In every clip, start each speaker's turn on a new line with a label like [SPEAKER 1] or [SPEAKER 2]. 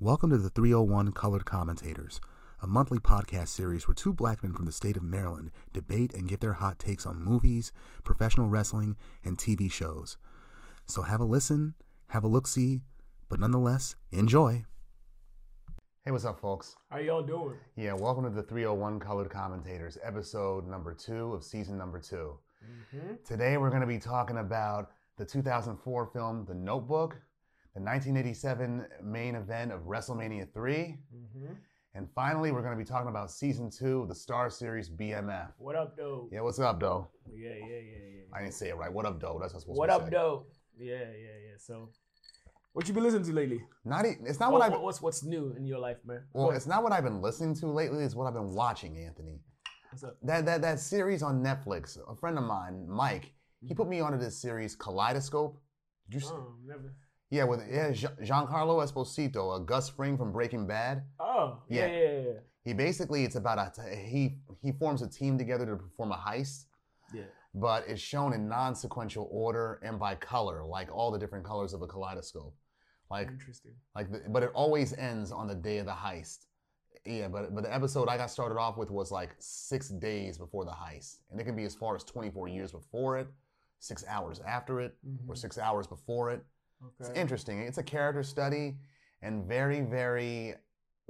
[SPEAKER 1] Welcome to the 301 Colored Commentators, a monthly podcast series where two black men from the state of Maryland debate and give their hot takes on movies, professional wrestling, and TV shows. So have a listen, have a look see, but nonetheless, enjoy. Hey, what's up, folks?
[SPEAKER 2] How y'all doing?
[SPEAKER 1] Yeah, welcome to the 301 Colored Commentators, episode number two of season number two.
[SPEAKER 2] Mm-hmm.
[SPEAKER 1] Today, we're going to be talking about the 2004 film The Notebook, the 1987 main event of WrestleMania 3,
[SPEAKER 2] Mm-hmm.
[SPEAKER 1] and finally, we're going to be talking about season two of the Star Series BMF.
[SPEAKER 2] What up, though?
[SPEAKER 1] Yeah, what's up, though?
[SPEAKER 2] Yeah, yeah, yeah, yeah.
[SPEAKER 1] I didn't say it right. What up, though? That's what I'm supposed
[SPEAKER 2] What
[SPEAKER 1] to
[SPEAKER 2] up,
[SPEAKER 1] say.
[SPEAKER 2] though? Yeah, yeah, yeah. So, what you been listening to lately?
[SPEAKER 1] Not e- it's not
[SPEAKER 2] What,
[SPEAKER 1] what I've
[SPEAKER 2] what- what's what's new in your life, man?
[SPEAKER 1] well,
[SPEAKER 2] What-
[SPEAKER 1] it's not what I've been listening to lately. It's what I've been watching, Anthony.
[SPEAKER 2] what's up?
[SPEAKER 1] That that that series on Netflix. A friend of mine, Mike, he put me onto this series, Kaleidoscope. Did you? s
[SPEAKER 2] Oh, never.
[SPEAKER 1] Yeah, with yeah, Gian- Giancarlo Esposito, a Gus Fring from Breaking Bad.
[SPEAKER 2] Oh, yeah,
[SPEAKER 1] Yeah.
[SPEAKER 2] yeah, yeah. yeah.
[SPEAKER 1] He basically, it's about a t- he he forms a team together to perform a heist.
[SPEAKER 2] Yeah.
[SPEAKER 1] but it's shown in non-sequential order and by color, like all the different colors of a kaleidoscope. Like,
[SPEAKER 2] Interesting.
[SPEAKER 1] like, the, but it always ends on the day of the heist. Yeah, but but the episode I got started off with was like six days before the heist, and it can be as far as 24 years before it, six hours after it, or
[SPEAKER 2] Mhm.
[SPEAKER 1] six hours before it. It's
[SPEAKER 2] Okay.
[SPEAKER 1] interesting. It's a character study, and very, very,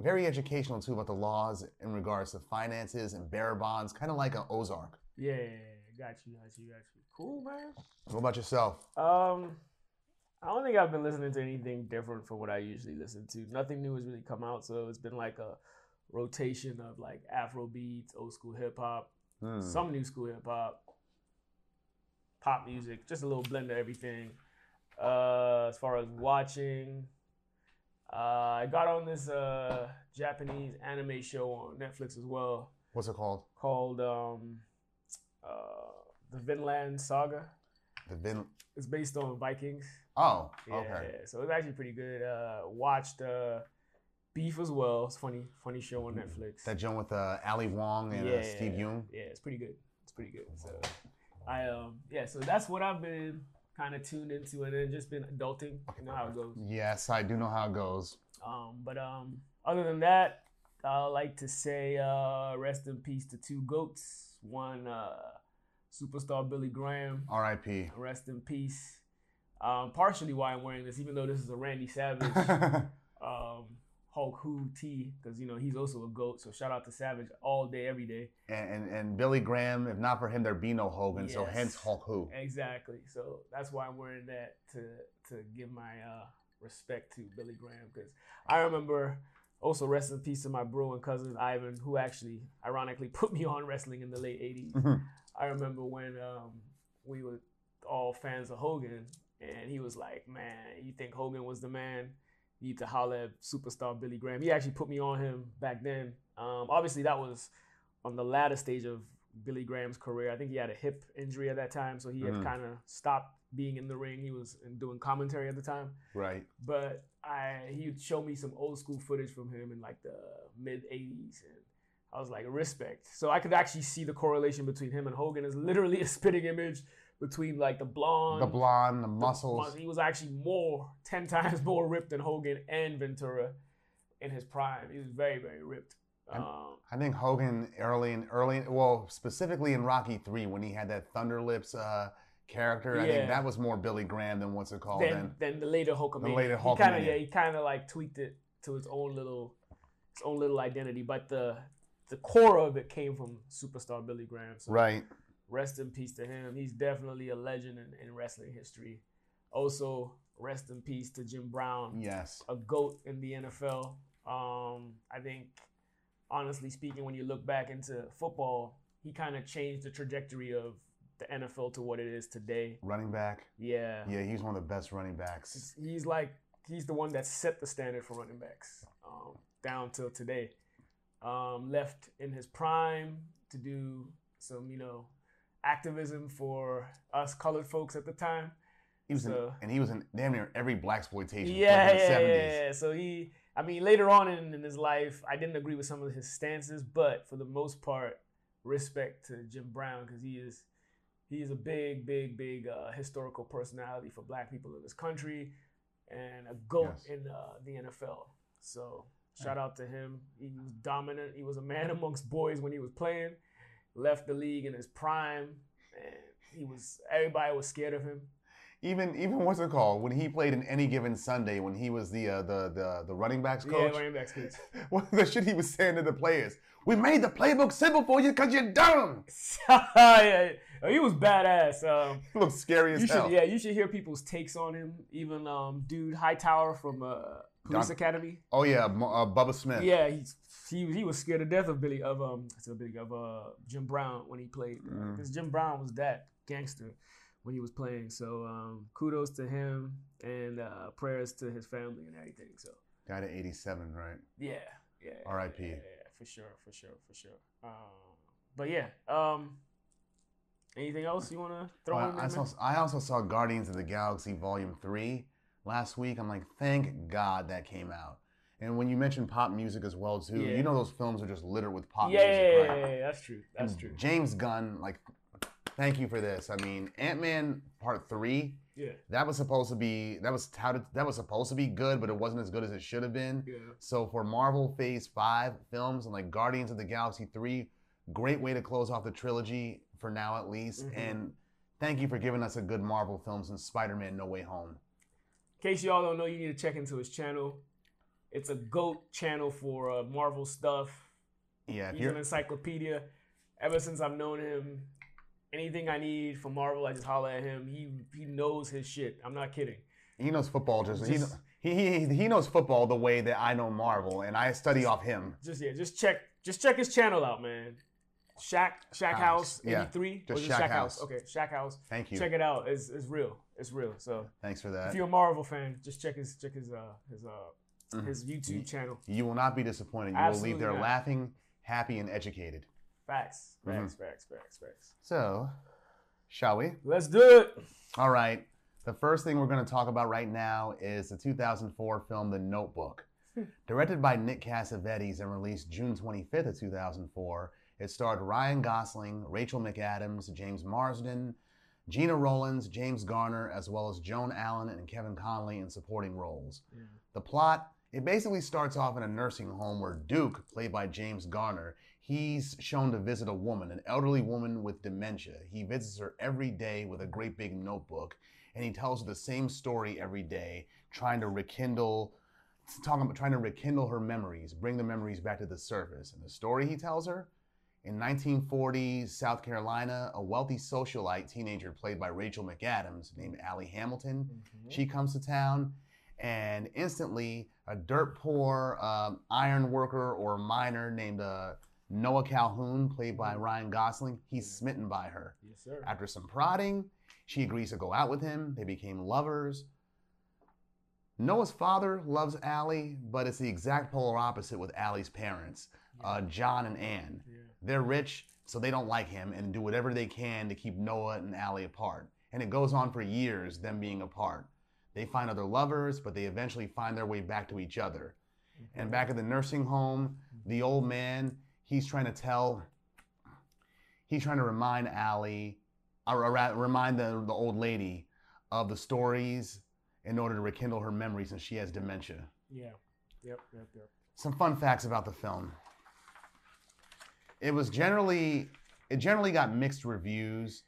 [SPEAKER 1] very educational too about the laws in regards to finances and bearer bonds, kind of like an Ozark.
[SPEAKER 2] Yeah, yeah, yeah. Got you, got you, got you. Cool, man.
[SPEAKER 1] What about yourself?
[SPEAKER 2] Um, I don't think I've been listening to anything different from what I usually listen to. Nothing new has really come out, so it's been like a rotation of like Afro beats, old school hip hop,
[SPEAKER 1] Hmm.
[SPEAKER 2] some new school hip hop, pop music, just a little blend of everything. Uh, as far as watching, uh, I got on this uh, Japanese anime show on Netflix as well
[SPEAKER 1] What's it called?
[SPEAKER 2] called um, uh, The Vinland Saga.
[SPEAKER 1] The Vin.
[SPEAKER 2] It's based on Vikings.
[SPEAKER 1] Oh,
[SPEAKER 2] Yeah,
[SPEAKER 1] okay.
[SPEAKER 2] so it's actually pretty good. Uh, watched uh, Beef as well. It's funny, funny show on
[SPEAKER 1] Hmm.
[SPEAKER 2] Netflix.
[SPEAKER 1] That joint with uh, Ali Wong and uh, Steve Yoon.
[SPEAKER 2] Yeah, it's pretty good. It's pretty good. So I um yeah, so that's what I've been kind of tuned into and then just been adulting. You know how it goes.
[SPEAKER 1] Yes, I do know how it goes.
[SPEAKER 2] Um but um other than that, I like to say uh rest in peace to two goats. One uh superstar Billy Graham.
[SPEAKER 1] R.I.P.
[SPEAKER 2] Rest in peace. Um, partially why I'm wearing this, even though this is a Randy Savage um, Hulk Who T, because you know he's also a goat. So shout out to Savage all day, every day.
[SPEAKER 1] and, and and Billy Graham. If not for him, there'd be no Hogan. So
[SPEAKER 2] Yes.
[SPEAKER 1] hence Hulk Who.
[SPEAKER 2] Exactly. So that's why I'm wearing that to to give my uh, respect to Billy Graham because I remember also rest in peace to my bro and cousin Ivan, who actually ironically put me on wrestling in the late '80s.
[SPEAKER 1] Mhm.
[SPEAKER 2] I remember when um, we were all fans of Hogan, and he was like, "Man, you think Hogan was the man? You need to holler at superstar Billy Graham." He actually put me on him back then. Um, obviously, that was on the latter stage of Billy Graham's career. I think he had a hip injury at that time, so he
[SPEAKER 1] Mhm.
[SPEAKER 2] had kind of stopped being in the ring. He was doing commentary at the time
[SPEAKER 1] Right.
[SPEAKER 2] but I he'd show me some old school footage from him in like the mid '80s, and I was like, respect. So I could actually see the correlation between him and Hogan is literally a spitting image between like the blonde,
[SPEAKER 1] The blonde, the
[SPEAKER 2] the
[SPEAKER 1] muscles.
[SPEAKER 2] mus- He was actually more ten times more ripped than Hogan and Ventura in his prime. He was very very ripped.
[SPEAKER 1] And-
[SPEAKER 2] Um,
[SPEAKER 1] I think Hogan early and early, well, specifically in Rocky Three when he had that Thunder Lips uh, character. I think
[SPEAKER 2] Yeah.
[SPEAKER 1] that was more Billy Graham than what's it called.
[SPEAKER 2] then,
[SPEAKER 1] Then,
[SPEAKER 2] then the later Hulkamania.
[SPEAKER 1] later
[SPEAKER 2] He kind of
[SPEAKER 1] Hulkamania.
[SPEAKER 2] yeah, he kind of like tweaked it to his own little his own little identity, but the the core of it came from superstar Billy Graham. So
[SPEAKER 1] right.
[SPEAKER 2] rest in peace to him. He's definitely a legend in, in wrestling history. Also, rest in peace to Jim Brown,
[SPEAKER 1] Yes.
[SPEAKER 2] a goat in the NFL. Um, I think, honestly speaking, when you look back into football, he kind of changed the trajectory of the NFL to what it is today.
[SPEAKER 1] Running back.
[SPEAKER 2] Yeah
[SPEAKER 1] Yeah, he's one of the best running backs.
[SPEAKER 2] he's- he's like he's the one that set the standard for running backs um, down till today. Um, left in his prime to do some, you know, activism for us colored folks at the time.
[SPEAKER 1] He was, in,
[SPEAKER 2] So-
[SPEAKER 1] and he was in damn near every black exploitation.
[SPEAKER 2] Yeah,
[SPEAKER 1] in the
[SPEAKER 2] yeah,
[SPEAKER 1] 70s.
[SPEAKER 2] yeah, yeah. So he, I mean, later on in, in his life, I didn't agree with some of his stances, but for the most part, respect to Jim Brown because he is, he is a big, big, big uh, historical personality for Black people in this country, and a goat
[SPEAKER 1] Yes.
[SPEAKER 2] in uh, the NFL. So shout out to him. He was dominant. He was a man amongst boys when he was playing. Left the league in his prime. And he was everybody was scared of him.
[SPEAKER 1] Even even what's it called when he played in any given Sunday when he was the uh, the, the the running backs coach.
[SPEAKER 2] Yeah, running backs coach.
[SPEAKER 1] what the shit he was saying to the players? We made the playbook simple for you because you're dumb.
[SPEAKER 2] yeah, he was badass. Um,
[SPEAKER 1] He looked scary as
[SPEAKER 2] you
[SPEAKER 1] hell.
[SPEAKER 2] should, yeah, you should hear people's takes on him. Even um, dude Hightower from uh, Police
[SPEAKER 1] Don-
[SPEAKER 2] Academy.
[SPEAKER 1] Oh yeah, Mo- uh, Bubba Smith.
[SPEAKER 2] Yeah, he, he he was scared to death of Billy of um I said Billy of uh Jim Brown when he played
[SPEAKER 1] Mm.
[SPEAKER 2] because Jim Brown was that gangster when he was playing. So um, kudos to him and uh, prayers to his family and everything. So
[SPEAKER 1] Died at 87, right?
[SPEAKER 2] yeah, yeah.
[SPEAKER 1] R.I.P..
[SPEAKER 2] Yeah, yeah, yeah, for sure, for sure, for sure. Um, but yeah, um, anything else you wanna throw
[SPEAKER 1] Well,
[SPEAKER 2] in?
[SPEAKER 1] I,
[SPEAKER 2] there,
[SPEAKER 1] saw,
[SPEAKER 2] man?
[SPEAKER 1] I also saw Guardians of the Galaxy Volume 3 last week. I'm like, thank God that came out. And when you mentioned pop music as well, too,
[SPEAKER 2] Yeah.
[SPEAKER 1] you know those films are just littered with pop
[SPEAKER 2] yeah,
[SPEAKER 1] music,
[SPEAKER 2] yeah,
[SPEAKER 1] right? Hmm.
[SPEAKER 2] yeah, yeah, that's true. That's
[SPEAKER 1] And
[SPEAKER 2] true.
[SPEAKER 1] James Gunn, like, thank you for this. I mean, Ant Man Part 3,
[SPEAKER 2] Yeah,
[SPEAKER 1] that was supposed to be, that was touted, that was supposed to be good, but it wasn't as good as it should have been.
[SPEAKER 2] yeah.
[SPEAKER 1] So for Marvel Phase 5 films and like Guardians of the Galaxy 3, great way to close off the trilogy for now at least.
[SPEAKER 2] Mhm.
[SPEAKER 1] And thank you for giving us a good Marvel film since Spider-Man No Way Home.
[SPEAKER 2] In case y'all don't know, you need to check into his channel. It's a GOAT channel for uh, Marvel stuff.
[SPEAKER 1] Yeah, if
[SPEAKER 2] He's an
[SPEAKER 1] you're
[SPEAKER 2] encyclopedia. Ever since I've known him, anything I need from Marvel, I just holler at him. He he knows his shit. I'm not kidding.
[SPEAKER 1] he knows football just, he
[SPEAKER 2] Just-
[SPEAKER 1] he, he he knows football the way that I know Marvel and I study off him.
[SPEAKER 2] Just yeah, just check just check his channel out, man. Shaq Shaq
[SPEAKER 1] House,
[SPEAKER 2] House,
[SPEAKER 1] yeah.
[SPEAKER 2] 83
[SPEAKER 1] Just
[SPEAKER 2] or
[SPEAKER 1] Shaq
[SPEAKER 2] Shaq
[SPEAKER 1] House.
[SPEAKER 2] House. Okay, Shaq House.
[SPEAKER 1] Thank you.
[SPEAKER 2] Check it out. It's it's real. It's real. So
[SPEAKER 1] Thanks for
[SPEAKER 2] if
[SPEAKER 1] that.
[SPEAKER 2] you're a Marvel fan, just check his check his uh his uh
[SPEAKER 1] Mhm.
[SPEAKER 2] his YouTube channel.
[SPEAKER 1] You will not be disappointed. You will leave
[SPEAKER 2] Absolutely
[SPEAKER 1] there
[SPEAKER 2] not.
[SPEAKER 1] laughing, happy and educated.
[SPEAKER 2] Facts.
[SPEAKER 1] Mhm.
[SPEAKER 2] Facts, facts, facts, facts.
[SPEAKER 1] So, shall we?
[SPEAKER 2] Let's do it.
[SPEAKER 1] All right. The first thing we're going to talk about right now is the 2004 film The Notebook. Directed by Nick Cassavetes and released June 25th of 2004, it starred Ryan Gosling, Rachel McAdams, James Marsden, Gina Rollins, James Garner, as well as Joan Allen and Kevin Conley in supporting roles. The plot it basically starts off in a nursing home where Duke, played by James Garner, he's shown to visit a woman, an elderly woman with dementia. He visits her every day with a great big notebook, and he tells her the same story every day, trying to rekindle talking about trying to rekindle her memories, bring the memories back to the surface. And the story he tells her in 1940 South Carolina, a wealthy socialite teenager played by Rachel McAdams named Allie Hamilton she comes to town, and instantly a dirt poor um, iron worker or miner named uh, Noah Calhoun, played by Ryan Gosling, he's smitten by her.
[SPEAKER 2] Yes, sir.
[SPEAKER 1] After some prodding, she agrees to go out with him. They became lovers. Noah's father loves Allie, but it's the exact polar opposite with Allie's parents, uh, John and Anne.
[SPEAKER 2] yeah.
[SPEAKER 1] They're rich, so they don't like him and do whatever they can to keep Noah and Allie apart. And it goes on for years, them being apart. They find other lovers, but they eventually find their way back to each other. Mm-hmm. And back at the nursing home, the old man, he's trying to tell, he's trying to remind Allie, or, or rather, remind the, the old lady of the stories in order to rekindle her memory since she has dementia.
[SPEAKER 2] Yeah. Yep. Yep. Yep.
[SPEAKER 1] some fun facts about the film. It was generally it generally got mixed reviews,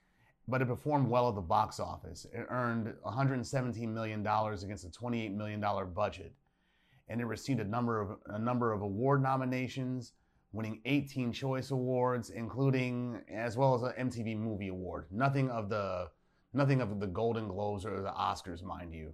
[SPEAKER 1] but it performed well at the box office. It earned 117 million dollars against a 28 million dollar budget, and it received a number of a number of award nominations, winning 18 Choice Awards, including as well as an MTV Movie Award. Nothing of the nothing of the Golden Globes or the Oscars, mind you.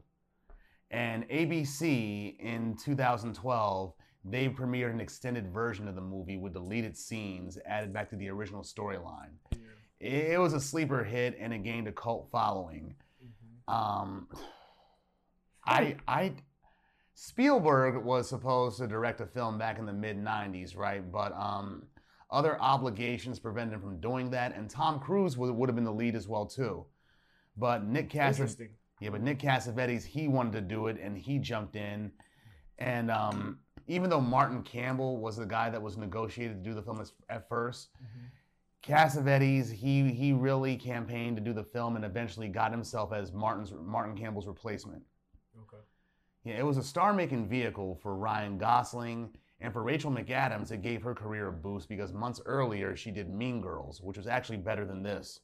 [SPEAKER 1] And ABC in 2012 they premiered an extended version of the movie with deleted scenes added back to the original storyline.
[SPEAKER 2] Yeah.
[SPEAKER 1] It was a sleeper hit and it gained a cult following.
[SPEAKER 2] Mm-hmm.
[SPEAKER 1] Um, I, I, Spielberg was supposed to direct a film back in the mid 90s, right? But um, other obligations prevented him from doing that, and Tom Cruise would, would have been the lead as well too. But Nick Cassavetes,
[SPEAKER 2] Interesting.
[SPEAKER 1] yeah, but Nick Cassavetes, he wanted to do it and he jumped in. And um, even though Martin Campbell was the guy that was negotiated to do the film as- at first, Cassavetes, he he really campaigned to do the film and eventually got himself as Martin's Martin Campbell's replacement.
[SPEAKER 2] Okay.
[SPEAKER 1] Yeah, it was a star making vehicle for Ryan Gosling and for Rachel McAdams. It gave her career a boost because months earlier she did Mean Girls, which was actually better than this.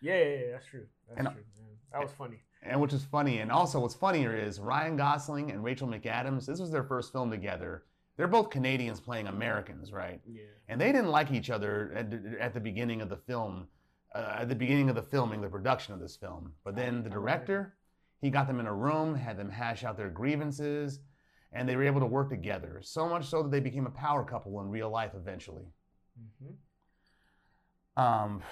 [SPEAKER 2] Yeah, yeah, yeah, that's true. That's
[SPEAKER 1] And- uh,
[SPEAKER 2] true. Man. That was funny.
[SPEAKER 1] And which is funny. And also, what's funnier is Ryan Gosling and Rachel McAdams, this was their first film together. They're both Canadians playing Americans, right?
[SPEAKER 2] Yeah.
[SPEAKER 1] And they didn't like each other at, at the beginning of the film, uh, at the beginning of the filming, the production of this film. But then the director, he got them in a room, had them hash out their grievances, and they were able to work together. So much so that they became a power couple in real life eventually.
[SPEAKER 2] Mm-hmm.
[SPEAKER 1] Um,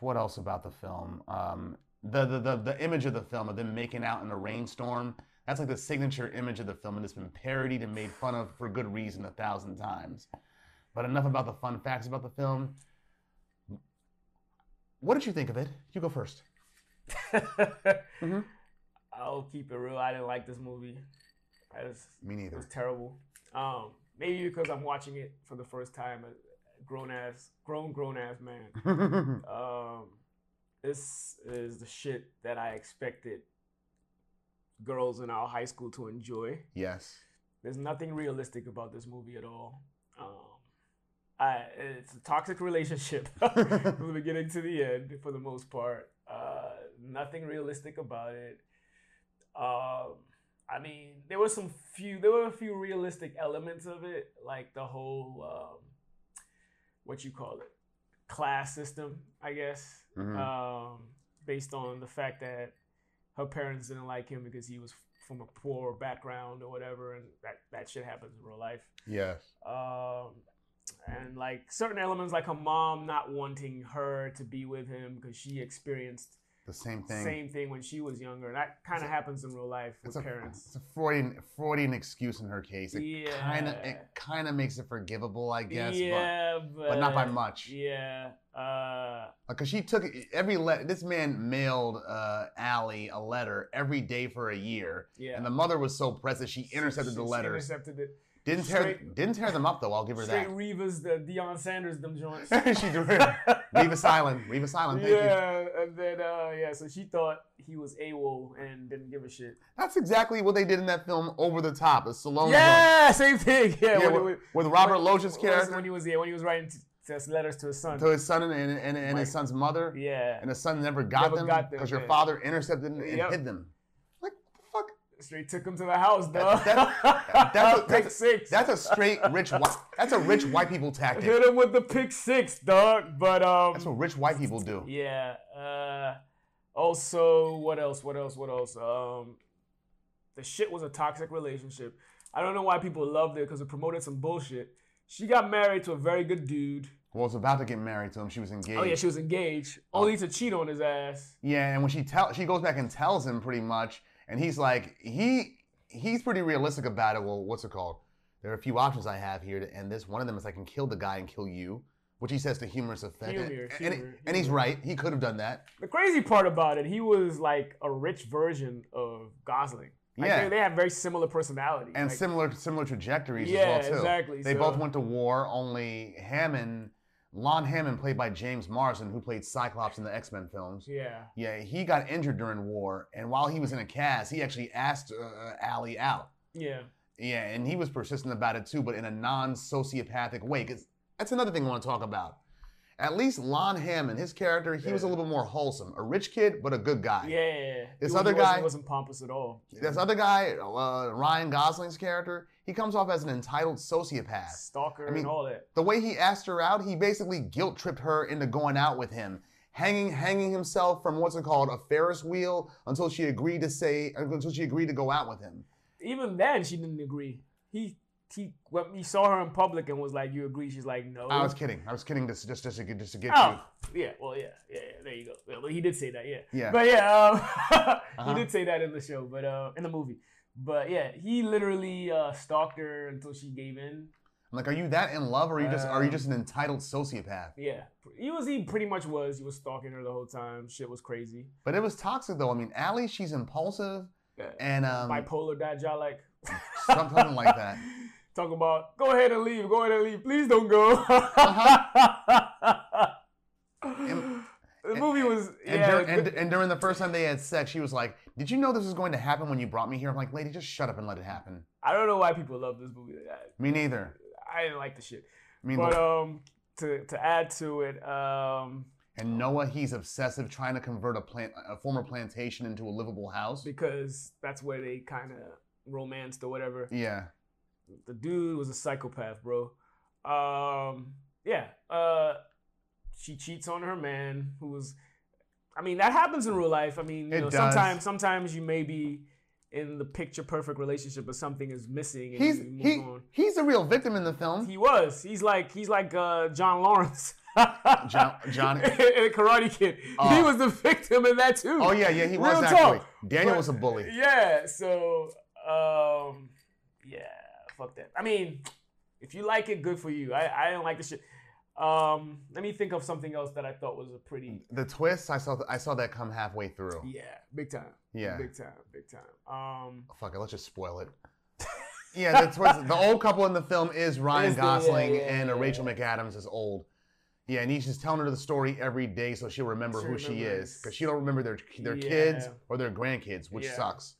[SPEAKER 1] what else about the film? Um, the, the the the image of the film of them making out in a rainstorm. That's like the signature image of the film, and it's been parodied and made fun of for good reason a thousand times. But enough about the fun facts about the film. What did you think of it? You go first. Mhm.
[SPEAKER 2] I'll keep it real. I didn't like this movie. I just,
[SPEAKER 1] Me
[SPEAKER 2] it was
[SPEAKER 1] neither.
[SPEAKER 2] terrible. Um, maybe because I'm watching it for the first time, a grown ass, grown grown ass man. Um, this is the shit that I expected girls in our high school to enjoy.
[SPEAKER 1] yes.
[SPEAKER 2] There's nothing realistic about this movie at all. Um, I, it's a toxic relationship from the beginning to the end, for the most part. Uh, nothing realistic about it. Um, I mean, there were some few, there were a few realistic elements of it, like the whole, um, what you call it, class system, I guess
[SPEAKER 1] Mhm.
[SPEAKER 2] um, based on the fact that her parents didn't like him because he was from a poor background or whatever, and that, that shit happens in real life.
[SPEAKER 1] yes.
[SPEAKER 2] Um, and like certain elements, like her mom not wanting her to be with him because she experienced
[SPEAKER 1] The same
[SPEAKER 2] the
[SPEAKER 1] thing.
[SPEAKER 2] same thing when she was younger. That kind
[SPEAKER 1] It's
[SPEAKER 2] of
[SPEAKER 1] a-
[SPEAKER 2] happens in real life with
[SPEAKER 1] It's a,
[SPEAKER 2] parents.
[SPEAKER 1] it's a Freudian Freudian excuse in her case. It kind of it
[SPEAKER 2] Yeah.
[SPEAKER 1] kind of makes it forgivable, I guess.
[SPEAKER 2] yeah, but,
[SPEAKER 1] But, but not by much.
[SPEAKER 2] Yeah. Uh,
[SPEAKER 1] Because she took e, every letter. This man mailed uh, Allie a letter every day for a year,
[SPEAKER 2] yeah.
[SPEAKER 1] and the mother was so pressed that she
[SPEAKER 2] She-
[SPEAKER 1] intercepted
[SPEAKER 2] she-
[SPEAKER 1] the
[SPEAKER 2] she
[SPEAKER 1] letters.
[SPEAKER 2] Intercepted it.
[SPEAKER 1] didn't tear
[SPEAKER 2] straight-
[SPEAKER 1] didn't tear them up though. I'll give her
[SPEAKER 2] Straight
[SPEAKER 1] that.
[SPEAKER 2] Reavers, the Deion Sanders, them joints.
[SPEAKER 1] she threw it. Leave us silent. Leave us silent. Thank you.
[SPEAKER 2] yeah, and then uh, yeah, so she thought he was AWOL and didn't give a shit.
[SPEAKER 1] That's exactly what they did in that film, Over the Top, a Stallone. joint.
[SPEAKER 2] yeah, same thing.
[SPEAKER 1] yeah
[SPEAKER 2] Yeah, when,
[SPEAKER 1] with,
[SPEAKER 2] when-
[SPEAKER 1] with Robert
[SPEAKER 2] when-
[SPEAKER 1] Loggia's
[SPEAKER 2] when-
[SPEAKER 1] character
[SPEAKER 2] when he was yeah, when he was writing t- t- letters to his son.
[SPEAKER 1] to his son and, and, and, and his
[SPEAKER 2] Mike.
[SPEAKER 1] son's mother,
[SPEAKER 2] yeah,
[SPEAKER 1] and his son never got
[SPEAKER 2] Never
[SPEAKER 1] them
[SPEAKER 2] got them,
[SPEAKER 1] because your
[SPEAKER 2] yeah.
[SPEAKER 1] father intercepted them and
[SPEAKER 2] Yep.
[SPEAKER 1] hid them. Like what the
[SPEAKER 2] straight took him to the house, dog.
[SPEAKER 1] that- that's a-
[SPEAKER 2] pick
[SPEAKER 1] that's a-
[SPEAKER 2] six.
[SPEAKER 1] fuck? That's a straight rich. White, that's a rich white people tactic.
[SPEAKER 2] Hit him with the pick six, dog. But um,
[SPEAKER 1] That's what rich white people do.
[SPEAKER 2] Yeah. Uh, also, what else? What else? What else? Um, the shit was a toxic relationship. I don't know why people loved it because it promoted some bullshit. She got married to a very good dude.
[SPEAKER 1] Well, was about to get married to him. She was engaged.
[SPEAKER 2] Oh yeah, she was engaged,
[SPEAKER 1] Oh.
[SPEAKER 2] only to cheat on his ass.
[SPEAKER 1] Yeah, and when she tell, she goes back and tells him pretty much, and he's like, he he's pretty realistic about it. Well, what's it called? There are a few options I have here to end this. One of them is I can kill the guy and kill you, which he says to humorous effect. And-
[SPEAKER 2] Humor,
[SPEAKER 1] and,
[SPEAKER 2] humor,
[SPEAKER 1] and he's
[SPEAKER 2] humor.
[SPEAKER 1] right. He could have done that.
[SPEAKER 2] The crazy part about it, he was like a rich version of Gosling. Like,
[SPEAKER 1] Yeah.
[SPEAKER 2] they, they have very similar personalities.
[SPEAKER 1] And
[SPEAKER 2] like,
[SPEAKER 1] similar similar trajectories
[SPEAKER 2] yeah,
[SPEAKER 1] as well too.
[SPEAKER 2] exactly.
[SPEAKER 1] They
[SPEAKER 2] so-
[SPEAKER 1] both went to war. Only Hammond, Lon Hammond, played by James Morrison, who played Cyclops in the X Men films.
[SPEAKER 2] Yeah.
[SPEAKER 1] Yeah, he got injured during war, and while he was in a cast, he actually asked uh, uh, Allie out.
[SPEAKER 2] Yeah.
[SPEAKER 1] Yeah, and he was persistent about it too, but in a non-sociopathic way. Because that's another thing I want to talk about. At least Lon Hammond, his character, he was a
[SPEAKER 2] Yeah.
[SPEAKER 1] little bit more wholesome, a rich kid but a good guy.
[SPEAKER 2] Yeah.
[SPEAKER 1] This
[SPEAKER 2] He
[SPEAKER 1] other
[SPEAKER 2] wasn't-
[SPEAKER 1] guy-
[SPEAKER 2] wasn't pompous at all.
[SPEAKER 1] This other guy, uh, Ryan Gosling's character, he comes off as an entitled sociopath.
[SPEAKER 2] stalker
[SPEAKER 1] I mean,
[SPEAKER 2] and all that.
[SPEAKER 1] The way he asked her out, he basically guilt tripped her into going out with him, hanging hanging himself from what's it called a Ferris wheel until she agreed to say until she agreed to go out with him.
[SPEAKER 2] even then she didn't agree. He he when he saw her in public and was like, "You agree?" She's like, "No."
[SPEAKER 1] I was kidding. I was kidding. Just just just to get just to get
[SPEAKER 2] oh yeah, well yeah, yeah, yeah, there you go. Yeah, well, he did say that, yeah.
[SPEAKER 1] you. Yeah.
[SPEAKER 2] But yeah, um,
[SPEAKER 1] Uh-huh.
[SPEAKER 2] he did say that in the show, but uh, in the movie. But yeah, he literally uh, stalked her until she gave in.
[SPEAKER 1] I'm like, are you that in love, or are you just are you
[SPEAKER 2] Um,
[SPEAKER 1] just an entitled sociopath?
[SPEAKER 2] Yeah, he was he pretty much was. He was stalking her the whole time. Shit was crazy.
[SPEAKER 1] But it was toxic though. I mean, Allie, she's impulsive
[SPEAKER 2] Yeah.
[SPEAKER 1] and um,
[SPEAKER 2] Bipolar dad, y'all like
[SPEAKER 1] something like that.
[SPEAKER 2] Talk about go ahead and leave, go ahead and leave. Please don't go.
[SPEAKER 1] And-
[SPEAKER 2] the movie was
[SPEAKER 1] Uh-huh. And
[SPEAKER 2] Yeah,
[SPEAKER 1] dur- and, and during the first time they had sex, she was like, "Did you know this was going to happen when you brought me here?" I'm like, "Lady, just shut up and let it happen."
[SPEAKER 2] I don't know why people love this movie. I,
[SPEAKER 1] Me neither.
[SPEAKER 2] I didn't like the shit.
[SPEAKER 1] Me
[SPEAKER 2] But
[SPEAKER 1] neither.
[SPEAKER 2] um, to to add to it, um,
[SPEAKER 1] and Noah, he's obsessive, trying to convert a plant, a former plantation into a livable house.
[SPEAKER 2] because that's where they kind of romanced or whatever.
[SPEAKER 1] Yeah,
[SPEAKER 2] The dude was a psychopath, bro. Um, yeah. Uh, she cheats on her man, who was. I mean, that happens in real life. I mean, you
[SPEAKER 1] It
[SPEAKER 2] know,
[SPEAKER 1] does.
[SPEAKER 2] sometimes sometimes you may be in the picture perfect relationship, but something is missing, and
[SPEAKER 1] he's
[SPEAKER 2] you move
[SPEAKER 1] he
[SPEAKER 2] on.
[SPEAKER 1] he's the real victim in the film.
[SPEAKER 2] He was. He's like he's like uh, John Lawrence.
[SPEAKER 1] John, John.
[SPEAKER 2] in Karate Kid. he
[SPEAKER 1] Oh.
[SPEAKER 2] was the victim in that too.
[SPEAKER 1] Oh yeah, yeah, he was
[SPEAKER 2] Real
[SPEAKER 1] actually.
[SPEAKER 2] talk.
[SPEAKER 1] Daniel
[SPEAKER 2] But-
[SPEAKER 1] was a bully.
[SPEAKER 2] Yeah. So, um, yeah, fuck that. I mean, if you like it, good for you. I, I didn't like the shit. Um, let me think of something else that I thought was a pretty
[SPEAKER 1] The twist, I saw, I saw that come halfway through.
[SPEAKER 2] yeah, big time,
[SPEAKER 1] Yeah.
[SPEAKER 2] big time, big time. Um,
[SPEAKER 1] Fuck it, let's just spoil it. yeah, the twist. The old couple in the film is Ryan
[SPEAKER 2] Is the- yeah,
[SPEAKER 1] Gosling
[SPEAKER 2] yeah,
[SPEAKER 1] and uh,
[SPEAKER 2] yeah,
[SPEAKER 1] Rachel McAdams is old. Yeah, and he's just telling her the story every day so she'll remember
[SPEAKER 2] She
[SPEAKER 1] who she is
[SPEAKER 2] remembers.
[SPEAKER 1] because she don't remember their their kids
[SPEAKER 2] Yeah.
[SPEAKER 1] or their grandkids, which
[SPEAKER 2] Yeah.
[SPEAKER 1] sucks.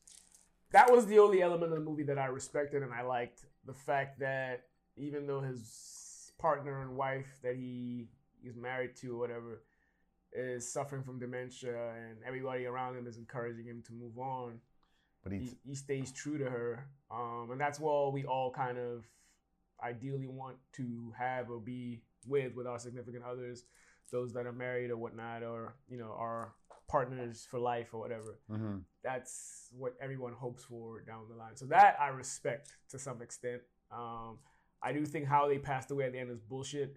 [SPEAKER 2] that was the only element of the movie that I respected and I liked the fact that even though his partner and wife that he is married to or whatever is suffering from dementia and everybody around him is encouraging him to move on
[SPEAKER 1] But he,
[SPEAKER 2] he, he stays true to her um, and that's what we all kind of ideally want to have or be with with our significant others those that are married or whatnot or you know are partners for life or whatever
[SPEAKER 1] Mhm.
[SPEAKER 2] that's what everyone hopes for down the line. So that I respect to some extent. Um, I do think how they passed away at the end is bullshit.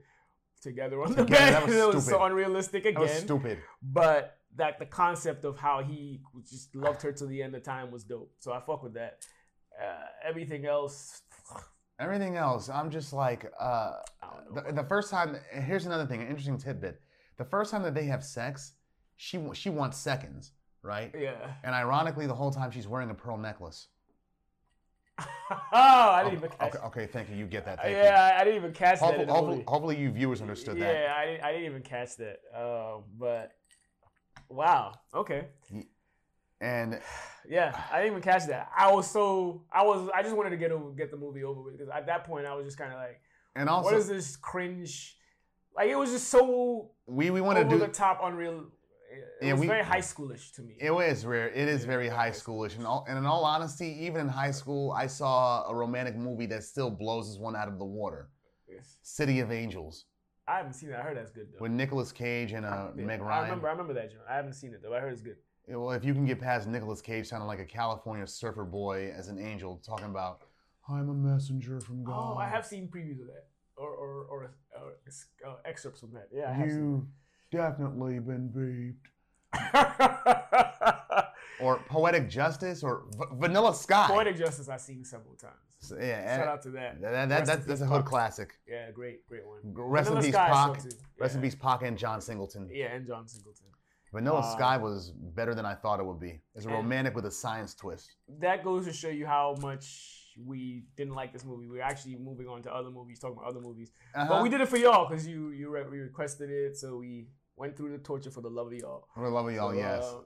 [SPEAKER 2] Together on the
[SPEAKER 1] Together,
[SPEAKER 2] bed,
[SPEAKER 1] that was
[SPEAKER 2] it was so
[SPEAKER 1] stupid.
[SPEAKER 2] unrealistic
[SPEAKER 1] that was
[SPEAKER 2] again.
[SPEAKER 1] stupid.
[SPEAKER 2] But that the concept of how he just loved her to the end of time was dope. So I fuck with that. Uh, everything else,
[SPEAKER 1] Everything else, I'm just like, uh,
[SPEAKER 2] I don't know.
[SPEAKER 1] the, the first time. Here's another thing, an interesting tidbit. The first time that they have sex, she wa- she wants seconds, right?
[SPEAKER 2] yeah.
[SPEAKER 1] And ironically, the whole time she's wearing a pearl necklace.
[SPEAKER 2] oh, I
[SPEAKER 1] okay,
[SPEAKER 2] didn't even catch.
[SPEAKER 1] okay, okay, thank you. You get that. Thank you.
[SPEAKER 2] yeah, I, I didn't even catch that.
[SPEAKER 1] Hopefully,
[SPEAKER 2] in the
[SPEAKER 1] hopefully,
[SPEAKER 2] movie.
[SPEAKER 1] hopefully you viewers understood
[SPEAKER 2] yeah,
[SPEAKER 1] that.
[SPEAKER 2] I, didn't- I didn't even catch that. Uh, but wow, okay,
[SPEAKER 1] And
[SPEAKER 2] yeah, I didn't even catch that. I was so I was I just wanted to get over, get the movie over with because at that point I was just kind of like,
[SPEAKER 1] and also
[SPEAKER 2] what is this cringe? Like it was just so
[SPEAKER 1] we we want
[SPEAKER 2] over
[SPEAKER 1] to
[SPEAKER 2] the
[SPEAKER 1] do
[SPEAKER 2] top, unreal. It
[SPEAKER 1] Yeah,
[SPEAKER 2] was
[SPEAKER 1] we-
[SPEAKER 2] very high schoolish to me.
[SPEAKER 1] it is rare. It is
[SPEAKER 2] Yeah,
[SPEAKER 1] very
[SPEAKER 2] yeah,
[SPEAKER 1] high
[SPEAKER 2] high
[SPEAKER 1] schoolish. And all and in all honesty, even in high school, I saw a romantic movie that still blows this one out of the water.
[SPEAKER 2] Yes.
[SPEAKER 1] City of Angels
[SPEAKER 2] I haven't seen that. I heard that's good though.
[SPEAKER 1] with Nicolas Cage and uh,
[SPEAKER 2] Yeah,
[SPEAKER 1] Meg
[SPEAKER 2] I
[SPEAKER 1] Ryan.
[SPEAKER 2] remember. I remember that. Joint. I haven't seen it though. I heard it's good.
[SPEAKER 1] Yeah, Well, if you can get past Nicolas Cage sounding like a California surfer boy as an angel talking about, I'm a messenger from God.
[SPEAKER 2] Oh, I have seen previews of that or or or, or uh, excerpts from that. Yeah, I have seen.
[SPEAKER 1] You've definitely been beeped. Or Poetic Justice or v- Vanilla Sky.
[SPEAKER 2] Poetic Justice I've seen several times.
[SPEAKER 1] So, yeah,
[SPEAKER 2] Shout
[SPEAKER 1] and-
[SPEAKER 2] out to that.
[SPEAKER 1] that, that,
[SPEAKER 2] Rest
[SPEAKER 1] that's,
[SPEAKER 2] in
[SPEAKER 1] that's a
[SPEAKER 2] peace,
[SPEAKER 1] hood
[SPEAKER 2] Pac.
[SPEAKER 1] classic.
[SPEAKER 2] Yeah, great, great one.
[SPEAKER 1] Rest
[SPEAKER 2] Vanilla
[SPEAKER 1] in peace,
[SPEAKER 2] Sky is
[SPEAKER 1] Pac.
[SPEAKER 2] dope, too.
[SPEAKER 1] Rest in
[SPEAKER 2] Yeah.
[SPEAKER 1] peace, Pac and John Singleton.
[SPEAKER 2] Yeah, and John Singleton.
[SPEAKER 1] Vanilla
[SPEAKER 2] Uh,
[SPEAKER 1] Sky was better than I thought it would be. It's a
[SPEAKER 2] and-
[SPEAKER 1] romantic with a science twist.
[SPEAKER 2] That goes to show you how much we didn't like this movie. We're actually moving on to other movies, talking about other movies. But
[SPEAKER 1] Uh-huh.
[SPEAKER 2] we did it for y'all because you you re- we requested it, so we went through the torture for the love of y'all.
[SPEAKER 1] We love of y'all,
[SPEAKER 2] So,
[SPEAKER 1] Oh, yes.
[SPEAKER 2] uh,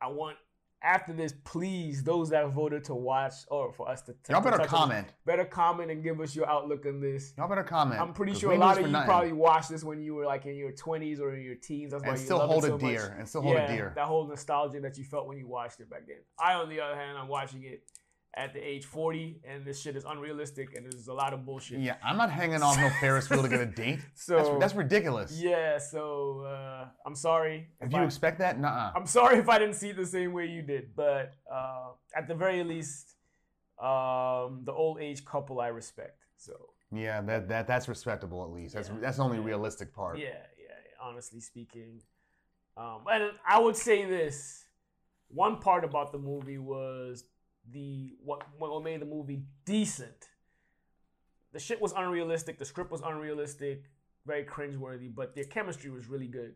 [SPEAKER 2] I want after this, please, those that voted to watch or for us to t-
[SPEAKER 1] y'all better
[SPEAKER 2] touch on-
[SPEAKER 1] comment.
[SPEAKER 2] better comment and give us your outlook on this.
[SPEAKER 1] Y'all better comment.
[SPEAKER 2] I'm pretty
[SPEAKER 1] 'cause
[SPEAKER 2] sure
[SPEAKER 1] we
[SPEAKER 2] a
[SPEAKER 1] do
[SPEAKER 2] lot
[SPEAKER 1] this
[SPEAKER 2] of
[SPEAKER 1] for
[SPEAKER 2] you
[SPEAKER 1] nothing.
[SPEAKER 2] probably watched this when you were like in your 20s or in your teens. That's why
[SPEAKER 1] and
[SPEAKER 2] you
[SPEAKER 1] still
[SPEAKER 2] love
[SPEAKER 1] hold
[SPEAKER 2] it so
[SPEAKER 1] a deer.
[SPEAKER 2] much.
[SPEAKER 1] And still hold
[SPEAKER 2] yeah,
[SPEAKER 1] a deer.
[SPEAKER 2] that whole nostalgia that you felt when you watched it back then. I, on the other hand, I'm watching it at the age 40, and this shit is unrealistic, and there's a lot of bullshit.
[SPEAKER 1] Yeah, I'm not hanging off no Ferris wheel to get a date. That's,
[SPEAKER 2] So
[SPEAKER 1] that's ridiculous.
[SPEAKER 2] yeah, so uh, I'm sorry.
[SPEAKER 1] If
[SPEAKER 2] if
[SPEAKER 1] you
[SPEAKER 2] I-
[SPEAKER 1] expect that, nah.
[SPEAKER 2] I'm sorry if I didn't see it the same way you did, but uh, at the very least, um, the old age couple I respect. So
[SPEAKER 1] Yeah, that, that that's respectable at least. That's
[SPEAKER 2] Yeah.
[SPEAKER 1] that's the only
[SPEAKER 2] Yeah.
[SPEAKER 1] realistic part.
[SPEAKER 2] Yeah, yeah. yeah, Honestly speaking, um, and I would say this: one part about the movie was the what what made the movie decent. The shit was unrealistic. The script was unrealistic, very cringeworthy, but their chemistry was really good.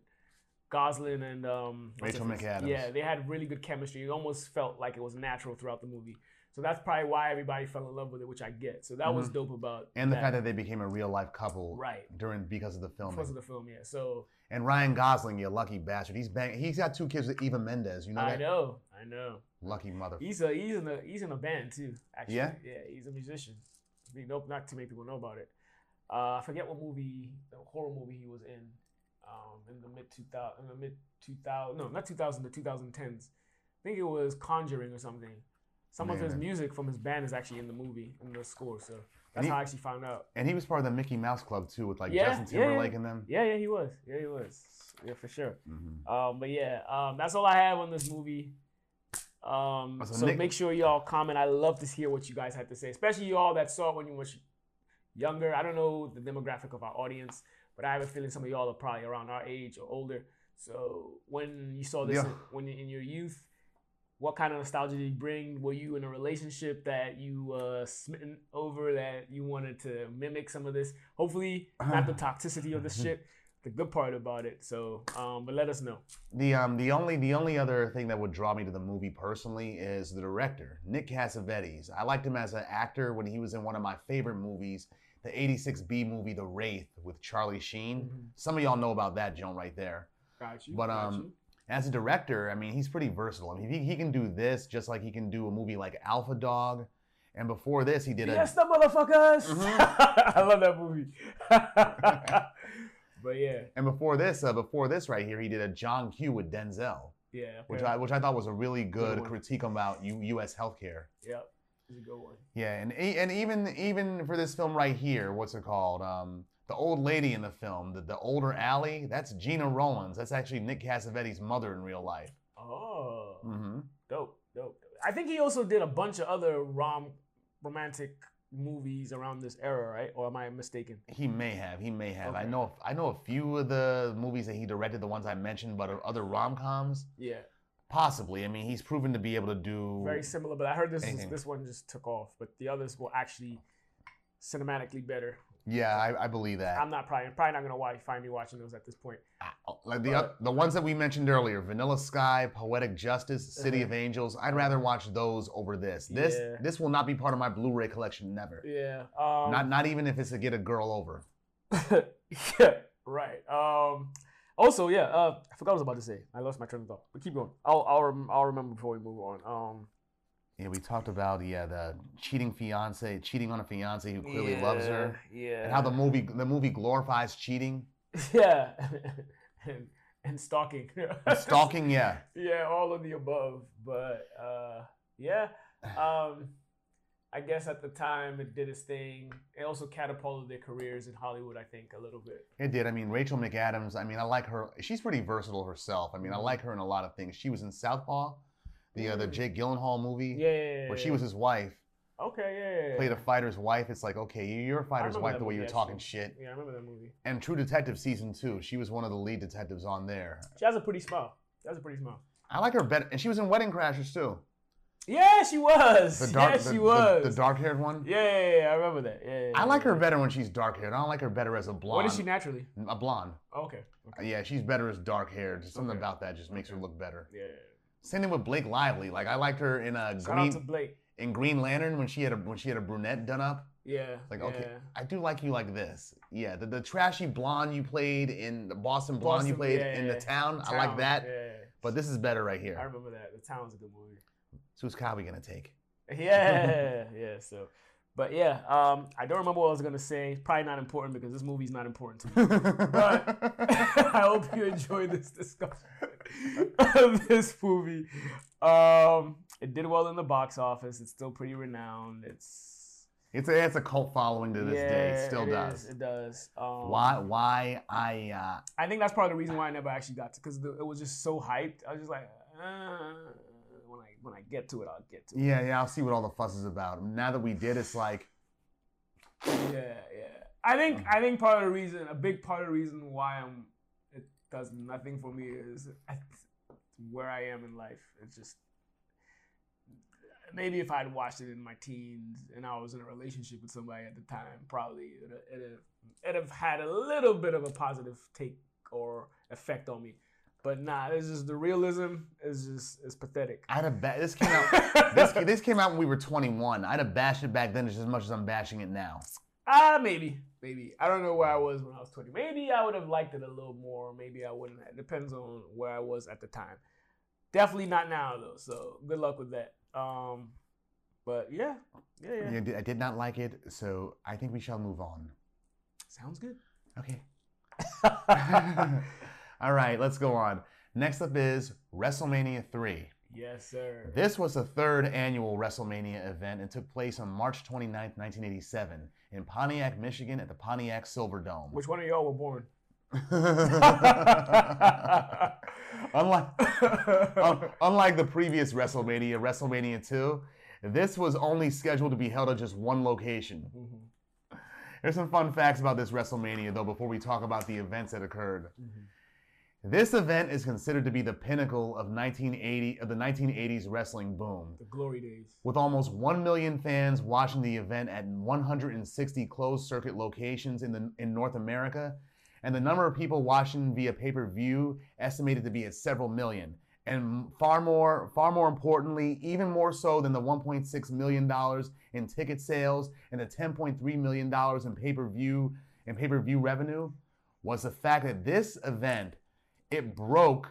[SPEAKER 2] Goslin and um, what's
[SPEAKER 1] Rachel
[SPEAKER 2] her face?
[SPEAKER 1] McAdams.
[SPEAKER 2] Yeah, they had really good chemistry. It almost felt like it was natural throughout the movie. So that's probably why everybody fell in love with it, which I get. So that was
[SPEAKER 1] Mhm.
[SPEAKER 2] dope about
[SPEAKER 1] and the fact that they became a real life couple
[SPEAKER 2] right
[SPEAKER 1] during because of the film.
[SPEAKER 2] because of the film. Yeah. So
[SPEAKER 1] And Ryan Gosling, you lucky bastard. He's bang. He's got two kids with Eva Mendes. You know
[SPEAKER 2] I
[SPEAKER 1] that
[SPEAKER 2] know, I know.
[SPEAKER 1] lucky mother.
[SPEAKER 2] He's a he's in a he's in a band too. Actually,
[SPEAKER 1] Yeah?
[SPEAKER 2] he's a musician. I mean, nope, not too many people know about it. Uh, I forget what movie, the horror movie he was in, um, in the mid two thousand, in the mid two thousand, no, not two thousand, the two thousand tens. I think it was Conjuring or something. Some of his
[SPEAKER 1] Man.
[SPEAKER 2] music from his band is actually in the movie in the score. So that's
[SPEAKER 1] he-
[SPEAKER 2] how I actually found out.
[SPEAKER 1] And he was part of the Mickey Mouse Club too, with like
[SPEAKER 2] Yeah,
[SPEAKER 1] Justin
[SPEAKER 2] yeah, yeah.
[SPEAKER 1] Timberlake and them.
[SPEAKER 2] Yeah, yeah, he was. Yeah, he was. Yeah, for sure.
[SPEAKER 1] Mhm.
[SPEAKER 2] Um, but yeah, um, that's all I have on this movie. Um,
[SPEAKER 1] So
[SPEAKER 2] so
[SPEAKER 1] Nick-
[SPEAKER 2] make sure y'all comment. I love to hear what you guys have to say, especially y'all that saw it when you were younger. I don't know the demographic of our audience, but I have a feeling some of y'all are probably around our age or older. So when you saw this
[SPEAKER 1] Yeah.
[SPEAKER 2] in- when you in your youth, what kind of nostalgia did you bring? Were you in a relationship that you uh, smitten over that you wanted to mimic some of this? Hopefully, not the toxicity of this
[SPEAKER 1] Mm-hmm.
[SPEAKER 2] shit. The good part about it. So, um, but let us know.
[SPEAKER 1] The um the only the only other thing that would draw me to the movie personally is the director Nick Cassavetes. I liked him as an actor when he was in one of my favorite movies, the '86 B movie The Wraith with Charlie Sheen.
[SPEAKER 2] Mhm.
[SPEAKER 1] Some of y'all know about that joint right there.
[SPEAKER 2] Got you.
[SPEAKER 1] Mm-hmm. But,
[SPEAKER 2] got
[SPEAKER 1] um,
[SPEAKER 2] you.
[SPEAKER 1] As a director, I mean, he's pretty versatile. I mean, he, he can do this just like he can do a movie like Alpha Dog, and before this, he did a
[SPEAKER 2] yes, the motherfuckers.
[SPEAKER 1] Mhm.
[SPEAKER 2] I love that movie. but yeah,
[SPEAKER 1] and before this, uh, before this right here, he did a John Q with Denzel,
[SPEAKER 2] yeah,
[SPEAKER 1] which
[SPEAKER 2] yeah,
[SPEAKER 1] I which I thought was a really good
[SPEAKER 2] one.
[SPEAKER 1] critique about U- U.S. healthcare.
[SPEAKER 2] yep, it's a good one.
[SPEAKER 1] Yeah, and e- and even even for this film right here, what's it called? Um, the old lady in the film, the, the older Allie, that's Gina Rollins. That's actually Nick Cassavetes' mother in real life.
[SPEAKER 2] Oh,
[SPEAKER 1] Mm-hmm.
[SPEAKER 2] dope, dope. I think he also did a bunch of other rom romantic movies around this era, right? Or am I mistaken?
[SPEAKER 1] He may have, he may have. I
[SPEAKER 2] Okay.
[SPEAKER 1] know, I know a few of the movies that he directed, the ones I mentioned, but of other rom coms,
[SPEAKER 2] Yeah,
[SPEAKER 1] possibly. I mean, he's proven to be able to do.
[SPEAKER 2] very similar. But I heard this is,
[SPEAKER 1] Mhm.
[SPEAKER 2] this one just took off, but the others were actually cinematically better.
[SPEAKER 1] yeah, I, I believe that.
[SPEAKER 2] I'm not probably probably not gonna wa- find me watching those at this point.
[SPEAKER 1] I- like Uh, the
[SPEAKER 2] But-
[SPEAKER 1] oth- the ones that we mentioned earlier, Vanilla Sky, Poetic Justice, City of Angels. I'd rather watch those over this. This
[SPEAKER 2] Uh-huh. Yeah.
[SPEAKER 1] this will not be part of my Blu-ray collection. Never.
[SPEAKER 2] Yeah. Um,
[SPEAKER 1] not not even if it's to get a girl over.
[SPEAKER 2] yeah, right. Um, also, yeah, uh, I forgot what I was about to say. I lost my train of thought. But keep going. I'll I'll, rem- I'll remember before we move on. Um,
[SPEAKER 1] Yeah, we talked about yeah the cheating fiance, cheating on a fiance who clearly loves her,
[SPEAKER 2] Yeah.
[SPEAKER 1] and how the movie the movie glorifies cheating,
[SPEAKER 2] yeah, and, and stalking.
[SPEAKER 1] and stalking. Yeah,
[SPEAKER 2] yeah, all of the above. But uh, yeah, um, I guess at the time it did its thing. It also catapulted their careers in Hollywood. I think a little bit.
[SPEAKER 1] it did. I mean, Rachel McAdams. I mean, I like her. She's pretty versatile herself. I mean, I like her in a lot of things. She was in Southpaw, the uh, the
[SPEAKER 2] Mm-hmm. Mm.
[SPEAKER 1] Jake Gyllenhaal movie,
[SPEAKER 2] Yeah, yeah, yeah,
[SPEAKER 1] where she
[SPEAKER 2] yeah.
[SPEAKER 1] was his wife.
[SPEAKER 2] okay. Yeah, yeah,
[SPEAKER 1] played
[SPEAKER 2] yeah.
[SPEAKER 1] a fighter's wife. It's like, okay, you- you're a fighter's
[SPEAKER 2] remember
[SPEAKER 1] wife
[SPEAKER 2] that
[SPEAKER 1] the way you're
[SPEAKER 2] movie,
[SPEAKER 1] talking
[SPEAKER 2] actually.
[SPEAKER 1] shit.
[SPEAKER 2] yeah, I remember that movie.
[SPEAKER 1] And True Detective season two, she was one of the lead detectives on there.
[SPEAKER 2] She has a pretty smile. She has a pretty smile.
[SPEAKER 1] I like her better, and she was in Wedding Crashers too.
[SPEAKER 2] Yeah, she was.
[SPEAKER 1] The dark,
[SPEAKER 2] yeah,
[SPEAKER 1] the,
[SPEAKER 2] she
[SPEAKER 1] the-
[SPEAKER 2] was.
[SPEAKER 1] the, dark-haired one.
[SPEAKER 2] yeah, yeah, yeah, I remember that. Yeah, yeah,
[SPEAKER 1] I
[SPEAKER 2] yeah,
[SPEAKER 1] like her
[SPEAKER 2] yeah.
[SPEAKER 1] better when she's dark-haired. I don't like her better as a blonde.
[SPEAKER 2] What is she naturally?
[SPEAKER 1] A blonde.
[SPEAKER 2] Oh, okay. okay.
[SPEAKER 1] Yeah, she's better as dark-haired. Something
[SPEAKER 2] Okay.
[SPEAKER 1] about that just makes her
[SPEAKER 2] Okay.
[SPEAKER 1] look better.
[SPEAKER 2] Yeah.
[SPEAKER 1] Same thing with Blake Lively. Like I liked her in a
[SPEAKER 2] Shout out to
[SPEAKER 1] green
[SPEAKER 2] Blake.
[SPEAKER 1] in Green Lantern when she had a when she had a brunette done up.
[SPEAKER 2] Yeah.
[SPEAKER 1] Like,
[SPEAKER 2] yeah.
[SPEAKER 1] okay, I do like you like this. Yeah, the, the trashy blonde you played in the Boston blonde you
[SPEAKER 2] Boston,
[SPEAKER 1] played
[SPEAKER 2] yeah,
[SPEAKER 1] in
[SPEAKER 2] yeah,
[SPEAKER 1] the
[SPEAKER 2] yeah.
[SPEAKER 1] town, I like
[SPEAKER 2] Town,
[SPEAKER 1] that.
[SPEAKER 2] Yeah. yeah.
[SPEAKER 1] But this is better right
[SPEAKER 2] I
[SPEAKER 1] here.
[SPEAKER 2] remember that. The Town's a good movie.
[SPEAKER 1] So who's Kyle we gonna take?
[SPEAKER 2] Yeah, yeah. So, but yeah, um, I don't remember what I was gonna say. Probably not important because this movie's not important to me. I hope you enjoyed this discussion of this movie. Um, it did well in the box office. It's still pretty renowned. It's
[SPEAKER 1] it's a it's a cult following to this day. It still
[SPEAKER 2] it
[SPEAKER 1] does.
[SPEAKER 2] is, It does. Um,
[SPEAKER 1] why why I uh,
[SPEAKER 2] I think that's probably the reason why I never actually got to because it was just so hyped. I was just like, uh, when I when I get to it, I'll get to it.
[SPEAKER 1] yeah yeah I'll see what all the fuss is about. Now that we did, it's like
[SPEAKER 2] Yeah, yeah. I
[SPEAKER 1] Um,
[SPEAKER 2] think I think part of the reason, a big part of the reason why I'm it does nothing for me is where I am in life. It's just maybe if I'd watched it in my teens and I was in a relationship with somebody at the time, probably it'd, it'd, it'd have had a little bit of a positive take or effect on me. But nah, it's just the realism is just it's pathetic.
[SPEAKER 1] I'd have ba- this came out. this, this came out when we were 21. I'd have bashed it back then just as much as I'm bashing it now.
[SPEAKER 2] Ah, maybe, maybe. I don't know where I was when I was 20. Maybe I would have liked it a little more. Maybe I wouldn't. It depends on where I was at the time. Definitely not now though. So good luck with that. Um, but yeah, yeah, yeah.
[SPEAKER 1] You did- I did not like it, so I think we shall move on.
[SPEAKER 2] Sounds good.
[SPEAKER 1] Okay. All right, let's go on. Next up is WrestleMania 3.
[SPEAKER 2] yes, sir.
[SPEAKER 1] This was the third annual WrestleMania event and took place on March 29, 1987, in Pontiac, Michigan at the Pontiac Silverdome.
[SPEAKER 2] Which one of y'all were born?
[SPEAKER 1] unlike, un- unlike the previous WrestleMania, WrestleMania 2, this was only scheduled to be held at just one location.
[SPEAKER 2] Mhm,
[SPEAKER 1] There's some fun facts about this WrestleMania, though, before we talk about the events that occurred.
[SPEAKER 2] mhm.
[SPEAKER 1] This event is considered to be the pinnacle of 1980 of the 1980s wrestling boom,
[SPEAKER 2] The glory days.
[SPEAKER 1] with almost 1 million fans watching the event at 160 closed circuit locations in the in North America, and the number of people watching via pay-per-view estimated to be at several million. And far more far more importantly, even more so than the 1.6 million dollars in ticket sales and the 10.3 million dollars in pay-per-view and pay-per-view revenue was the fact that this event it broke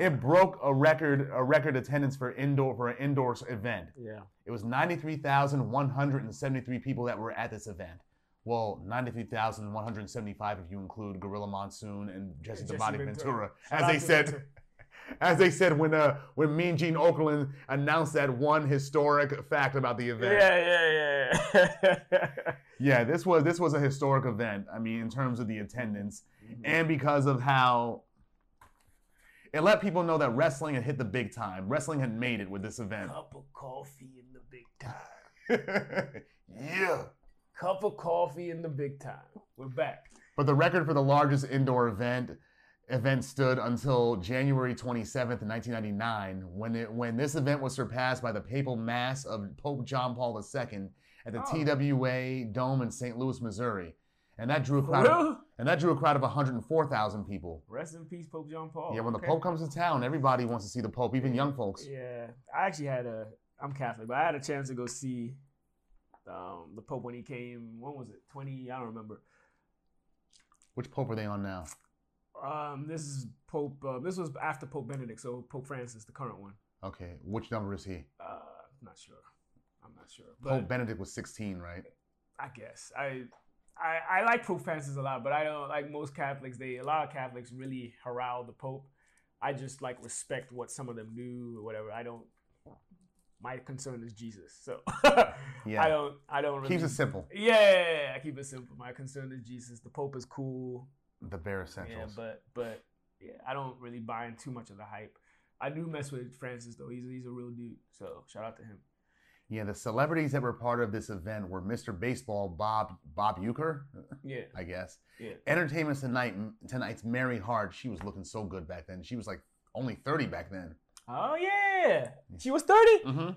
[SPEAKER 1] it broke a record a record attendance for indoor for an indoor event.
[SPEAKER 2] yeah.
[SPEAKER 1] It was 93,173 people that were at this event. Well, 93,175 if you include Gorilla Monsoon and Jesse
[SPEAKER 2] And
[SPEAKER 1] the
[SPEAKER 2] Jesse
[SPEAKER 1] Body Ventura,
[SPEAKER 2] Ventura.
[SPEAKER 1] as they said as they said when uh when Mean Gene Okerlund announced that one historic fact about the event.
[SPEAKER 2] Yeah, yeah, yeah.
[SPEAKER 1] Yeah, this was this was a historic event. I mean, in terms of the attendance and because of how it let people know that wrestling had hit the big time. Wrestling had made it with this event.
[SPEAKER 2] Cup of coffee in the big time.
[SPEAKER 1] yeah.
[SPEAKER 2] Cup of coffee in the big time. We're back.
[SPEAKER 1] But the record for the largest indoor event event stood until January 27th, 1999, when it when this event was surpassed by the papal mass of Pope John Paul II at the
[SPEAKER 2] Oh.
[SPEAKER 1] TWA Dome in St. Louis, Missouri. And that drew a
[SPEAKER 2] For
[SPEAKER 1] crowd of,
[SPEAKER 2] real?
[SPEAKER 1] and that drew a crowd of 104,000 people.
[SPEAKER 2] Rest in peace, Pope John Paul.
[SPEAKER 1] yeah, when the
[SPEAKER 2] Oh, Okay.
[SPEAKER 1] Pope comes to town, everybody wants to see the Pope, even young folks.
[SPEAKER 2] Yeah, I actually had a. I'm Catholic, but I had a chance to go see um, the Pope when he came. When was it? Twenty? I don't remember.
[SPEAKER 1] Which Pope are they on now?
[SPEAKER 2] Um, this is Pope. Uh, this was after Pope Benedict, so Pope Francis, the current one.
[SPEAKER 1] Okay, which number is he?
[SPEAKER 2] Uh, I'm not sure. I'm not sure. But
[SPEAKER 1] Pope Benedict was 16, right?
[SPEAKER 2] I guess I, I I like Pope Francis a lot, but I don't like most Catholics. They a lot of Catholics really herald the Pope. I just like respect what some of them do or whatever. I don't. My concern is Jesus, so
[SPEAKER 1] Yeah.
[SPEAKER 2] I don't. I don't. Really
[SPEAKER 1] Keeps it simple.
[SPEAKER 2] Yeah, yeah, yeah, I keep it simple. My concern is Jesus. The Pope is cool.
[SPEAKER 1] The bare
[SPEAKER 2] Yeah,
[SPEAKER 1] essentials.
[SPEAKER 2] but but yeah, I don't really buy in too much of the hype. I do mess with Francis though. He's he's a real dude. So shout out to him.
[SPEAKER 1] Yeah, the celebrities that were part of this event were Mr. Baseball Bob Bob Euchre,
[SPEAKER 2] Yeah,
[SPEAKER 1] I guess.
[SPEAKER 2] yeah.
[SPEAKER 1] Entertainment Tonight tonight's Mary Hart. She was looking so good back then. She was like only thirty back then.
[SPEAKER 2] Oh yeah, she was thirty.
[SPEAKER 1] Mm-hmm.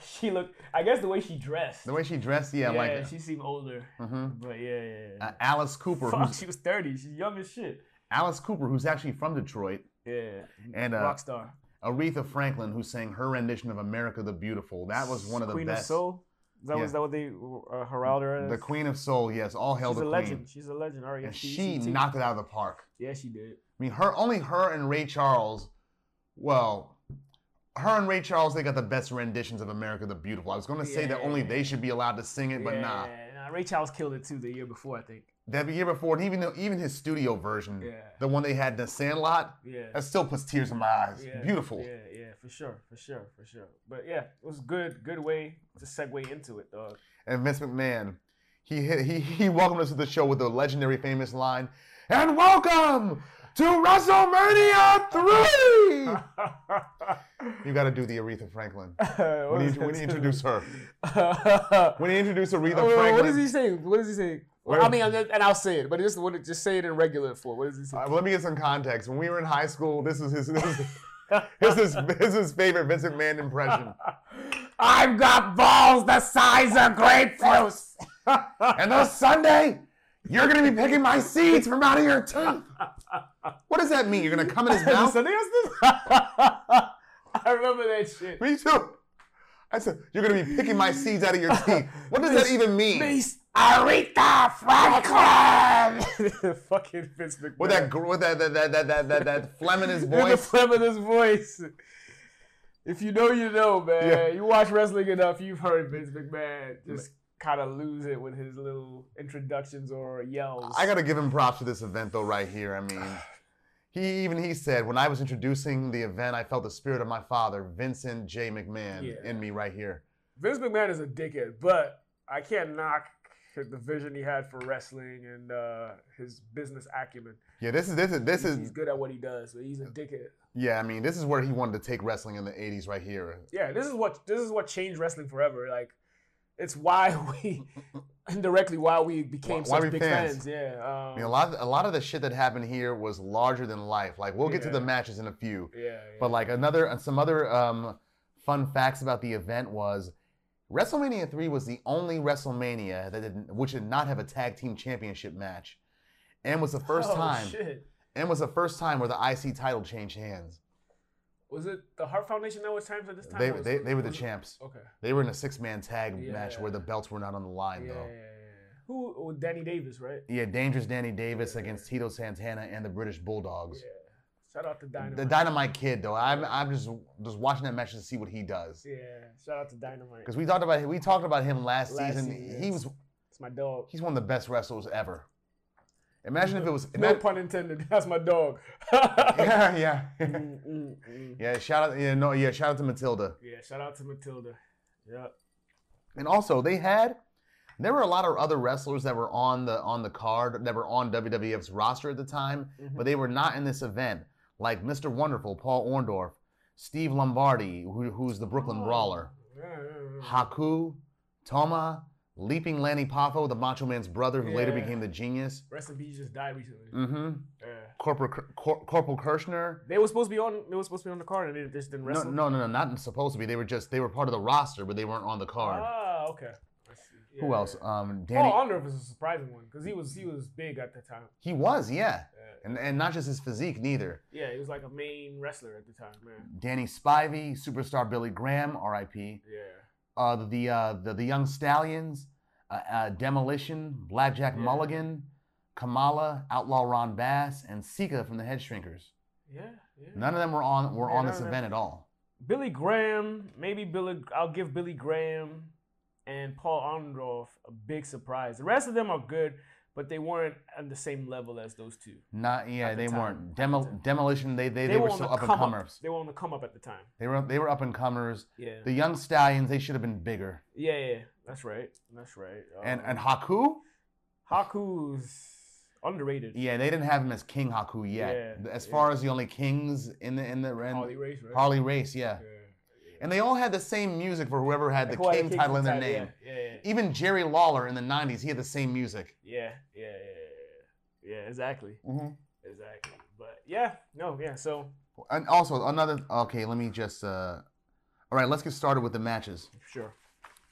[SPEAKER 2] she looked. I guess the way she dressed.
[SPEAKER 1] The way she dressed, yeah,
[SPEAKER 2] yeah,
[SPEAKER 1] like. uh,
[SPEAKER 2] she seemed older.
[SPEAKER 1] hmm
[SPEAKER 2] But yeah, yeah. yeah.
[SPEAKER 1] Uh, Alice Cooper,
[SPEAKER 2] Fuck,
[SPEAKER 1] who's,
[SPEAKER 2] she was thirty. She's young as shit.
[SPEAKER 1] Alice Cooper, who's actually from Detroit,
[SPEAKER 2] Yeah,
[SPEAKER 1] and uh,
[SPEAKER 2] rock star.
[SPEAKER 1] Aretha Franklin, who sang her rendition of "America the Beautiful." That was one of the
[SPEAKER 2] Queen
[SPEAKER 1] best.
[SPEAKER 2] Of Soul. Is that
[SPEAKER 1] Yeah.
[SPEAKER 2] was that what they uh, heralded her as?
[SPEAKER 1] The Queen of Soul, yes, all hail
[SPEAKER 2] She's
[SPEAKER 1] the
[SPEAKER 2] a
[SPEAKER 1] Queen.
[SPEAKER 2] legend. She's a legend. R E
[SPEAKER 1] And
[SPEAKER 2] S P E
[SPEAKER 1] she
[SPEAKER 2] C T.
[SPEAKER 1] knocked it out of the park.
[SPEAKER 2] Yeah, she did.
[SPEAKER 1] I mean, her only her and Ray Charles. Well, her and Ray Charles, they got the best renditions of "America the Beautiful." I was gonna say that only they should be allowed to sing it, but nah.
[SPEAKER 2] Yeah, nah, Ray Charles killed it too the year before, I think.
[SPEAKER 1] That year before, and even though, even his studio version,
[SPEAKER 2] Yeah.
[SPEAKER 1] the one they had in the Sandlot,
[SPEAKER 2] Yeah.
[SPEAKER 1] that still puts tears in my eyes.
[SPEAKER 2] yeah,
[SPEAKER 1] Beautiful.
[SPEAKER 2] Yeah, yeah, for sure, for sure, for sure. But yeah, it was good, good way to segue into it, dog.
[SPEAKER 1] And Vince McMahon, he hit, he he welcomed us to the show with the legendary famous line, "And welcome to WrestleMania 3! You got to do the Aretha Franklin. We need, we need to introduce her. We need to introduce Aretha
[SPEAKER 2] Oh,
[SPEAKER 1] Franklin.
[SPEAKER 2] what does he say? What does he say?
[SPEAKER 1] Where-
[SPEAKER 2] I mean, and then- and I'll say it, but just what, just say it in regular form. What does he say?
[SPEAKER 1] Uh, let me get some context. When we were in high school, this was his this was, this is this is his favorite Vincent Mann impression.
[SPEAKER 2] I've got balls the size of grapefruits.
[SPEAKER 1] And on Sunday, You're gonna be picking my seeds from out of your tooth. What does that mean? You're gonna come in his mouth?
[SPEAKER 2] Something else did- I remember that shit.
[SPEAKER 1] Me too. I said, you're gonna be picking my seeds out of your teeth. What does that even mean?
[SPEAKER 2] Mace.
[SPEAKER 1] Aretha Franklin.
[SPEAKER 2] Fucking Vince McMahon.
[SPEAKER 1] With that, gr- with that, that, that, that, that, that, that phlegm in his
[SPEAKER 2] You're the
[SPEAKER 1] voice.
[SPEAKER 2] feminist voice. If you know, you know, man.
[SPEAKER 1] Yeah.
[SPEAKER 2] You watch wrestling enough, you've heard Vince McMahon just kind of lose it with his little introductions or yells.
[SPEAKER 1] I gotta give him props for this event though, right here. I mean, he even he said when I was introducing the event, I felt the spirit of my father, Vincent J. McMahon,
[SPEAKER 2] Yeah.
[SPEAKER 1] in me right here.
[SPEAKER 2] Vince McMahon is a dickhead, but I can't knock the vision he had for wrestling and uh, his business acumen.
[SPEAKER 1] Yeah, this is this is this
[SPEAKER 2] he's
[SPEAKER 1] is
[SPEAKER 2] good at what he does, but he's a dickhead.
[SPEAKER 1] yeah. I mean, this is where he wanted to take wrestling in the '80s, right here.
[SPEAKER 2] Yeah, this is what this is what changed wrestling forever. Like, it's why we indirectly why we became
[SPEAKER 1] Why- why
[SPEAKER 2] such
[SPEAKER 1] we
[SPEAKER 2] big
[SPEAKER 1] fans.
[SPEAKER 2] fans. Yeah, um,
[SPEAKER 1] I mean, a lot a lot of the shit that happened here was larger than life. Like we'll get to
[SPEAKER 2] Yeah.
[SPEAKER 1] the matches in a few,
[SPEAKER 2] yeah, yeah.
[SPEAKER 1] but like another uh, some other um, fun facts about the event was. WrestleMania 3 was the only WrestleMania that did, which did not have a tag team championship match, and was the first
[SPEAKER 2] Oh,
[SPEAKER 1] time
[SPEAKER 2] shit.
[SPEAKER 1] and was the first time where the IC title changed hands.
[SPEAKER 2] Was it the Heart Foundation that was times at this time?
[SPEAKER 1] They,
[SPEAKER 2] Or was-
[SPEAKER 1] they, they were the
[SPEAKER 2] was it-
[SPEAKER 1] champs.
[SPEAKER 2] Okay.
[SPEAKER 1] They were in a six man tag match
[SPEAKER 2] Yeah.
[SPEAKER 1] where the belts were not on the
[SPEAKER 2] Yeah,
[SPEAKER 1] line
[SPEAKER 2] yeah, yeah,
[SPEAKER 1] though.
[SPEAKER 2] yeah. Who? Oh, Danny Davis, right?
[SPEAKER 1] Yeah, dangerous Danny Davis
[SPEAKER 2] Yeah.
[SPEAKER 1] against Tito Santana and the British
[SPEAKER 2] Yeah.
[SPEAKER 1] Bulldogs.
[SPEAKER 2] Shout out to Dynamite.
[SPEAKER 1] The Dynamite Kid though, I'm
[SPEAKER 2] Yeah.
[SPEAKER 1] I'm just just watching that match to see what he does.
[SPEAKER 2] yeah. Shout out to Dynamite.
[SPEAKER 1] Because we talked about we talked about him last,
[SPEAKER 2] Last
[SPEAKER 1] season.
[SPEAKER 2] season,
[SPEAKER 1] He
[SPEAKER 2] yes.
[SPEAKER 1] was
[SPEAKER 2] It's my dog.
[SPEAKER 1] he's one of the best wrestlers ever. Imagine if it was
[SPEAKER 2] No pun intended. That's my dog.
[SPEAKER 1] yeah yeah
[SPEAKER 2] Mm, mm, mm.
[SPEAKER 1] yeah. Shout out yeah no yeah shout out to Matilda.
[SPEAKER 2] yeah. Shout out to Matilda. Yep.
[SPEAKER 1] And also, they had there were a lot of other wrestlers that were on the on the card that were on WWF's roster at the time,
[SPEAKER 2] Mm-hmm.
[SPEAKER 1] but they were not in this event. Like Mr. Wonderful, Paul Orndorff, Steve Lombardi, who, who's the Brooklyn
[SPEAKER 2] Oh.
[SPEAKER 1] Brawler,
[SPEAKER 2] Yeah, yeah, yeah.
[SPEAKER 1] Haku, Toma, Leaping Lanny Poffo, the Macho Man's brother, who later
[SPEAKER 2] Yeah.
[SPEAKER 1] became the Genius.
[SPEAKER 2] Rest in peace. Just died recently.
[SPEAKER 1] Mm-hmm.
[SPEAKER 2] Yeah.
[SPEAKER 1] Corporal Cor- Corporal Kirshner.
[SPEAKER 2] They were supposed to be on. They were supposed to be on the card, and they just didn't
[SPEAKER 1] No,
[SPEAKER 2] wrestle.
[SPEAKER 1] no, no, no, not supposed to be. They were just they were part of the roster, but they weren't on the card.
[SPEAKER 2] Ah, okay. I see. Yeah, Oh,
[SPEAKER 1] who
[SPEAKER 2] yeah,
[SPEAKER 1] else?
[SPEAKER 2] yeah.
[SPEAKER 1] Um, Danny.
[SPEAKER 2] Paul Orndorff is a surprising one because he was he was big at the time.
[SPEAKER 1] He was, yeah,
[SPEAKER 2] Uh,
[SPEAKER 1] and and not just his physique neither.
[SPEAKER 2] yeah, he was like a main wrestler at the time, man.
[SPEAKER 1] Danny Spivey, superstar Billy Graham, R.I.P.
[SPEAKER 2] Yeah,
[SPEAKER 1] Uh, the, uh, the the Young Stallions, uh, uh, Demolition, Blackjack
[SPEAKER 2] Yeah.
[SPEAKER 1] Mulligan, Kamala, Outlaw Ron Bass, and Sika from the Head Shrinkers.
[SPEAKER 2] yeah, yeah.
[SPEAKER 1] None of them were on were
[SPEAKER 2] Yeah,
[SPEAKER 1] on
[SPEAKER 2] none
[SPEAKER 1] this
[SPEAKER 2] of them.
[SPEAKER 1] event at all.
[SPEAKER 2] Billy Graham, maybe Billy. I'll give Billy Graham and Paul Orndorff a big surprise. The rest of them are good, but they weren't on the same level as those two.
[SPEAKER 1] Not yeah,
[SPEAKER 2] At the
[SPEAKER 1] they
[SPEAKER 2] time.
[SPEAKER 1] weren't. Demo, Demolition, they they, they, were
[SPEAKER 2] on
[SPEAKER 1] still
[SPEAKER 2] the
[SPEAKER 1] up and
[SPEAKER 2] come
[SPEAKER 1] comers.
[SPEAKER 2] They were on the come up at the time.
[SPEAKER 1] They were they were up and comers.
[SPEAKER 2] Yeah,
[SPEAKER 1] The Young Stallions, they should have been bigger.
[SPEAKER 2] yeah, yeah. That's right. That's right. Um,
[SPEAKER 1] And and Haku,
[SPEAKER 2] Haku's underrated.
[SPEAKER 1] yeah, they didn't have him as King Haku yet.
[SPEAKER 2] Yeah,
[SPEAKER 1] as
[SPEAKER 2] yeah.
[SPEAKER 1] far as the only kings in the in the in,
[SPEAKER 2] Harley
[SPEAKER 1] Harley,
[SPEAKER 2] Race, right?
[SPEAKER 1] Race, yeah.
[SPEAKER 2] Yeah, yeah.
[SPEAKER 1] And they all had the same music for whoever had the
[SPEAKER 2] Who had
[SPEAKER 1] king title in their name.
[SPEAKER 2] Yeah, yeah, yeah.
[SPEAKER 1] Even Jerry Lawler in the 90s, he had the same music.
[SPEAKER 2] Yeah, yeah, yeah, yeah, yeah. Yeah, exactly, exactly. But yeah, no, yeah. So
[SPEAKER 1] And also, another. Okay, let me just. Uh, all right, let's get started with the matches.
[SPEAKER 2] sure.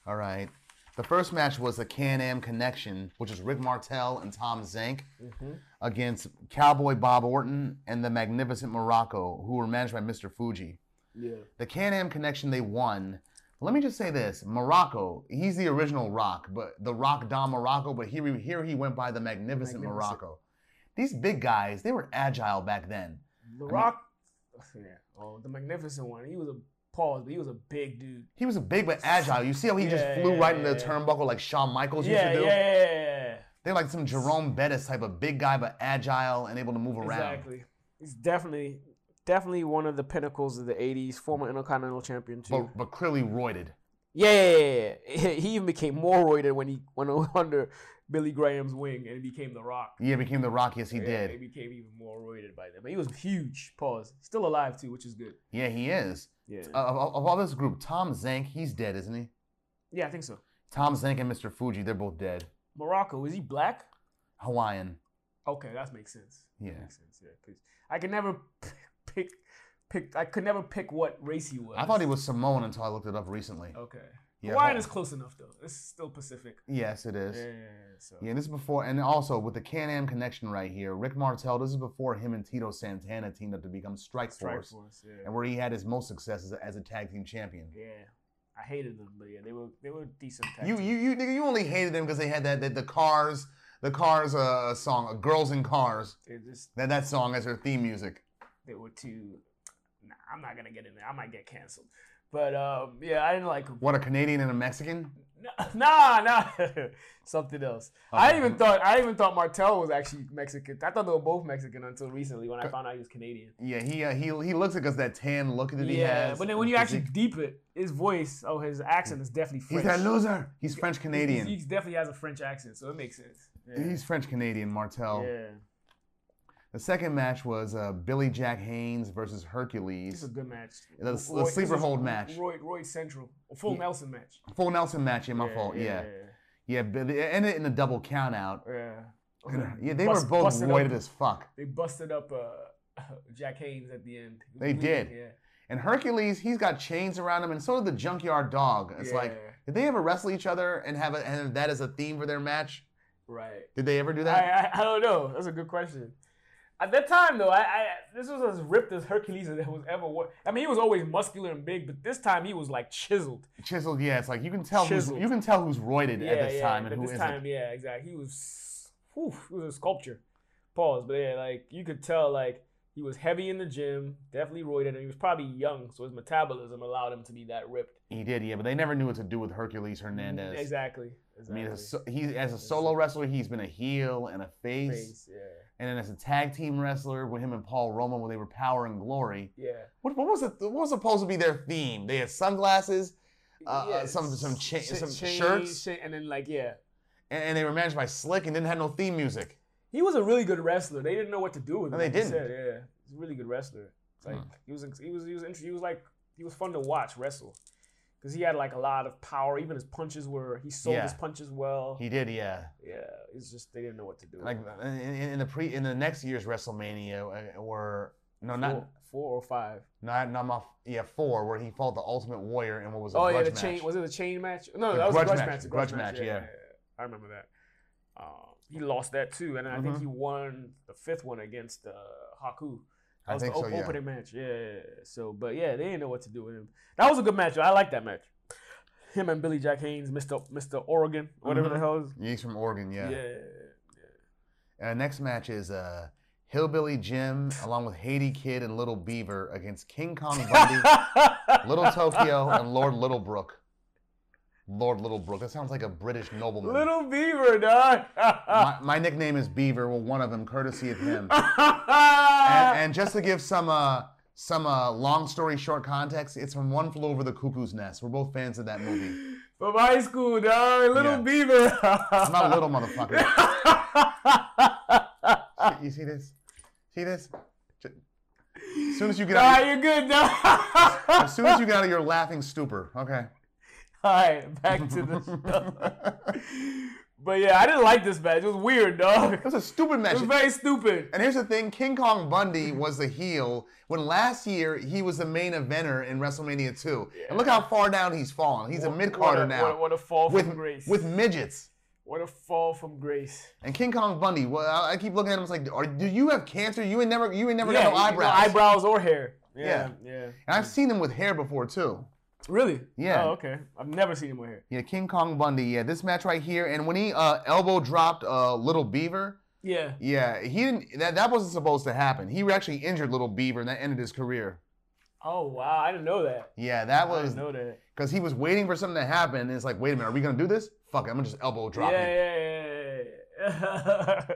[SPEAKER 1] All right. The first match was the Can Am Connection, which is Rick Martel and Tom Zank
[SPEAKER 2] Mm-hmm.
[SPEAKER 1] against Cowboy Bob Orton and the Magnificent Morocco, who were managed by Mr. Fuji.
[SPEAKER 2] Yeah.
[SPEAKER 1] The Can Am Connection, they won. Let me just say this Morocco, he's the original Rock, but the Rock Don Morocco, but here, he- here he went by the Magnificent,
[SPEAKER 2] Magnificent.
[SPEAKER 1] Morocco. These big guys, they were agile back then.
[SPEAKER 2] The
[SPEAKER 1] mean-
[SPEAKER 2] Rock. yeah. Oh, the magnificent one. He was a pause, but he was a big dude.
[SPEAKER 1] He was a big but agile. You see how he just
[SPEAKER 2] Yeah,
[SPEAKER 1] flew
[SPEAKER 2] yeah,
[SPEAKER 1] right into the
[SPEAKER 2] yeah.
[SPEAKER 1] turnbuckle like Shawn Michaels used
[SPEAKER 2] Yeah,
[SPEAKER 1] to
[SPEAKER 2] yeah,
[SPEAKER 1] do?
[SPEAKER 2] yeah, yeah,
[SPEAKER 1] They're like some Jerome Bettis type of big guy, but agile and able to move
[SPEAKER 2] yeah.
[SPEAKER 1] around.
[SPEAKER 2] Exactly. He's definitely, definitely one of the pinnacles of the '80s. Former Intercontinental Champion too.
[SPEAKER 1] But, but clearly roided.
[SPEAKER 2] Yeah, yeah, yeah, yeah. He even became more roided when he went under Billy Graham's wing and became The Rock.
[SPEAKER 1] Yeah, became the Rock. Yes, he
[SPEAKER 2] yeah, He
[SPEAKER 1] did.
[SPEAKER 2] became even more roided by them. But he was huge. Pause. Still alive too, which is good.
[SPEAKER 1] Yeah, he is.
[SPEAKER 2] Yeah.
[SPEAKER 1] Uh, Of, of, of all this group, Tom Zank, he's dead, isn't he?
[SPEAKER 2] yeah, I think so.
[SPEAKER 1] Tom Zank and Mr. Fuji, they're both dead.
[SPEAKER 2] Morocco is he black?
[SPEAKER 1] Hawaiian.
[SPEAKER 2] Okay, that makes sense.
[SPEAKER 1] Yeah.
[SPEAKER 2] That makes sense. Yeah, 'cause I could never p- pick pick. I could never pick what race he was.
[SPEAKER 1] I thought he was Samoan until I looked it up recently.
[SPEAKER 2] Okay.
[SPEAKER 1] Yeah,
[SPEAKER 2] Oh, Hawaiian
[SPEAKER 1] Ho-
[SPEAKER 2] is close enough though. It's still Pacific.
[SPEAKER 1] yes, it
[SPEAKER 2] Yeah,
[SPEAKER 1] is.
[SPEAKER 2] yeah,
[SPEAKER 1] Yeah.
[SPEAKER 2] yeah, so.
[SPEAKER 1] and this is before, and also with the Can Am connection right here, Rick Martel. This is before him and Tito Santana teamed up to become Strike,
[SPEAKER 2] Strike
[SPEAKER 1] Force,
[SPEAKER 2] Force.
[SPEAKER 1] and
[SPEAKER 2] Yeah.
[SPEAKER 1] where he had his most success as a, as a tag team champion.
[SPEAKER 2] yeah, I hated them, but yeah, they were they were decent. tag
[SPEAKER 1] You
[SPEAKER 2] team.
[SPEAKER 1] you you nigga, you only hated them because they had that, that the Cars the Cars uh song uh, Girls in Cars
[SPEAKER 2] They just
[SPEAKER 1] that that song as their theme music.
[SPEAKER 2] they were too. Nah, I'm not gonna get in there. I might get canceled. But um, yeah, I didn't like 'em.
[SPEAKER 1] What a Canadian and a Mexican.
[SPEAKER 2] N- Nah, nah, something else. I even
[SPEAKER 1] Um,
[SPEAKER 2] thought I even thought Martel was actually Mexican. I thought they were both Mexican until recently when I found out he was Canadian.
[SPEAKER 1] Yeah, he uh, he he looks like us that tan look that he
[SPEAKER 2] yeah,
[SPEAKER 1] has.
[SPEAKER 2] but then when
[SPEAKER 1] his
[SPEAKER 2] you actually
[SPEAKER 1] physique.
[SPEAKER 2] deep it, his voice, oh, his accent is definitely
[SPEAKER 1] he's
[SPEAKER 2] French.
[SPEAKER 1] that loser. He's French Canadian.
[SPEAKER 2] He, he definitely has a French accent, so it makes sense. Yeah.
[SPEAKER 1] He's French Canadian. Martel.
[SPEAKER 2] yeah,
[SPEAKER 1] The second match was uh, Billy Jack Haynes versus
[SPEAKER 2] this is
[SPEAKER 1] Hercules.
[SPEAKER 2] a good match.
[SPEAKER 1] The- the
[SPEAKER 2] Roy- this
[SPEAKER 1] sleeper
[SPEAKER 2] is
[SPEAKER 1] hold match.
[SPEAKER 2] Roy, Roy Central, a full
[SPEAKER 1] Yeah.
[SPEAKER 2] Nelson match.
[SPEAKER 1] Full Nelson match. Yeah, my fault. Yeah, yeah. Billy, it ended in a double count out.
[SPEAKER 2] Yeah.
[SPEAKER 1] Yeah, they
[SPEAKER 2] Bust-
[SPEAKER 1] were both
[SPEAKER 2] busted up-
[SPEAKER 1] roided as fuck.
[SPEAKER 2] They busted up uh, Jack Haynes at the end.
[SPEAKER 1] They did.
[SPEAKER 2] Yeah.
[SPEAKER 1] And Hercules, he's got chains around him, and so did the Junkyard Dog. It's
[SPEAKER 2] yeah.
[SPEAKER 1] like, did they ever wrestle each other and have a, and that as a theme for their match?
[SPEAKER 2] right.
[SPEAKER 1] Did they ever do
[SPEAKER 2] I,
[SPEAKER 1] that?
[SPEAKER 2] I I don't know. That's a good question. At that time though, I, I this was as ripped as Hercules that was ever. Wa- I mean, he was always muscular and big, but this time he was like chiseled.
[SPEAKER 1] Chiseled, yeah. It's like you can tell who's,
[SPEAKER 2] Chiseled.
[SPEAKER 1] you can tell who's roided at this time
[SPEAKER 2] but
[SPEAKER 1] and who
[SPEAKER 2] this
[SPEAKER 1] isn't.
[SPEAKER 2] time, yeah, exactly. He was, whew, he was a sculpture. Pause, but yeah, like you could tell, like he was heavy in the gym, definitely roided, and he was probably young, so his metabolism allowed him to be that ripped.
[SPEAKER 1] He did, yeah, but they never knew what to do with Hercules Hernandez.
[SPEAKER 2] Exactly.
[SPEAKER 1] I
[SPEAKER 2] exactly.
[SPEAKER 1] mean, as a, so- he as a solo wrestler, he's been a heel and a face,
[SPEAKER 2] Face, yeah,
[SPEAKER 1] and then as a tag team wrestler with him and Paul Roman, when they were Power and Glory.
[SPEAKER 2] yeah.
[SPEAKER 1] What, what was it? What was supposed to be their theme? They had sunglasses, Uh, uh,
[SPEAKER 2] Yeah,
[SPEAKER 1] some- some cha-
[SPEAKER 2] sh-
[SPEAKER 1] some
[SPEAKER 2] chain,
[SPEAKER 1] shirts.
[SPEAKER 2] shit, and then like yeah,
[SPEAKER 1] and, and they were managed by Slick, and didn't have no theme music.
[SPEAKER 2] he was a really good wrestler. They didn't know what to do with
[SPEAKER 1] No,
[SPEAKER 2] him.
[SPEAKER 1] they
[SPEAKER 2] like you
[SPEAKER 1] didn't.
[SPEAKER 2] said, yeah, he's a really good wrestler. It's Like
[SPEAKER 1] Hmm.
[SPEAKER 2] he was, he was, he was, inter- he was like he was fun to watch wrestle because he had like a lot of power. Even his punches were he sold his
[SPEAKER 1] Yeah.
[SPEAKER 2] punches well.
[SPEAKER 1] He did, yeah.
[SPEAKER 2] yeah, it's just they didn't know what to do. with
[SPEAKER 1] like
[SPEAKER 2] him.
[SPEAKER 1] in, in in the pre in the next year's WrestleMania, uh, where no,
[SPEAKER 2] four,
[SPEAKER 1] not
[SPEAKER 2] four or five.
[SPEAKER 1] not not my f- yeah four, where he fought the Ultimate Warrior in what was a
[SPEAKER 2] Oh yeah,
[SPEAKER 1] grudge
[SPEAKER 2] the
[SPEAKER 1] match.
[SPEAKER 2] chain was it the chain match? No,
[SPEAKER 1] The
[SPEAKER 2] that was a
[SPEAKER 1] grudge
[SPEAKER 2] grudge
[SPEAKER 1] match,
[SPEAKER 2] match.
[SPEAKER 1] the
[SPEAKER 2] a grudge,
[SPEAKER 1] grudge match, yeah.
[SPEAKER 2] I remember that. Uh, he lost that too, and I think
[SPEAKER 1] Mhm.
[SPEAKER 2] he won the fifth one against uh, Haku. That
[SPEAKER 1] I
[SPEAKER 2] was
[SPEAKER 1] think
[SPEAKER 2] the
[SPEAKER 1] so,
[SPEAKER 2] op-
[SPEAKER 1] yeah.
[SPEAKER 2] opening match. Yeah, yeah, yeah. So, but yeah, they didn't know what to do with him. That was a good match. though. I like that match. Him and Billy Jack Haynes, Mister Mister Oregon, whatever
[SPEAKER 1] Mhm.
[SPEAKER 2] the hell. Is.
[SPEAKER 1] He's from Oregon, yeah.
[SPEAKER 2] Yeah.
[SPEAKER 1] Uh, next match is uh, Hillbilly Jim along with Haiti Kid and Little Beaver against King Kong Bundy, Little Tokyo, and Lord Littlebrook. Lord Littlebrook. That sounds like a British nobleman.
[SPEAKER 2] Little Beaver, dog.
[SPEAKER 1] my, my nickname is Beaver. Well, one of them, courtesy of him. and, and just to give some uh, some uh, long story short context, it's from One Flew Over the Cuckoo's Nest. We're both fans of that movie.
[SPEAKER 2] From high school, dog. Little
[SPEAKER 1] Yeah.
[SPEAKER 2] Beaver.
[SPEAKER 1] I'm not little motherfucker.
[SPEAKER 2] nah,
[SPEAKER 1] You see this? See this? J- As soon as you get out, of
[SPEAKER 2] you're good, dog.
[SPEAKER 1] your, as soon as you get out of your laughing stupor, okay.
[SPEAKER 2] All right, back to the show. but yeah, I didn't like this match. It was weird, dog.
[SPEAKER 1] It was a stupid
[SPEAKER 2] It
[SPEAKER 1] match.
[SPEAKER 2] was very stupid.
[SPEAKER 1] And here's the thing: King Kong Bundy was the heel when last year he was the main eventer in WrestleMania 2. And look how far down he's fallen. He's a mid
[SPEAKER 2] What
[SPEAKER 1] carder
[SPEAKER 2] a- What a,
[SPEAKER 1] now
[SPEAKER 2] what a fall
[SPEAKER 1] with
[SPEAKER 2] from grace.
[SPEAKER 1] with midgets.
[SPEAKER 2] what a fall from grace.
[SPEAKER 1] And King Kong Bundy. Well, I I keep looking at him. It's like, are, do you have cancer? You ain't never you ain't never got no
[SPEAKER 2] you-
[SPEAKER 1] eyebrows.
[SPEAKER 2] eyebrows or hair. Yeah, yeah.
[SPEAKER 1] And I've seen him with hair before too.
[SPEAKER 2] Really?
[SPEAKER 1] Yeah.
[SPEAKER 2] Oh, okay. I've never seen him with hair.
[SPEAKER 1] Yeah, King Kong Bundy. Yeah, this match right here, and when he uh, elbow dropped uh, Little Beaver,
[SPEAKER 2] Yeah.
[SPEAKER 1] yeah, he didn't. That, that wasn't supposed to happen. He actually injured Little Beaver, and that ended his career.
[SPEAKER 2] Oh wow, I didn't know that.
[SPEAKER 1] Yeah, that
[SPEAKER 2] I
[SPEAKER 1] was
[SPEAKER 2] didn't know that.
[SPEAKER 1] because he was waiting for something to happen. And it's like, wait a minute, are we gonna do this? Fuck, it, I'm gonna just elbow drop
[SPEAKER 2] yeah,
[SPEAKER 1] it.
[SPEAKER 2] yeah, yeah, yeah.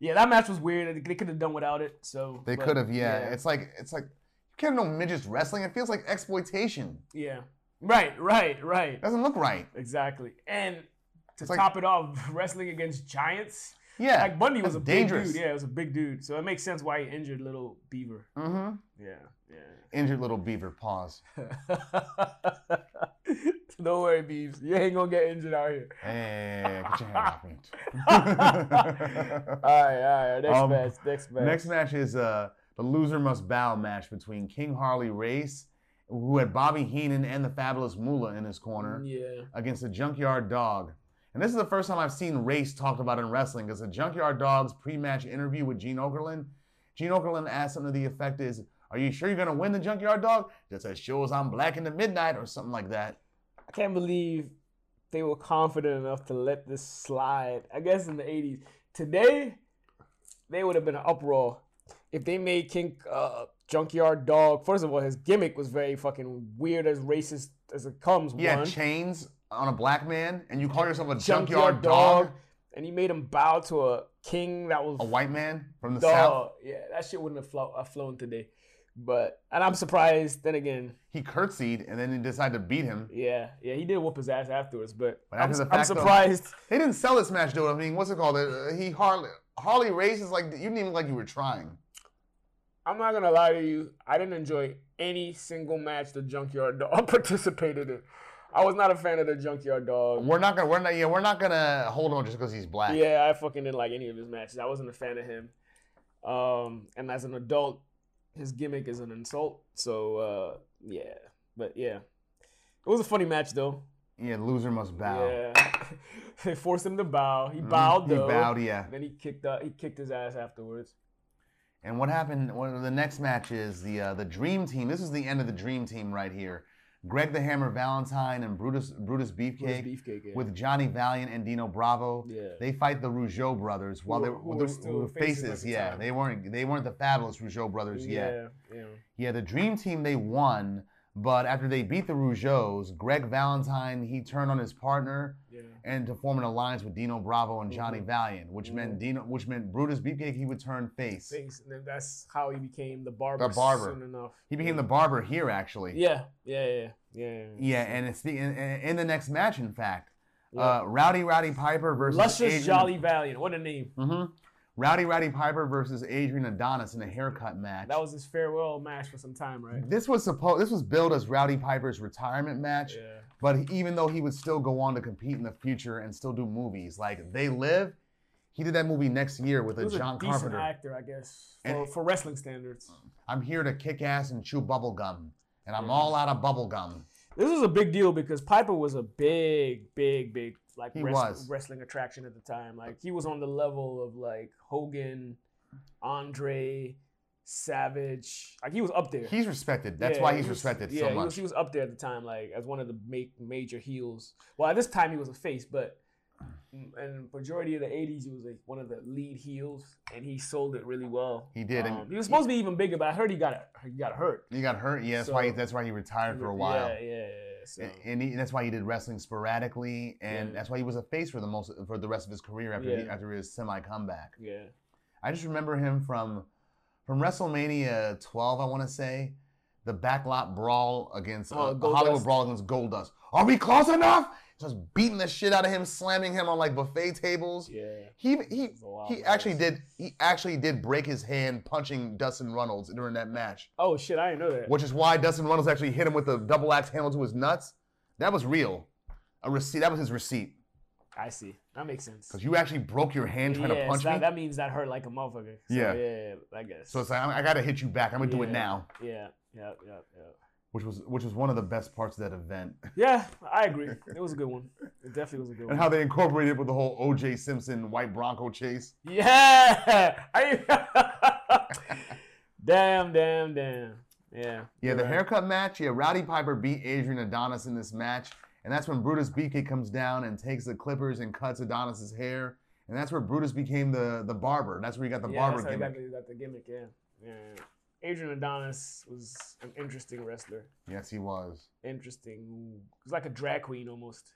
[SPEAKER 2] yeah, that match was weird. They could have done without it. So
[SPEAKER 1] They
[SPEAKER 2] but,
[SPEAKER 1] could have. Yeah.
[SPEAKER 2] yeah,
[SPEAKER 1] it's like it's like you can't know midgets wrestling. It feels like exploitation.
[SPEAKER 2] yeah. Right, right, right.
[SPEAKER 1] doesn't look right.
[SPEAKER 2] Exactly. And to
[SPEAKER 1] It's like-
[SPEAKER 2] top it off, wrestling against giants.
[SPEAKER 1] Yeah.
[SPEAKER 2] Like Bundy was
[SPEAKER 1] that's
[SPEAKER 2] a
[SPEAKER 1] dangerous.
[SPEAKER 2] big dude. Yeah, it was a big dude. So it makes sense why he injured little Beaver.
[SPEAKER 1] mm-hmm.
[SPEAKER 2] Yeah,
[SPEAKER 1] Injured little beaver. Pause.
[SPEAKER 2] yeah. Don't worry, Beavs. You ain't gonna get injured out here.
[SPEAKER 1] Hey, get your hand off me.
[SPEAKER 2] all right, all right. Next
[SPEAKER 1] Um,
[SPEAKER 2] match. Next match.
[SPEAKER 1] Next match is uh, the loser must bow match between King Harley Race who had Bobby Heenan and the Fabulous Moolah in his corner
[SPEAKER 2] Yeah.
[SPEAKER 1] against the Junkyard Dog. And this is the first time I've seen race talked about in wrestling because the Junkyard Dog's pre-match interview with Gene Okerlund, Gene Okerlund asked something to the effect is, "Are you sure you're gonna win the Junkyard Dog? Just as sure as I'm black in the midnight or something like that."
[SPEAKER 2] I can't believe they were confident enough to let this slide. I guess in the 80s. Today, they would have been an uproar if they made King uh, Junkyard Dog. First of all, his gimmick was very fucking weird, as racist as it comes.
[SPEAKER 1] Yeah,
[SPEAKER 2] one.
[SPEAKER 1] chains on a black man, and you call yourself a Junkyard, dog,
[SPEAKER 2] And he made him bow to a king that was
[SPEAKER 1] a white man from the south.
[SPEAKER 2] dog. Yeah, that shit wouldn't have flo- uh, flown today. But and I'm surprised. Then again,
[SPEAKER 1] He curtsied, and then he decided to beat him.
[SPEAKER 2] yeah, yeah, he did whoop his ass afterwards. But,
[SPEAKER 1] But
[SPEAKER 2] I'm,
[SPEAKER 1] after the
[SPEAKER 2] I'm
[SPEAKER 1] fact, though-
[SPEAKER 2] surprised.
[SPEAKER 1] They didn't sell this match, dude. I mean, what's it called? Uh, He Harley Harley Race is like you didn't even like you were trying.
[SPEAKER 2] I'm not gonna lie to you. I didn't enjoy any single match the Junkyard Dog participated in. I was not a fan of the Junkyard Dog.
[SPEAKER 1] We're not gonna we're not yeah we're not gonna hold him just because he's black.
[SPEAKER 2] Yeah, I fucking didn't like any of his matches. I wasn't a fan of him. Um, and as an adult, his gimmick is an insult. So uh, yeah, but yeah, it was a funny match though.
[SPEAKER 1] Yeah, loser must bow.
[SPEAKER 2] Yeah, they forced him to bow. He
[SPEAKER 1] Mhm.
[SPEAKER 2] bowed
[SPEAKER 1] He
[SPEAKER 2] though.
[SPEAKER 1] bowed, yeah.
[SPEAKER 2] Then he kicked out. He kicked his ass afterwards.
[SPEAKER 1] And what happened? Well, the next match is the uh, the Dream Team. This is the end of the Dream Team right here. Greg the Hammer Valentine and Brutus Brutus Beefcake
[SPEAKER 2] It was beefcake. Yeah.
[SPEAKER 1] with Johnny Valiant and Dino Bravo.
[SPEAKER 2] Yeah.
[SPEAKER 1] They fight the Rougeau brothers while
[SPEAKER 2] Who-
[SPEAKER 1] they
[SPEAKER 2] who
[SPEAKER 1] with
[SPEAKER 2] were
[SPEAKER 1] the-
[SPEAKER 2] still
[SPEAKER 1] with
[SPEAKER 2] faces at the
[SPEAKER 1] yeah,
[SPEAKER 2] time.
[SPEAKER 1] they weren't they weren't the fabulous Rougeau brothers yet.
[SPEAKER 2] yeah. Yeah.
[SPEAKER 1] Yeah, the Dream Team they won, but after they beat the Rougeaus, Greg Valentine he turned on his partner
[SPEAKER 2] Yeah.
[SPEAKER 1] and to form an alliance with Dino Bravo and Johnny
[SPEAKER 2] Mhm.
[SPEAKER 1] Valiant, which meant
[SPEAKER 2] Mhm.
[SPEAKER 1] Dino, which meant Brutus Beefcake he would turn face.
[SPEAKER 2] Things, and then that's how he became the barber.
[SPEAKER 1] The barber.
[SPEAKER 2] Soon enough.
[SPEAKER 1] He became the barber here actually.
[SPEAKER 2] Yeah. Yeah. Yeah. Yeah. yeah, yeah.
[SPEAKER 1] Yeah, and it's the in, in in the next match, in fact,
[SPEAKER 2] Yeah.
[SPEAKER 1] uh, Rowdy Rowdy Piper versus
[SPEAKER 2] Luscious
[SPEAKER 1] Adrian-
[SPEAKER 2] Jolly Valiant. What a name.
[SPEAKER 1] Mhm. Rowdy Rowdy Piper versus Adrian Adonis in a haircut match.
[SPEAKER 2] That was his farewell match for some time, right?
[SPEAKER 1] this was supposed. This was billed as Rowdy Piper's retirement match,
[SPEAKER 2] Yeah.
[SPEAKER 1] but he- even though he would still go on to compete in the future and still do movies like They Live, he did that movie next year with
[SPEAKER 2] He
[SPEAKER 1] a
[SPEAKER 2] was
[SPEAKER 1] John
[SPEAKER 2] a decent
[SPEAKER 1] Carpenter.
[SPEAKER 2] actor, I guess, for,
[SPEAKER 1] And-
[SPEAKER 2] for wrestling standards.
[SPEAKER 1] I'm here to kick ass and chew bubble gum, and I'm
[SPEAKER 2] Yeah.
[SPEAKER 1] all out of bubble gum.
[SPEAKER 2] This was a big deal because Piper was a big, big, big like
[SPEAKER 1] He
[SPEAKER 2] wrest-
[SPEAKER 1] was.
[SPEAKER 2] wrestling attraction at the time. Like he was on the level of like Hogan, Andre, Savage. Like he was up there.
[SPEAKER 1] He's respected. That's
[SPEAKER 2] Yeah,
[SPEAKER 1] why
[SPEAKER 2] he
[SPEAKER 1] he's
[SPEAKER 2] was-
[SPEAKER 1] respected
[SPEAKER 2] yeah,
[SPEAKER 1] so
[SPEAKER 2] he
[SPEAKER 1] much.
[SPEAKER 2] was, he was up there at the time, like as one of the ma- major heels. Well, at this time he was a face, but and majority of the '80s he was like one of the lead heels, and he sold it really well.
[SPEAKER 1] He did,
[SPEAKER 2] Um,
[SPEAKER 1] and
[SPEAKER 2] he was supposed to be even bigger, but I heard he got he got hurt
[SPEAKER 1] He got hurt. Yeah, that's why. He,
[SPEAKER 2] So-
[SPEAKER 1] that's why he retired for a while.
[SPEAKER 2] Yeah, yeah. yeah, yeah. So,
[SPEAKER 1] A- And, he, that's why he did wrestling sporadically, and
[SPEAKER 2] Yeah.
[SPEAKER 1] that's why he was a face for the most for the rest of his career after he,
[SPEAKER 2] Yeah.
[SPEAKER 1] after his semi comeback.
[SPEAKER 2] yeah.
[SPEAKER 1] I just remember him from from WrestleMania 12, I want to say, the backlot brawl against
[SPEAKER 2] Oh,
[SPEAKER 1] uh, the
[SPEAKER 2] Goldust.
[SPEAKER 1] Hollywood brawl against Goldust. Are we close enough? Just beating the shit out of him, slamming him on like buffet tables.
[SPEAKER 2] Yeah.
[SPEAKER 1] He he
[SPEAKER 2] It's a wild
[SPEAKER 1] he
[SPEAKER 2] match.
[SPEAKER 1] actually did he actually did break his hand punching Dustin Runnels during that match.
[SPEAKER 2] Oh shit! I didn't know that.
[SPEAKER 1] which is why Dustin Runnels actually hit him with a double axe handle to his nuts. That was real. A receipt. That was his receipt.
[SPEAKER 2] I see. That makes sense.
[SPEAKER 1] Because you actually broke your hand trying
[SPEAKER 2] Yeah,
[SPEAKER 1] to punch
[SPEAKER 2] so that,
[SPEAKER 1] me.
[SPEAKER 2] that means that hurt like a motherfucker. So,
[SPEAKER 1] Yeah.
[SPEAKER 2] yeah. yeah, I guess.
[SPEAKER 1] so it's like, I'm- I, gotta hit you back. I'm gonna do it
[SPEAKER 2] Yeah.
[SPEAKER 1] now.
[SPEAKER 2] yeah, yeah, yeah, yeah.
[SPEAKER 1] Which was which was one of the best parts of that event.
[SPEAKER 2] Yeah, I agree. It was a good one. It definitely was a good one.
[SPEAKER 1] And how they incorporated it with the whole O.J. Simpson white Bronco chase.
[SPEAKER 2] Yeah. I- damn, damn, damn. Yeah.
[SPEAKER 1] Yeah,
[SPEAKER 2] you're
[SPEAKER 1] the
[SPEAKER 2] right.
[SPEAKER 1] haircut match. Yeah, Rowdy Piper beat Adrian Adonis in this match, and that's when Brutus BK comes down and takes the clippers and cuts Adonis's hair, and that's where Brutus became the the barber. That's where he got the
[SPEAKER 2] yeah,
[SPEAKER 1] barber
[SPEAKER 2] that's how he
[SPEAKER 1] gimmick.
[SPEAKER 2] Got the, got the gimmick. Yeah. yeah. Adrian Adonis was an interesting wrestler.
[SPEAKER 1] yes, he was.
[SPEAKER 2] Interesting. He was like a drag queen almost.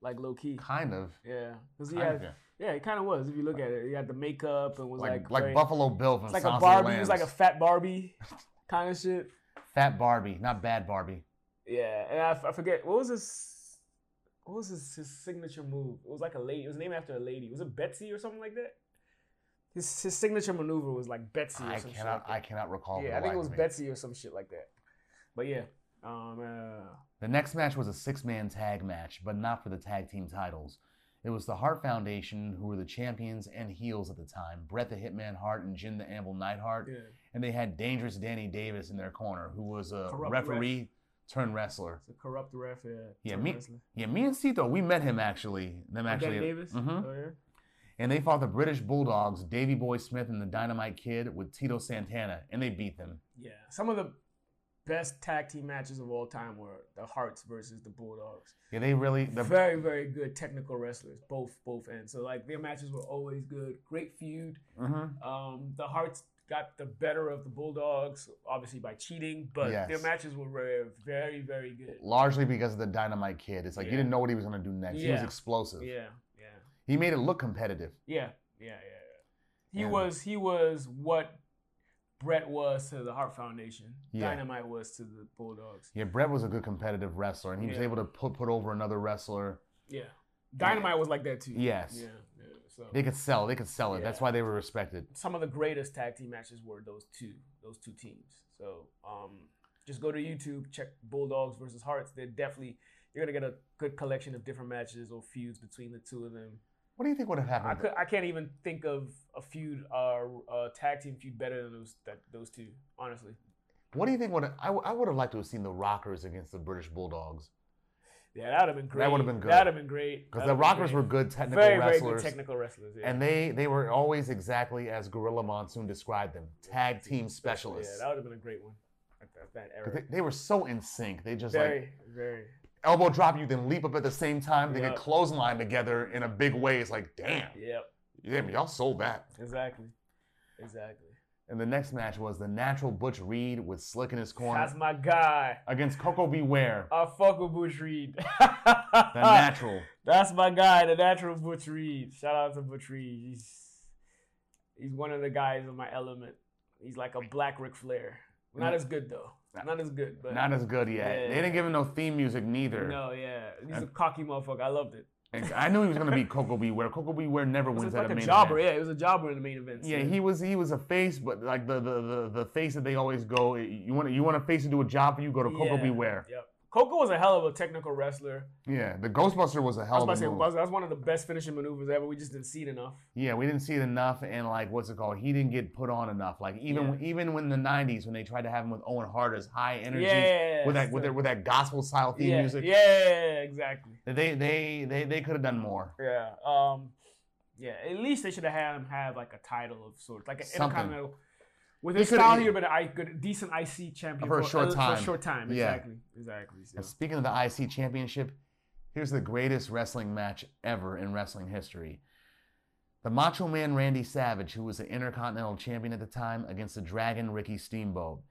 [SPEAKER 2] Like low key.
[SPEAKER 1] Kind of.
[SPEAKER 2] Yeah. 'Cause he
[SPEAKER 1] Kind
[SPEAKER 2] had,
[SPEAKER 1] of, yeah.
[SPEAKER 2] yeah, he kind of was. If you look at it, he had the makeup and was
[SPEAKER 1] like like,
[SPEAKER 2] like very-
[SPEAKER 1] Buffalo Bill from
[SPEAKER 2] it's like
[SPEAKER 1] Silence
[SPEAKER 2] a
[SPEAKER 1] of the
[SPEAKER 2] Barbie. He was like
[SPEAKER 1] Lambs.
[SPEAKER 2] a fat Barbie kind of shit.
[SPEAKER 1] fat Barbie, not bad Barbie.
[SPEAKER 2] Yeah, and I, f- I forget what was his what was his, his signature move. It was like a lady. It was named after a lady. Was it Betsy or something like that? His his signature maneuver was like Betsy. Or
[SPEAKER 1] I
[SPEAKER 2] some
[SPEAKER 1] cannot
[SPEAKER 2] Shit
[SPEAKER 1] I
[SPEAKER 2] like
[SPEAKER 1] cannot recall.
[SPEAKER 2] that.
[SPEAKER 1] for
[SPEAKER 2] Yeah,
[SPEAKER 1] the
[SPEAKER 2] I think
[SPEAKER 1] life
[SPEAKER 2] it was
[SPEAKER 1] of me.
[SPEAKER 2] Betsy or some shit like that. But yeah, um, uh,
[SPEAKER 1] The next match was a six man tag match, but not for the tag team titles. It was the Hart Foundation who were the champions and heels at the time Bret the Hitman Hart and Jim the Amble Neidhart.
[SPEAKER 2] Yeah.
[SPEAKER 1] And they had dangerous Danny Davis in their corner, who was a
[SPEAKER 2] Corrupt
[SPEAKER 1] referee turned wrestler.
[SPEAKER 2] It's a corrupt ref. Yeah.
[SPEAKER 1] Yeah,
[SPEAKER 2] Turn
[SPEAKER 1] me-
[SPEAKER 2] wrestler.
[SPEAKER 1] Yeah, me and Cito, we met him actually. Them actually.
[SPEAKER 2] Danny Davis.
[SPEAKER 1] Mhm.
[SPEAKER 2] Oh, yeah?
[SPEAKER 1] And they fought the British Bulldogs, Davy Boy Smith and the Dynamite Kid with Tito Santana, and they beat them.
[SPEAKER 2] Yeah, some of the best tag team matches of all time were the Hearts versus the Bulldogs.
[SPEAKER 1] Yeah, they really the
[SPEAKER 2] very, very good technical wrestlers, both both ends. So like their matches were always good. Great feud.
[SPEAKER 1] Mhm.
[SPEAKER 2] Um, the Hearts got the better of the Bulldogs, obviously by cheating, but their
[SPEAKER 1] Yes.
[SPEAKER 2] matches were very, very, very good.
[SPEAKER 1] largely because of the Dynamite Kid. It's like you
[SPEAKER 2] Yeah.
[SPEAKER 1] didn't know what he was gonna do next. He was
[SPEAKER 2] Yeah.
[SPEAKER 1] explosive.
[SPEAKER 2] Yeah, yeah,
[SPEAKER 1] He made it look competitive.
[SPEAKER 2] yeah, yeah, yeah. yeah. He
[SPEAKER 1] And-
[SPEAKER 2] was he was what Brett was to the Hart Foundation.
[SPEAKER 1] Yeah.
[SPEAKER 2] Dynamite was to the Bulldogs.
[SPEAKER 1] Yeah, Brett was a good competitive wrestler, and he was
[SPEAKER 2] Yeah.
[SPEAKER 1] able to put put over another wrestler.
[SPEAKER 2] Yeah, Dynamite was like that too.
[SPEAKER 1] Yes.
[SPEAKER 2] Yeah. yeah. So
[SPEAKER 1] They could sell. They could sell it. That's
[SPEAKER 2] Yeah.
[SPEAKER 1] why they were respected.
[SPEAKER 2] some of the greatest tag team matches were those two, those two teams. So um, just go to YouTube, check Bulldogs versus Hearts. They're definitely you're gonna get a good collection of different matches or feuds between the two of them.
[SPEAKER 1] What do you think would have
[SPEAKER 2] I
[SPEAKER 1] happened?
[SPEAKER 2] could, I can't even think of a feud, uh, a tag team feud better than those that, those two. Honestly,
[SPEAKER 1] what do you think would I, I would have liked to have seen the Rockers against the British Bulldogs
[SPEAKER 2] yeah, that'd have been great.
[SPEAKER 1] would've been good.
[SPEAKER 2] That'd have been great.
[SPEAKER 1] because
[SPEAKER 2] That'd
[SPEAKER 1] the
[SPEAKER 2] have been
[SPEAKER 1] Rockers
[SPEAKER 2] great.
[SPEAKER 1] were good technical
[SPEAKER 2] very,
[SPEAKER 1] wrestlers.
[SPEAKER 2] very good technical wrestlers. Yeah.
[SPEAKER 1] And they they were always exactly as Gorilla Monsoon described them, tag team specialists.
[SPEAKER 2] Yeah, that would have been a great one. At that, that
[SPEAKER 1] 'Cause
[SPEAKER 2] era.
[SPEAKER 1] They, they were so in sync. They just
[SPEAKER 2] Very,
[SPEAKER 1] like
[SPEAKER 2] very.
[SPEAKER 1] elbow drop you, then leap up at the same time. They
[SPEAKER 2] Yeah.
[SPEAKER 1] could clothesline together in a big way. It's like, damn,
[SPEAKER 2] Yep.
[SPEAKER 1] damn, y'all sold that.
[SPEAKER 2] Exactly. Exactly.
[SPEAKER 1] And the next match was the natural Butch Reed with Slick in his corner
[SPEAKER 2] That's my guy.
[SPEAKER 1] against Coco Beware.
[SPEAKER 2] I fuck with Butch Reed.
[SPEAKER 1] The
[SPEAKER 2] uh,
[SPEAKER 1] natural.
[SPEAKER 2] That's my guy, the natural Butch Reed. Shout out to Butch Reed. He's he's one of the guys in my element. He's like a black Ric Flair. Not as good though. Not as good, but
[SPEAKER 1] Not as good yet.
[SPEAKER 2] Yeah.
[SPEAKER 1] They didn't give him no theme music neither.
[SPEAKER 2] no, yeah. He's a cocky motherfucker. I loved it.
[SPEAKER 1] And I knew he was gonna beat Coco Beware. Coco Beware never
[SPEAKER 2] It
[SPEAKER 1] wins
[SPEAKER 2] was
[SPEAKER 1] at
[SPEAKER 2] like
[SPEAKER 1] a
[SPEAKER 2] a
[SPEAKER 1] main
[SPEAKER 2] jobber,
[SPEAKER 1] event.
[SPEAKER 2] yeah. It was a jobber in the main event.
[SPEAKER 1] Yeah, he was he was a face, but like the the the, the face that they always go. You want you want a face to do a job for you, go to Coco
[SPEAKER 2] Yeah.
[SPEAKER 1] Beware.
[SPEAKER 2] Yep. Coco was a hell of a technical wrestler.
[SPEAKER 1] Yeah, the Ghostbuster was a
[SPEAKER 2] I was
[SPEAKER 1] hell
[SPEAKER 2] about to
[SPEAKER 1] of
[SPEAKER 2] say,
[SPEAKER 1] a
[SPEAKER 2] that
[SPEAKER 1] move.
[SPEAKER 2] was that was one of the best finishing maneuvers ever. We just didn't see it enough.
[SPEAKER 1] Yeah, we didn't see it enough, and like what's it called? He didn't get put on enough. Like even even when the '90s when they tried to have him with Owen Hart as high energy
[SPEAKER 2] Yeah.
[SPEAKER 1] with that with, that with that gospel style theme
[SPEAKER 2] yeah,
[SPEAKER 1] music,
[SPEAKER 2] Yeah, exactly.
[SPEAKER 1] they they they they could have done more.
[SPEAKER 2] Yeah. Um. Yeah. At least they should have had him have like a title of sorts, like an
[SPEAKER 1] Something.
[SPEAKER 2] intercontinental. With
[SPEAKER 1] He
[SPEAKER 2] his
[SPEAKER 1] could've- e-
[SPEAKER 2] style, he'd have been a good, decent IC champion
[SPEAKER 1] For a short
[SPEAKER 2] For
[SPEAKER 1] time.
[SPEAKER 2] a short time.
[SPEAKER 1] Yeah.
[SPEAKER 2] Exactly. Exactly. So,
[SPEAKER 1] And speaking of the IC Championship, here's the greatest wrestling match ever in wrestling history. The Macho Man Randy Savage, who was the Intercontinental Champion at the time, against the Dragon Ricky Steamboat.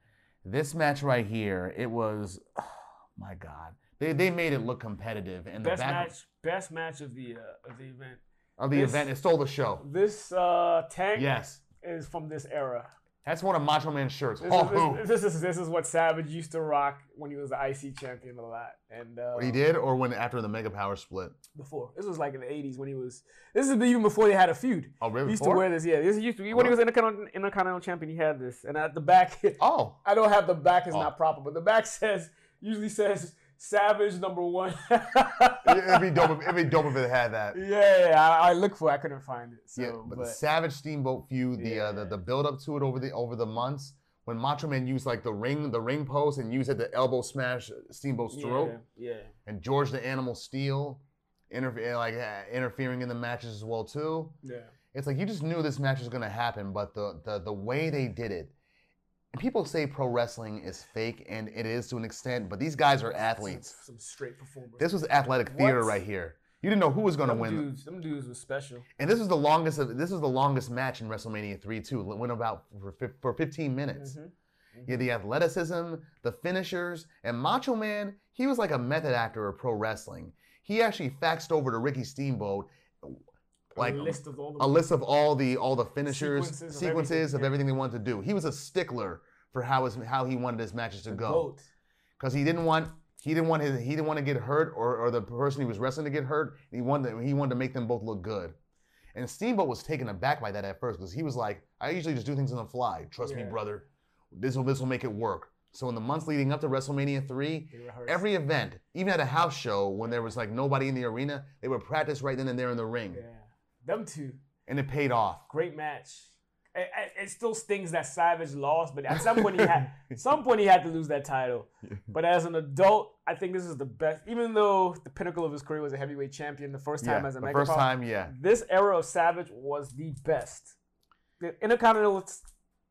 [SPEAKER 1] This match right here, it was, my God, they, they made it look competitive. And the
[SPEAKER 2] best
[SPEAKER 1] back
[SPEAKER 2] match. Best match of the uh, of the event.
[SPEAKER 1] of the
[SPEAKER 2] this-
[SPEAKER 1] event, it stole the show.
[SPEAKER 2] This uh, tank
[SPEAKER 1] Yes,
[SPEAKER 2] is from this era.
[SPEAKER 1] that's one of Macho Man's shirts.
[SPEAKER 2] This,
[SPEAKER 1] Oh,
[SPEAKER 2] is, this, this is this is what Savage used to rock when he was the IC champion a lot. And uh,
[SPEAKER 1] What he did, or when after the Mega Power split?
[SPEAKER 2] before this was like in the '80s when he was. This is even before they had a feud.
[SPEAKER 1] Oh, really?
[SPEAKER 2] He used to
[SPEAKER 1] Four?
[SPEAKER 2] wear this, yeah. This he used to, when he was Intercontinental, Intercontinental Champion, he had this, and at the back,
[SPEAKER 1] Oh,
[SPEAKER 2] I don't have the back is
[SPEAKER 1] Oh.
[SPEAKER 2] not proper, but the back says usually says Savage number one.
[SPEAKER 1] it'd be dope. If, it'd be dope if it had that.
[SPEAKER 2] yeah, I, I look for, it, I couldn't find it. So,
[SPEAKER 1] yeah, but,
[SPEAKER 2] but,
[SPEAKER 1] the Savage Steamboat feud, the, uh, the
[SPEAKER 2] Yeah.
[SPEAKER 1] the build up to it over the over the months when Macho Man used like the ring the ring post and used it to elbow smash Steamboat's throat,
[SPEAKER 2] yeah,
[SPEAKER 1] and George the Animal Steel, interfe- like uh, interfering in the matches as well too.
[SPEAKER 2] yeah, yeah.
[SPEAKER 1] It's like you just knew this match was gonna happen, but the the the way they did it. and People say pro wrestling is fake, and it is to an extent, but these guys are athletes.
[SPEAKER 2] Some, some straight performers.
[SPEAKER 1] This was athletic theater
[SPEAKER 2] What?
[SPEAKER 1] right here. You didn't know who was going to
[SPEAKER 2] them
[SPEAKER 1] win.
[SPEAKER 2] dudes, them dudes was special.
[SPEAKER 1] And this was the longest. Of, this was the longest match in WrestleMania three too. It went about for, fif- for 15 minutes.
[SPEAKER 2] Mhm.
[SPEAKER 1] Yeah, the athleticism, the finishers, and Macho Man. He was like a method actor of pro wrestling. He actually faxed over to Ricky Steamboat like
[SPEAKER 2] a list of all the
[SPEAKER 1] a list of all the all the finishers,
[SPEAKER 2] Sequences of
[SPEAKER 1] sequences,
[SPEAKER 2] everything,
[SPEAKER 1] of
[SPEAKER 2] yeah.
[SPEAKER 1] everything they wanted to do. He was a stickler for how his how he wanted his matches to go
[SPEAKER 2] goat.
[SPEAKER 1] because he didn't want. He didn't want his, he didn't want to get hurt or, or the person he was wrestling to get hurt. He wanted he wanted to make them both look good. And Steamboat was taken aback by that at first because he was like, I usually just do things on the fly. Trust me,
[SPEAKER 2] Yeah.
[SPEAKER 1] brother. This will this will make it work. So in the months leading up to WrestleMania 3,
[SPEAKER 2] They rehearsed.
[SPEAKER 1] every event, even at a house show when there was like nobody in the arena, they would practice right then and there in the ring.
[SPEAKER 2] yeah, them two,
[SPEAKER 1] And it paid off.
[SPEAKER 2] great match. It, it- it still stings that Savage lost, but at some point he had, some point he had to lose that title. But as an adult, I think this is the best. Even though the pinnacle of his career was a heavyweight champion, the first time
[SPEAKER 1] yeah,
[SPEAKER 2] as a
[SPEAKER 1] the
[SPEAKER 2] mega
[SPEAKER 1] first
[SPEAKER 2] power-
[SPEAKER 1] time, yeah.
[SPEAKER 2] this era of Savage was the best. The Intercontinental,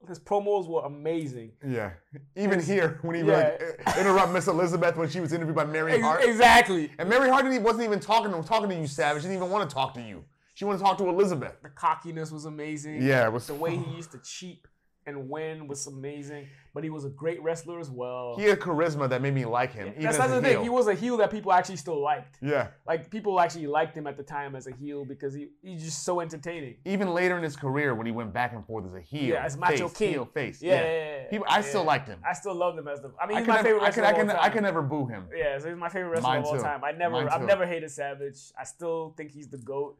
[SPEAKER 2] his promos were amazing.
[SPEAKER 1] Yeah. Even here, when he would, like,
[SPEAKER 2] Yeah.
[SPEAKER 1] uh, interrupt Miss Elizabeth when she was interviewed by Mary
[SPEAKER 2] Ex-
[SPEAKER 1] Hart.
[SPEAKER 2] Exactly.
[SPEAKER 1] And Mary Hart didn't, wasn't even talking to him, talking to you, Savage. She didn't even want to talk to you. She wanted to talk to Elizabeth.
[SPEAKER 2] The cockiness was amazing.
[SPEAKER 1] Yeah, it was
[SPEAKER 2] The way he used to cheat and win was amazing. But he was a great wrestler as well.
[SPEAKER 1] He had charisma that made me like him. even
[SPEAKER 2] That's
[SPEAKER 1] as
[SPEAKER 2] not
[SPEAKER 1] a
[SPEAKER 2] the thing.
[SPEAKER 1] heel.
[SPEAKER 2] He was a heel that people actually still liked.
[SPEAKER 1] yeah.
[SPEAKER 2] Like people actually liked him at the time as a heel because he he's just so entertaining.
[SPEAKER 1] Even later in his career, when he went back and forth as a heel,
[SPEAKER 2] Yeah, as Macho
[SPEAKER 1] face,
[SPEAKER 2] King.
[SPEAKER 1] heel, face.
[SPEAKER 2] Yeah, yeah. yeah, yeah.
[SPEAKER 1] He- I still
[SPEAKER 2] Yeah.
[SPEAKER 1] liked him.
[SPEAKER 2] I still loved him as the. I mean,
[SPEAKER 1] I
[SPEAKER 2] he's
[SPEAKER 1] could
[SPEAKER 2] my
[SPEAKER 1] never-
[SPEAKER 2] favorite
[SPEAKER 1] I could,
[SPEAKER 2] wrestler
[SPEAKER 1] I
[SPEAKER 2] of
[SPEAKER 1] could,
[SPEAKER 2] all
[SPEAKER 1] I
[SPEAKER 2] time.
[SPEAKER 1] could never boo him.
[SPEAKER 2] Yeah, so he's my favorite wrestler
[SPEAKER 1] Mine
[SPEAKER 2] of all
[SPEAKER 1] too.
[SPEAKER 2] time. I never,
[SPEAKER 1] Mine
[SPEAKER 2] I've
[SPEAKER 1] too.
[SPEAKER 2] never hated Savage. I still think he's the goat.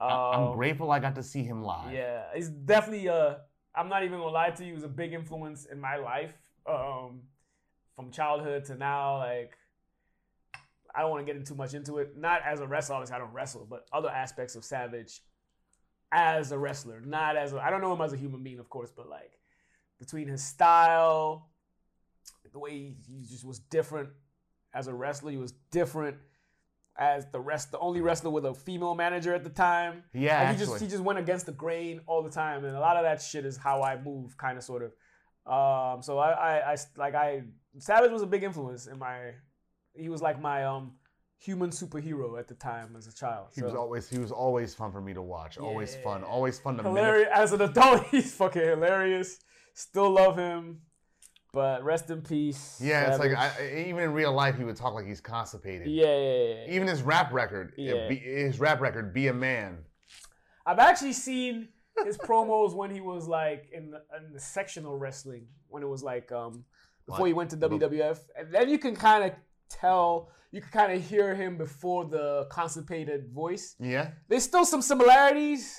[SPEAKER 2] Um,
[SPEAKER 1] I- I'm grateful I got to see him live.
[SPEAKER 2] Yeah, he's definitely. Uh, I'm not even gonna lie to you. He was a big influence in my life, um, from childhood to now. Like, I don't want to get into much into it. Not as a wrestler, obviously, I don't wrestle, but other aspects of Savage as a wrestler, not as a. I don't know him as a human being, of course, but like between his style, the way he, he just was different as a wrestler. He was different as the rest, the only wrestler with a female manager at the time.
[SPEAKER 1] Yeah,
[SPEAKER 2] Like,
[SPEAKER 1] actually.
[SPEAKER 2] he just he just went against the grain all the time, and a lot of that shit is how I move, kind of, sort of. Um, so I, I, I s- like I Savage was a big influence in my. He was like my um human superhero at the time as a child.
[SPEAKER 1] he
[SPEAKER 2] so.
[SPEAKER 1] was always he was always fun for me to watch. Always fun.
[SPEAKER 2] Yeah.
[SPEAKER 1] Always fun to mimic.
[SPEAKER 2] hilarious as an adult. He's fucking hilarious. Still love him, but rest in peace.
[SPEAKER 1] Yeah, it's like
[SPEAKER 2] Savage.
[SPEAKER 1] I, I- even in real life, he would talk like he's constipated.
[SPEAKER 2] yeah, yeah, yeah, yeah.
[SPEAKER 1] Even his rap record, it
[SPEAKER 2] Yeah.
[SPEAKER 1] be, his rap record, "Be a Man."
[SPEAKER 2] I've actually seen his promos when he was like in the, in the sectional wrestling when it was like um before
[SPEAKER 1] What?
[SPEAKER 2] he went to WWF, and then you can kind of tell. You can kind of hear him before the constipated voice.
[SPEAKER 1] Yeah,
[SPEAKER 2] There's still some similarities,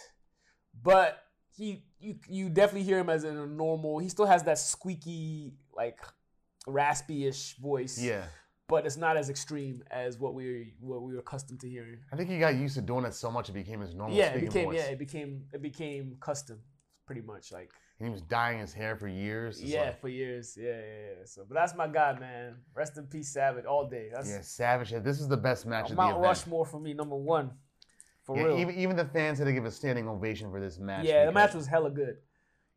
[SPEAKER 2] but he you you definitely hear him as in a normal. He still has that squeaky like raspy-ish voice.
[SPEAKER 1] yeah.
[SPEAKER 2] but it's not as extreme as what we what we were accustomed to hearing.
[SPEAKER 1] I think he got used to doing it so much it became his normal
[SPEAKER 2] yeah, it
[SPEAKER 1] speaking
[SPEAKER 2] became
[SPEAKER 1] voice.
[SPEAKER 2] yeah, it became it became custom, pretty much like
[SPEAKER 1] And he was dyeing his hair for years. It's
[SPEAKER 2] yeah
[SPEAKER 1] like-
[SPEAKER 2] for years. Yeah, yeah, yeah. So, but that's my guy, man. Rest in peace, Savage, all day. That's
[SPEAKER 1] yeah, Savage. said, This is the best match of the
[SPEAKER 2] Mount
[SPEAKER 1] event.
[SPEAKER 2] Rushmore for me, number one, for
[SPEAKER 1] Yeah,
[SPEAKER 2] real.
[SPEAKER 1] even, even the fans had to give a standing ovation for this match.
[SPEAKER 2] yeah, the
[SPEAKER 1] because-
[SPEAKER 2] match was hella good.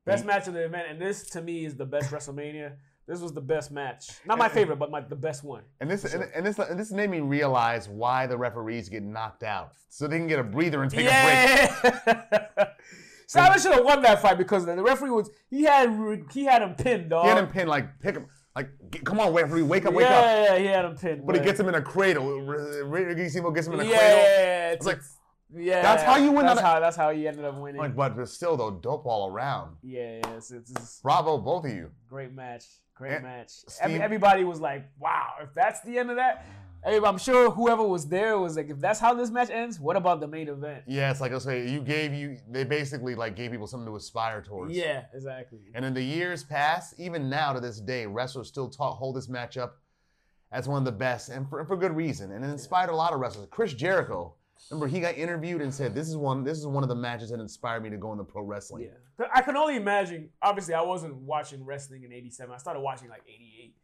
[SPEAKER 2] Best match of the event, and this to me is the best WrestleMania. This was the best match, not my favorite, but my the best one.
[SPEAKER 1] And this, and, and this and this made me realize why the referees get knocked out, so they can get a breather and take a break.
[SPEAKER 2] yeah. Savage should have won that fight because the referee was he had he had him pinned, dog.
[SPEAKER 1] Get him pinned, like pick him, like get, come on, referee, wake up, wake
[SPEAKER 2] yeah,
[SPEAKER 1] up.
[SPEAKER 2] yeah, he had him pinned.
[SPEAKER 1] But he gets him in a cradle. Re- Re- Regissimo gets him in a
[SPEAKER 2] yeah,
[SPEAKER 1] cradle.
[SPEAKER 2] yeah,
[SPEAKER 1] It's like,
[SPEAKER 2] yeah.
[SPEAKER 1] that's how you win
[SPEAKER 2] That's
[SPEAKER 1] that-
[SPEAKER 2] how that's how he ended up winning.
[SPEAKER 1] like, but it's still though, dope all around.
[SPEAKER 2] yeah, yeah, it's, it's, it's
[SPEAKER 1] Bravo, both of you.
[SPEAKER 2] a great match, great
[SPEAKER 1] And
[SPEAKER 2] match.
[SPEAKER 1] Steve-
[SPEAKER 2] Every, everybody was like, "Wow, if that's the end of that." Hey, I'm sure whoever was there was like, "If that's how this match ends, what about the main event?"
[SPEAKER 1] Yeah, it's like I say, you gave you. They basically like gave people something to aspire towards.
[SPEAKER 2] Yeah, exactly.
[SPEAKER 1] And in the years past, even now to this day, wrestlers still talk, hold this matchup as one of the best, and for, for good reason. And it inspired a lot of wrestlers. Chris Jericho, remember he got interviewed and said, "This is one. This is one of the matches that inspired me to go into pro wrestling."
[SPEAKER 2] Yeah. But I can only imagine. Obviously, I wasn't watching wrestling in '87. I started watching like '88,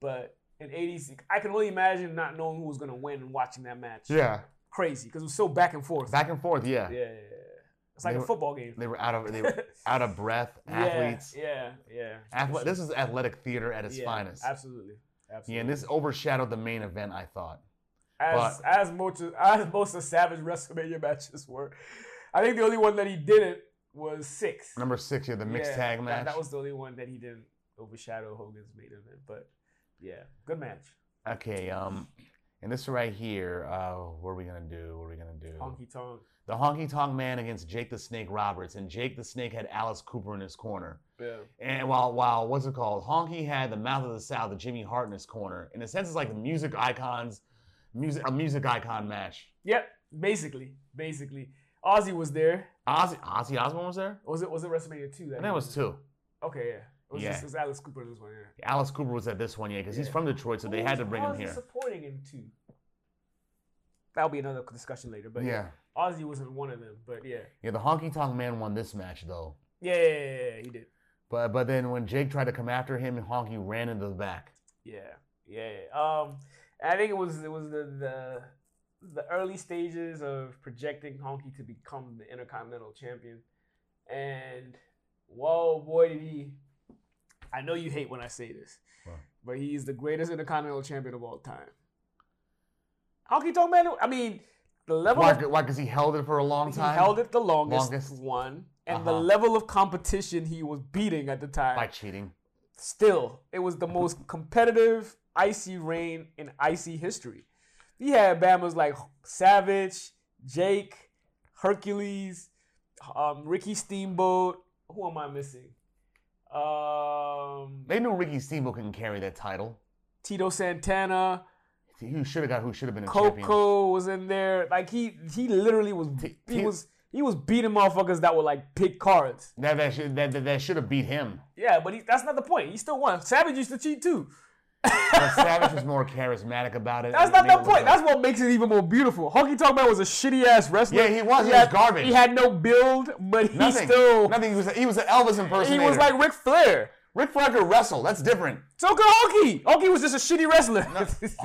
[SPEAKER 2] but in '86, I can only imagine not knowing who was gonna win and watching that match.
[SPEAKER 1] Yeah.
[SPEAKER 2] Crazy, because it was so back and forth.
[SPEAKER 1] Back and forth. Yeah.
[SPEAKER 2] yeah, yeah, yeah. It's like
[SPEAKER 1] They
[SPEAKER 2] a
[SPEAKER 1] were-
[SPEAKER 2] football game.
[SPEAKER 1] They were out of they were out of breath. Athletes.
[SPEAKER 2] Yeah, yeah. yeah.
[SPEAKER 1] Athle- this is athletic theater at its
[SPEAKER 2] Yeah,
[SPEAKER 1] finest.
[SPEAKER 2] Absolutely. Absolutely.
[SPEAKER 1] Yeah, and this overshadowed the main event. I thought.
[SPEAKER 2] as as most of, as most of Savage WrestleMania matches were, I think the only one that he didn't was six.
[SPEAKER 1] Number six, yeah, the mixed
[SPEAKER 2] Yeah,
[SPEAKER 1] tag
[SPEAKER 2] that-
[SPEAKER 1] match.
[SPEAKER 2] That, was the only one that he didn't overshadow Hogan's main event. But yeah, good match.
[SPEAKER 1] okay. Um, and this right here, uh, what are we gonna do? What are we gonna do?
[SPEAKER 2] Honky Tonk.
[SPEAKER 1] The Honky Tonk Man against Jake the Snake Roberts, and Jake the Snake had Alice Cooper in his corner.
[SPEAKER 2] Yeah.
[SPEAKER 1] And while while what's it called? Honky had the Mouth of the South, the Jimmy Hart in his corner. In a sense, it's like the music icons, music a music icon match.
[SPEAKER 2] Yep. Basically, basically, Ozzy was there.
[SPEAKER 1] Ozzy, Ozzy Osbourne was there.
[SPEAKER 2] Was it was it WrestleMania two?
[SPEAKER 1] I think it was two.
[SPEAKER 2] Okay. Yeah. It was
[SPEAKER 1] Yeah.
[SPEAKER 2] just it was Alice Cooper in this one. Yeah.
[SPEAKER 1] Alice Cooper was at this one, yeah, because he's
[SPEAKER 2] Yeah.
[SPEAKER 1] from Detroit, so they had to bring him
[SPEAKER 2] Ozzy
[SPEAKER 1] here.
[SPEAKER 2] supporting him too. That'll be another discussion later. But yeah,
[SPEAKER 1] yeah.
[SPEAKER 2] Ozzy wasn't one of them. But yeah,
[SPEAKER 1] Yeah, the honky tonk man won this match though.
[SPEAKER 2] yeah, yeah, yeah, yeah, he did.
[SPEAKER 1] But but then when Jake tried to come after him, Honky ran into the back.
[SPEAKER 2] Yeah, yeah. yeah. Um, I think it was it was the the the early stages of projecting Honky to become the Intercontinental Champion, and whoa, boy, did he! I know you hate when I say this,
[SPEAKER 1] What?
[SPEAKER 2] but he's the greatest Intercontinental Champion of all time. Honky Tonk Man. I mean, the level
[SPEAKER 1] Why?
[SPEAKER 2] of
[SPEAKER 1] Because he held it for a long
[SPEAKER 2] He
[SPEAKER 1] time.
[SPEAKER 2] held it the longest,
[SPEAKER 1] Longest.
[SPEAKER 2] one, and the
[SPEAKER 1] Uh-huh.
[SPEAKER 2] level of competition he was beating at the time.
[SPEAKER 1] by cheating.
[SPEAKER 2] Still, it was the most competitive icy reign in icy history. He had Bama's like Savage, Jake, Hercules, um, Ricky Steamboat. Who am I missing? Um,
[SPEAKER 1] They knew Ricky Steamboat couldn't carry that title.
[SPEAKER 2] Tito Santana,
[SPEAKER 1] Who should have got? Who should have been a champion?
[SPEAKER 2] Coco was in there. Like he, he literally was.
[SPEAKER 1] T-
[SPEAKER 2] He
[SPEAKER 1] T-
[SPEAKER 2] was. He was beating motherfuckers that were like pick cards.
[SPEAKER 1] That that should that, that, that should have beat him.
[SPEAKER 2] Yeah, but he, that's not the point. He still won. Savage used to cheat too.
[SPEAKER 1] But Savage was more charismatic about it.
[SPEAKER 2] That's
[SPEAKER 1] and
[SPEAKER 2] not
[SPEAKER 1] made it
[SPEAKER 2] the
[SPEAKER 1] look like-
[SPEAKER 2] point. That's what makes it even more beautiful. Honky Tonk Man was a shitty ass wrestler.
[SPEAKER 1] Yeah, he was. He was
[SPEAKER 2] had-
[SPEAKER 1] garbage.
[SPEAKER 2] He had no build, but he
[SPEAKER 1] nothing.
[SPEAKER 2] still
[SPEAKER 1] nothing. He was he was an Elvis
[SPEAKER 2] he
[SPEAKER 1] impersonator.
[SPEAKER 2] was like Ric Flair.
[SPEAKER 1] Rick Flair could wrestle. That's different.
[SPEAKER 2] So could Honky. Honky was just a shitty wrestler.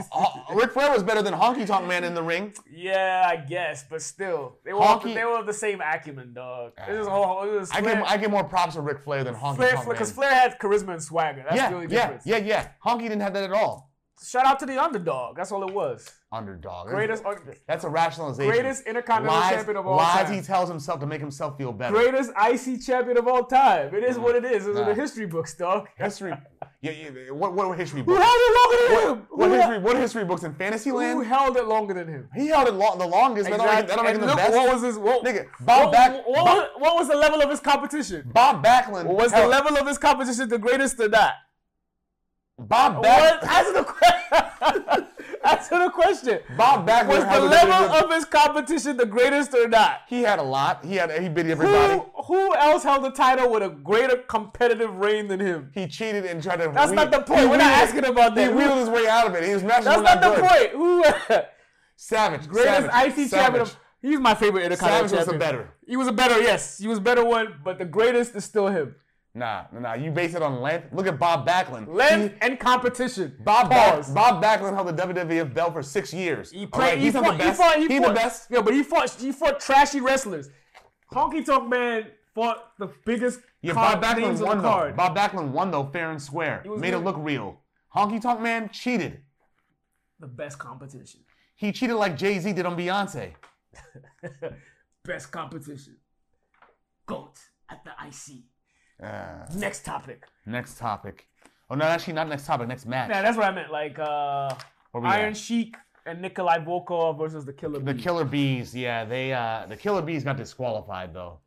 [SPEAKER 1] Ho- Ric Flair was better than Honky Tonk Man in the ring.
[SPEAKER 2] yeah, I guess, but still, they were of the-
[SPEAKER 1] Honky-
[SPEAKER 2] they were of the same acumen, dog. This is
[SPEAKER 1] Ah.
[SPEAKER 2] whole. This is
[SPEAKER 1] I
[SPEAKER 2] Flair,
[SPEAKER 1] give I give more props to Ric Flair than Honky Tonk Man.
[SPEAKER 2] because Flair had charisma and swagger. That's
[SPEAKER 1] yeah,
[SPEAKER 2] the only
[SPEAKER 1] yeah,
[SPEAKER 2] difference.
[SPEAKER 1] yeah, yeah. Honky didn't have that at all.
[SPEAKER 2] Shout out to the underdog. That's all it was.
[SPEAKER 1] Underdog.
[SPEAKER 2] Greatest,
[SPEAKER 1] That's a rationalization.
[SPEAKER 2] greatest intercontinental
[SPEAKER 1] lies,
[SPEAKER 2] champion of all
[SPEAKER 1] lies
[SPEAKER 2] time.
[SPEAKER 1] he tells himself to make himself feel better.
[SPEAKER 2] greatest icy champion of all time. It is what it is. It's in
[SPEAKER 1] Mm. Nah.
[SPEAKER 2] the history books, dog.
[SPEAKER 1] History. Yeah, yeah, what what history
[SPEAKER 2] Who
[SPEAKER 1] books?
[SPEAKER 2] held it longer than him?
[SPEAKER 1] What
[SPEAKER 2] who,
[SPEAKER 1] history? What history books in Fantasyland?
[SPEAKER 2] who held it longer than him?
[SPEAKER 1] he held it long, the longest. That don't make, that don't make
[SPEAKER 2] And
[SPEAKER 1] him the
[SPEAKER 2] look,
[SPEAKER 1] best.
[SPEAKER 2] what was his what,
[SPEAKER 1] Nigga, Bob
[SPEAKER 2] what,
[SPEAKER 1] Back-
[SPEAKER 2] what, was, what was the level of his competition?
[SPEAKER 1] Bob Backlund.
[SPEAKER 2] Was the
[SPEAKER 1] held-
[SPEAKER 2] level of his competition the greatest or not?
[SPEAKER 1] Bob
[SPEAKER 2] What?
[SPEAKER 1] Back,
[SPEAKER 2] Answer the question. Answer the question.
[SPEAKER 1] Bob Backlund
[SPEAKER 2] Was
[SPEAKER 1] had
[SPEAKER 2] the
[SPEAKER 1] a-
[SPEAKER 2] level of his competition the greatest or not?
[SPEAKER 1] He had a lot. He had he beat everybody.
[SPEAKER 2] Who, who else held the title with a greater competitive reign than him?
[SPEAKER 1] He cheated and tried to.
[SPEAKER 2] That's
[SPEAKER 1] wheel-
[SPEAKER 2] not the point.
[SPEAKER 1] he
[SPEAKER 2] We're not
[SPEAKER 1] wheeled-
[SPEAKER 2] asking about
[SPEAKER 1] He
[SPEAKER 2] that.
[SPEAKER 1] wheeled his way out of it. His matches
[SPEAKER 2] That's
[SPEAKER 1] were
[SPEAKER 2] not the
[SPEAKER 1] good.
[SPEAKER 2] point. Who
[SPEAKER 1] Savage.
[SPEAKER 2] greatest
[SPEAKER 1] Savage,
[SPEAKER 2] IC champion?
[SPEAKER 1] Savage.
[SPEAKER 2] Of, he's my favorite intercontinental
[SPEAKER 1] Savage was the
[SPEAKER 2] champion.
[SPEAKER 1] better.
[SPEAKER 2] He was a better, yes, he was a better one, but the greatest is still him.
[SPEAKER 1] Nah, nah. You base it on length. Look at Bob Backlund.
[SPEAKER 2] Length and competition.
[SPEAKER 1] Bob
[SPEAKER 2] Pause.
[SPEAKER 1] Back, Bob Backlund held the WWF belt for six years.
[SPEAKER 2] He
[SPEAKER 1] All
[SPEAKER 2] played.
[SPEAKER 1] right,
[SPEAKER 2] he,
[SPEAKER 1] he's not
[SPEAKER 2] fought,
[SPEAKER 1] the best.
[SPEAKER 2] he fought. He
[SPEAKER 1] He's
[SPEAKER 2] fought.
[SPEAKER 1] the best.
[SPEAKER 2] Yeah, but he fought. He fought trashy wrestlers. Honky Tonk Man fought the biggest
[SPEAKER 1] Yeah,
[SPEAKER 2] card
[SPEAKER 1] Bob Backlund
[SPEAKER 2] names on
[SPEAKER 1] won
[SPEAKER 2] the
[SPEAKER 1] though.
[SPEAKER 2] card.
[SPEAKER 1] Bob Backlund won though, fair and square.
[SPEAKER 2] was
[SPEAKER 1] Made
[SPEAKER 2] good.
[SPEAKER 1] it look real. Honky Tonk Man cheated.
[SPEAKER 2] the best competition.
[SPEAKER 1] He cheated like Jay Z did on Beyonce.
[SPEAKER 2] best competition. Goat at the IC.
[SPEAKER 1] Uh,
[SPEAKER 2] Next topic.
[SPEAKER 1] next topic. Oh no, actually not next topic. Next match.
[SPEAKER 2] Nah, that's what I meant. Like uh,
[SPEAKER 1] Where we at?
[SPEAKER 2] Iron Sheik and Nikolai Volkov versus the Killer
[SPEAKER 1] The
[SPEAKER 2] Bee.
[SPEAKER 1] Killer Bees. Yeah, they. Uh, the Killer Bees got disqualified though.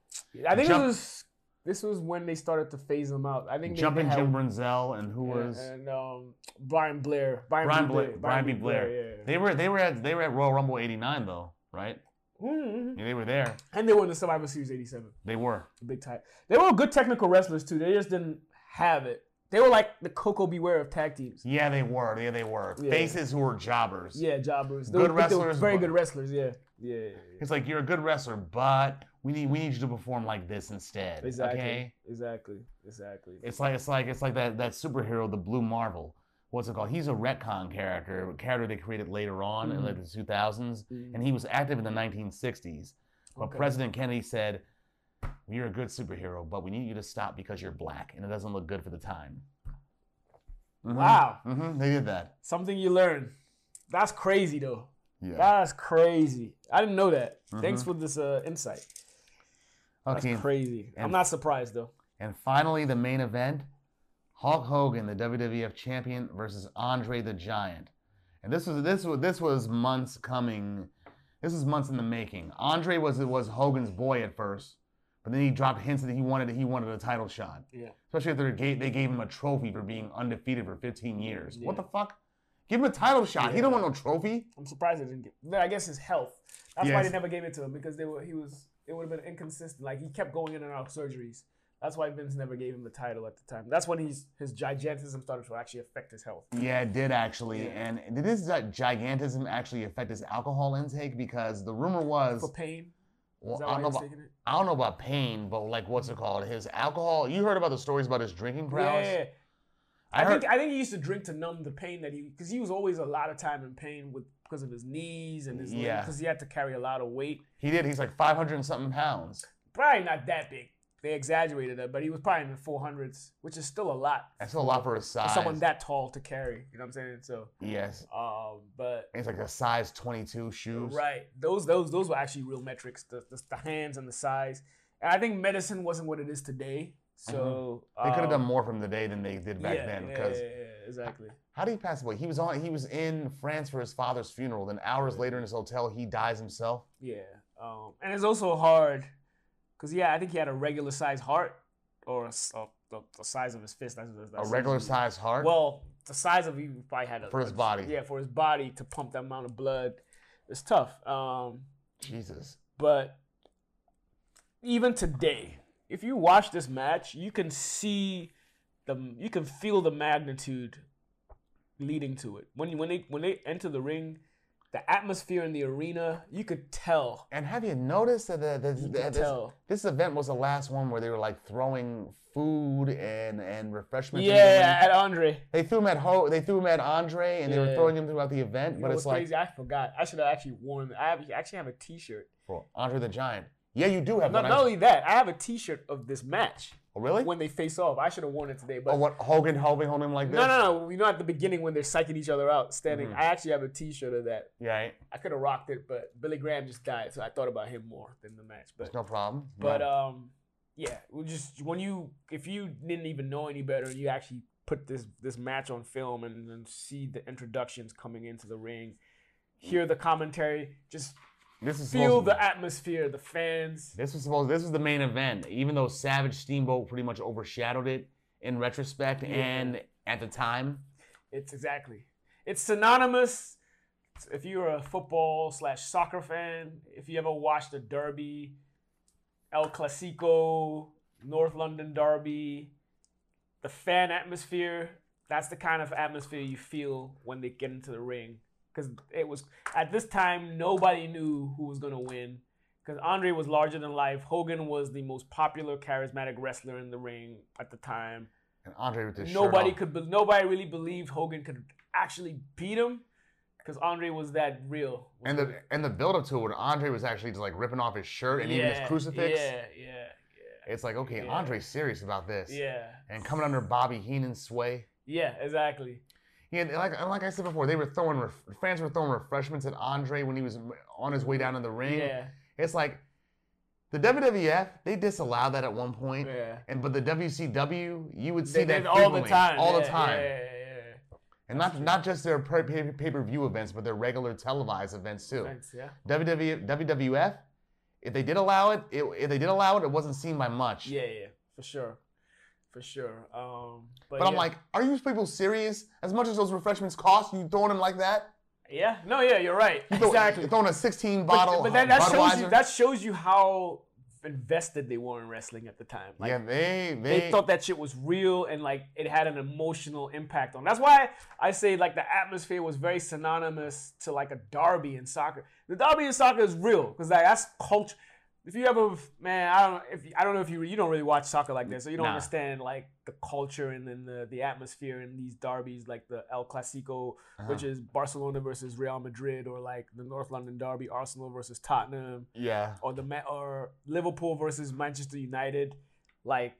[SPEAKER 2] I think
[SPEAKER 1] Jump-
[SPEAKER 2] this was this was when they started to phase them out. I think they-
[SPEAKER 1] Jumping
[SPEAKER 2] they
[SPEAKER 1] Jim
[SPEAKER 2] had,
[SPEAKER 1] Brunzel and who was
[SPEAKER 2] and um, Brian Blair. Brian,
[SPEAKER 1] Brian
[SPEAKER 2] B.
[SPEAKER 1] Blair. Brian B. Blair.
[SPEAKER 2] Blair, yeah.
[SPEAKER 1] They were they were at they were at Royal Rumble '89 though, right?
[SPEAKER 2] Mhm.
[SPEAKER 1] Yeah, they were there.
[SPEAKER 2] And they won the Survivor Series '87.
[SPEAKER 1] They were.
[SPEAKER 2] Big time. They were good technical wrestlers too. They just didn't have it. They were like the Coco Beware of tag teams.
[SPEAKER 1] Yeah, they were. Yeah, they were.
[SPEAKER 2] Yeah.
[SPEAKER 1] Faces who were jobbers.
[SPEAKER 2] Yeah, jobbers. They
[SPEAKER 1] Good
[SPEAKER 2] were, but they were
[SPEAKER 1] wrestlers,
[SPEAKER 2] very
[SPEAKER 1] but-
[SPEAKER 2] good wrestlers. Yeah. Yeah. yeah, yeah.
[SPEAKER 1] It's like you're a good wrestler, but we need we need you to perform like this instead.
[SPEAKER 2] Exactly.
[SPEAKER 1] Okay.
[SPEAKER 2] Exactly. Exactly.
[SPEAKER 1] It's like it's like it's like that that superhero, the Blue Marvel. What's it called? He's a retcon character, a character they created later on
[SPEAKER 2] Mm-hmm.
[SPEAKER 1] in like the 2000s,
[SPEAKER 2] Mhm.
[SPEAKER 1] and he was active in the 1960s. But
[SPEAKER 2] Okay.
[SPEAKER 1] President Kennedy said, "You're a good superhero, but we need you to stop because you're black, and it doesn't look good for the time." Mhm.
[SPEAKER 2] Wow.
[SPEAKER 1] Mhm, They did that.
[SPEAKER 2] Something you learn. That's crazy though.
[SPEAKER 1] Yeah. Mm-hmm.
[SPEAKER 2] That's crazy. I didn't know that. Thanks for this uh, insight. That's
[SPEAKER 1] okay.
[SPEAKER 2] crazy. I'm
[SPEAKER 1] And-
[SPEAKER 2] not surprised though.
[SPEAKER 1] And finally, the main event Hulk Hogan, the WWF champion, versus Andre the Giant. And this was this was this was months coming. This was months in the making. Andre was was Hogan's boy at first, but then he dropped hints that he wanted he wanted a title shot.
[SPEAKER 2] Yeah.
[SPEAKER 1] Especially after they gave, they gave him a trophy for being undefeated for 15 years. What
[SPEAKER 2] Yeah.
[SPEAKER 1] the fuck? Give him a title shot. He don't
[SPEAKER 2] Yeah.
[SPEAKER 1] want no trophy.
[SPEAKER 2] I'm surprised they didn't get. but I guess his health. That's why
[SPEAKER 1] Yes.
[SPEAKER 2] they never gave it to him because they were he was it would have been inconsistent. Like he kept going in and out of surgeries. That's why Vince never gave him the title at the time. That's when he's, his gigantism started to actually affect his health.
[SPEAKER 1] Yeah, it did actually.
[SPEAKER 2] Yeah.
[SPEAKER 1] And did this gi- gigantism actually affect his alcohol intake? Because the rumor was,
[SPEAKER 2] For pain?
[SPEAKER 1] well,
[SPEAKER 2] Is that
[SPEAKER 1] I,
[SPEAKER 2] why
[SPEAKER 1] don't
[SPEAKER 2] he
[SPEAKER 1] know
[SPEAKER 2] was
[SPEAKER 1] about,
[SPEAKER 2] taking it?
[SPEAKER 1] I don't know about pain, but like what's it called? His alcohol. You heard about the stories about his drinking prowess?
[SPEAKER 2] Yeah. I,
[SPEAKER 1] I heard.
[SPEAKER 2] think I think he used to drink to numb the pain that he because he was always a lot of time in pain with because of his knees and his yeah.
[SPEAKER 1] Yeah.
[SPEAKER 2] because he had to carry a lot of weight.
[SPEAKER 1] he did. He's like 500 and something pounds.
[SPEAKER 2] Probably not that big. They exaggerated that, but he was probably in the 400s, which is still a lot
[SPEAKER 1] That's still a lot for his
[SPEAKER 2] for
[SPEAKER 1] size.
[SPEAKER 2] someone that tall to carry. You know what I'm saying? So,
[SPEAKER 1] Yes.
[SPEAKER 2] um, but
[SPEAKER 1] And It's like a size 22 shoes.
[SPEAKER 2] right, those those those were actually real metrics, the, the, the hands and the size. And I think medicine wasn't what it is today. So
[SPEAKER 1] Mm-hmm. They could have
[SPEAKER 2] um,
[SPEAKER 1] done more from the day than they did back
[SPEAKER 2] yeah,
[SPEAKER 1] then.
[SPEAKER 2] yeah,
[SPEAKER 1] Because
[SPEAKER 2] yeah, yeah, exactly.
[SPEAKER 1] how did he pass away? He was on. He was in France for his father's funeral. Then hours later in his hotel, he dies himself.
[SPEAKER 2] Yeah, um, and it's also hard because yeah, I think he had a regular size heart or a, s- a- the, the size of his fist. That's, that's,
[SPEAKER 1] A
[SPEAKER 2] that's
[SPEAKER 1] regular
[SPEAKER 2] usually-
[SPEAKER 1] size heart.
[SPEAKER 2] Well, the size of he probably had a,
[SPEAKER 1] For his
[SPEAKER 2] a-
[SPEAKER 1] body.
[SPEAKER 2] Yeah, for his body to pump that amount of blood, it's tough. Um,
[SPEAKER 1] Jesus.
[SPEAKER 2] but even today, if you watch this match, you can see the you can feel the magnitude leading to it. When you, when they when they enter the ring, the atmosphere in the arena, you could tell.
[SPEAKER 1] And have you noticed that the, the,
[SPEAKER 2] You
[SPEAKER 1] the-
[SPEAKER 2] can
[SPEAKER 1] this,
[SPEAKER 2] tell.
[SPEAKER 1] this event was the last one where they were like throwing food and and refreshments? in the
[SPEAKER 2] Yeah,
[SPEAKER 1] ring?
[SPEAKER 2] at Andre.
[SPEAKER 1] They threw him at Ho. They threw him at Andre, and they were
[SPEAKER 2] Yeah.
[SPEAKER 1] throwing him throughout the event.
[SPEAKER 2] You
[SPEAKER 1] but
[SPEAKER 2] know
[SPEAKER 1] it's
[SPEAKER 2] what's
[SPEAKER 1] like
[SPEAKER 2] crazy? I forgot. I should have actually worn. I have, actually have a T-shirt.
[SPEAKER 1] for Andre the Giant. Yeah, you do have
[SPEAKER 2] Not,
[SPEAKER 1] one.
[SPEAKER 2] not only that, I have a T-shirt of this match
[SPEAKER 1] Oh, really?
[SPEAKER 2] when they face off. I should have worn it today, but
[SPEAKER 1] oh, what Hogan holding holding him like this?
[SPEAKER 2] no, no, no. You know, at the beginning when they're psyching each other out, standing.
[SPEAKER 1] Mhm.
[SPEAKER 2] I actually have a T-shirt of that.
[SPEAKER 1] Yeah, right.
[SPEAKER 2] I could have rocked it, but Billy Graham just died, so I thought about him more than the match. But
[SPEAKER 1] It's no problem.
[SPEAKER 2] but
[SPEAKER 1] No.
[SPEAKER 2] um, yeah, we just when you if you didn't even know any better, and you actually put this this match on film and, and see the introductions coming into the ring, hear the commentary, just
[SPEAKER 1] this is
[SPEAKER 2] feel
[SPEAKER 1] supposed to
[SPEAKER 2] the atmosphere, the fans.
[SPEAKER 1] be- This was supposed. This was the main event. Even though Savage Steamboat pretty much overshadowed it in retrospect
[SPEAKER 2] Yeah.
[SPEAKER 1] and at the time.
[SPEAKER 2] It's exactly. It's synonymous. If you're a football slash soccer fan, if you ever watched the Derby, El Clasico, North London Derby, the fan atmosphere. That's the kind of atmosphere you feel when they get into the ring. Because it was at this time nobody knew who was gonna win. Because Andre was larger than life. Hogan was the most popular, charismatic wrestler in the ring at the time
[SPEAKER 1] And Andre with his
[SPEAKER 2] nobody
[SPEAKER 1] shirt off.
[SPEAKER 2] could be- nobody really believed Hogan could actually beat him because Andre was that real.
[SPEAKER 1] And the and the build up to it, when Andre was actually just like ripping off his shirt and even his crucifix.
[SPEAKER 2] Yeah, yeah,
[SPEAKER 1] It's like okay,
[SPEAKER 2] Yeah.
[SPEAKER 1] Andre's serious about this.
[SPEAKER 2] yeah,
[SPEAKER 1] And coming under Bobby Heenan's sway.
[SPEAKER 2] yeah, exactly.
[SPEAKER 1] Yeah, and like and like I said before, they were throwing ref- fans were throwing refreshments at Andre when he was on his way down in the ring.
[SPEAKER 2] Yeah,
[SPEAKER 1] It's like the WWF they disallowed that at one point,
[SPEAKER 2] yeah.
[SPEAKER 1] and but the WCW you would see
[SPEAKER 2] They
[SPEAKER 1] that
[SPEAKER 2] did all the
[SPEAKER 1] frequently,
[SPEAKER 2] time,
[SPEAKER 1] all the
[SPEAKER 2] yeah,
[SPEAKER 1] time,
[SPEAKER 2] Yeah, yeah, yeah.
[SPEAKER 1] and not not just their pay per view events, but their regular televised events too.
[SPEAKER 2] Thanks, yeah.
[SPEAKER 1] WW, WWF, if they did allow it, it, if they did allow it, it wasn't seen by much.
[SPEAKER 2] yeah, yeah, for sure, for sure. Um, but,
[SPEAKER 1] But I'm
[SPEAKER 2] yeah.
[SPEAKER 1] like, are you people serious? As much as those refreshments cost, you throwing them like that?
[SPEAKER 2] yeah, no, yeah, you're right,
[SPEAKER 1] You throw-
[SPEAKER 2] exactly.
[SPEAKER 1] You're throwing a 16
[SPEAKER 2] But-
[SPEAKER 1] bottle.
[SPEAKER 2] but, that, that
[SPEAKER 1] Budweiser?
[SPEAKER 2] shows you that shows you how invested they were in wrestling at the time. Like,
[SPEAKER 1] yeah, they they,
[SPEAKER 2] they, thought that shit was real and like it had an emotional impact on. That's why I say like the atmosphere was very synonymous to like a derby in soccer. The derby in soccer is real because like that's culture. If you ever man, I don't if I don't know if you you don't really watch soccer like that, so you don't
[SPEAKER 1] Nah.
[SPEAKER 2] understand like the culture and then the the atmosphere in these derbies like the El Clasico,
[SPEAKER 1] Uh-huh.
[SPEAKER 2] which is Barcelona versus Real Madrid, or like the North London derby, Arsenal versus Tottenham
[SPEAKER 1] yeah.
[SPEAKER 2] or the Ma- or Liverpool versus Manchester United, like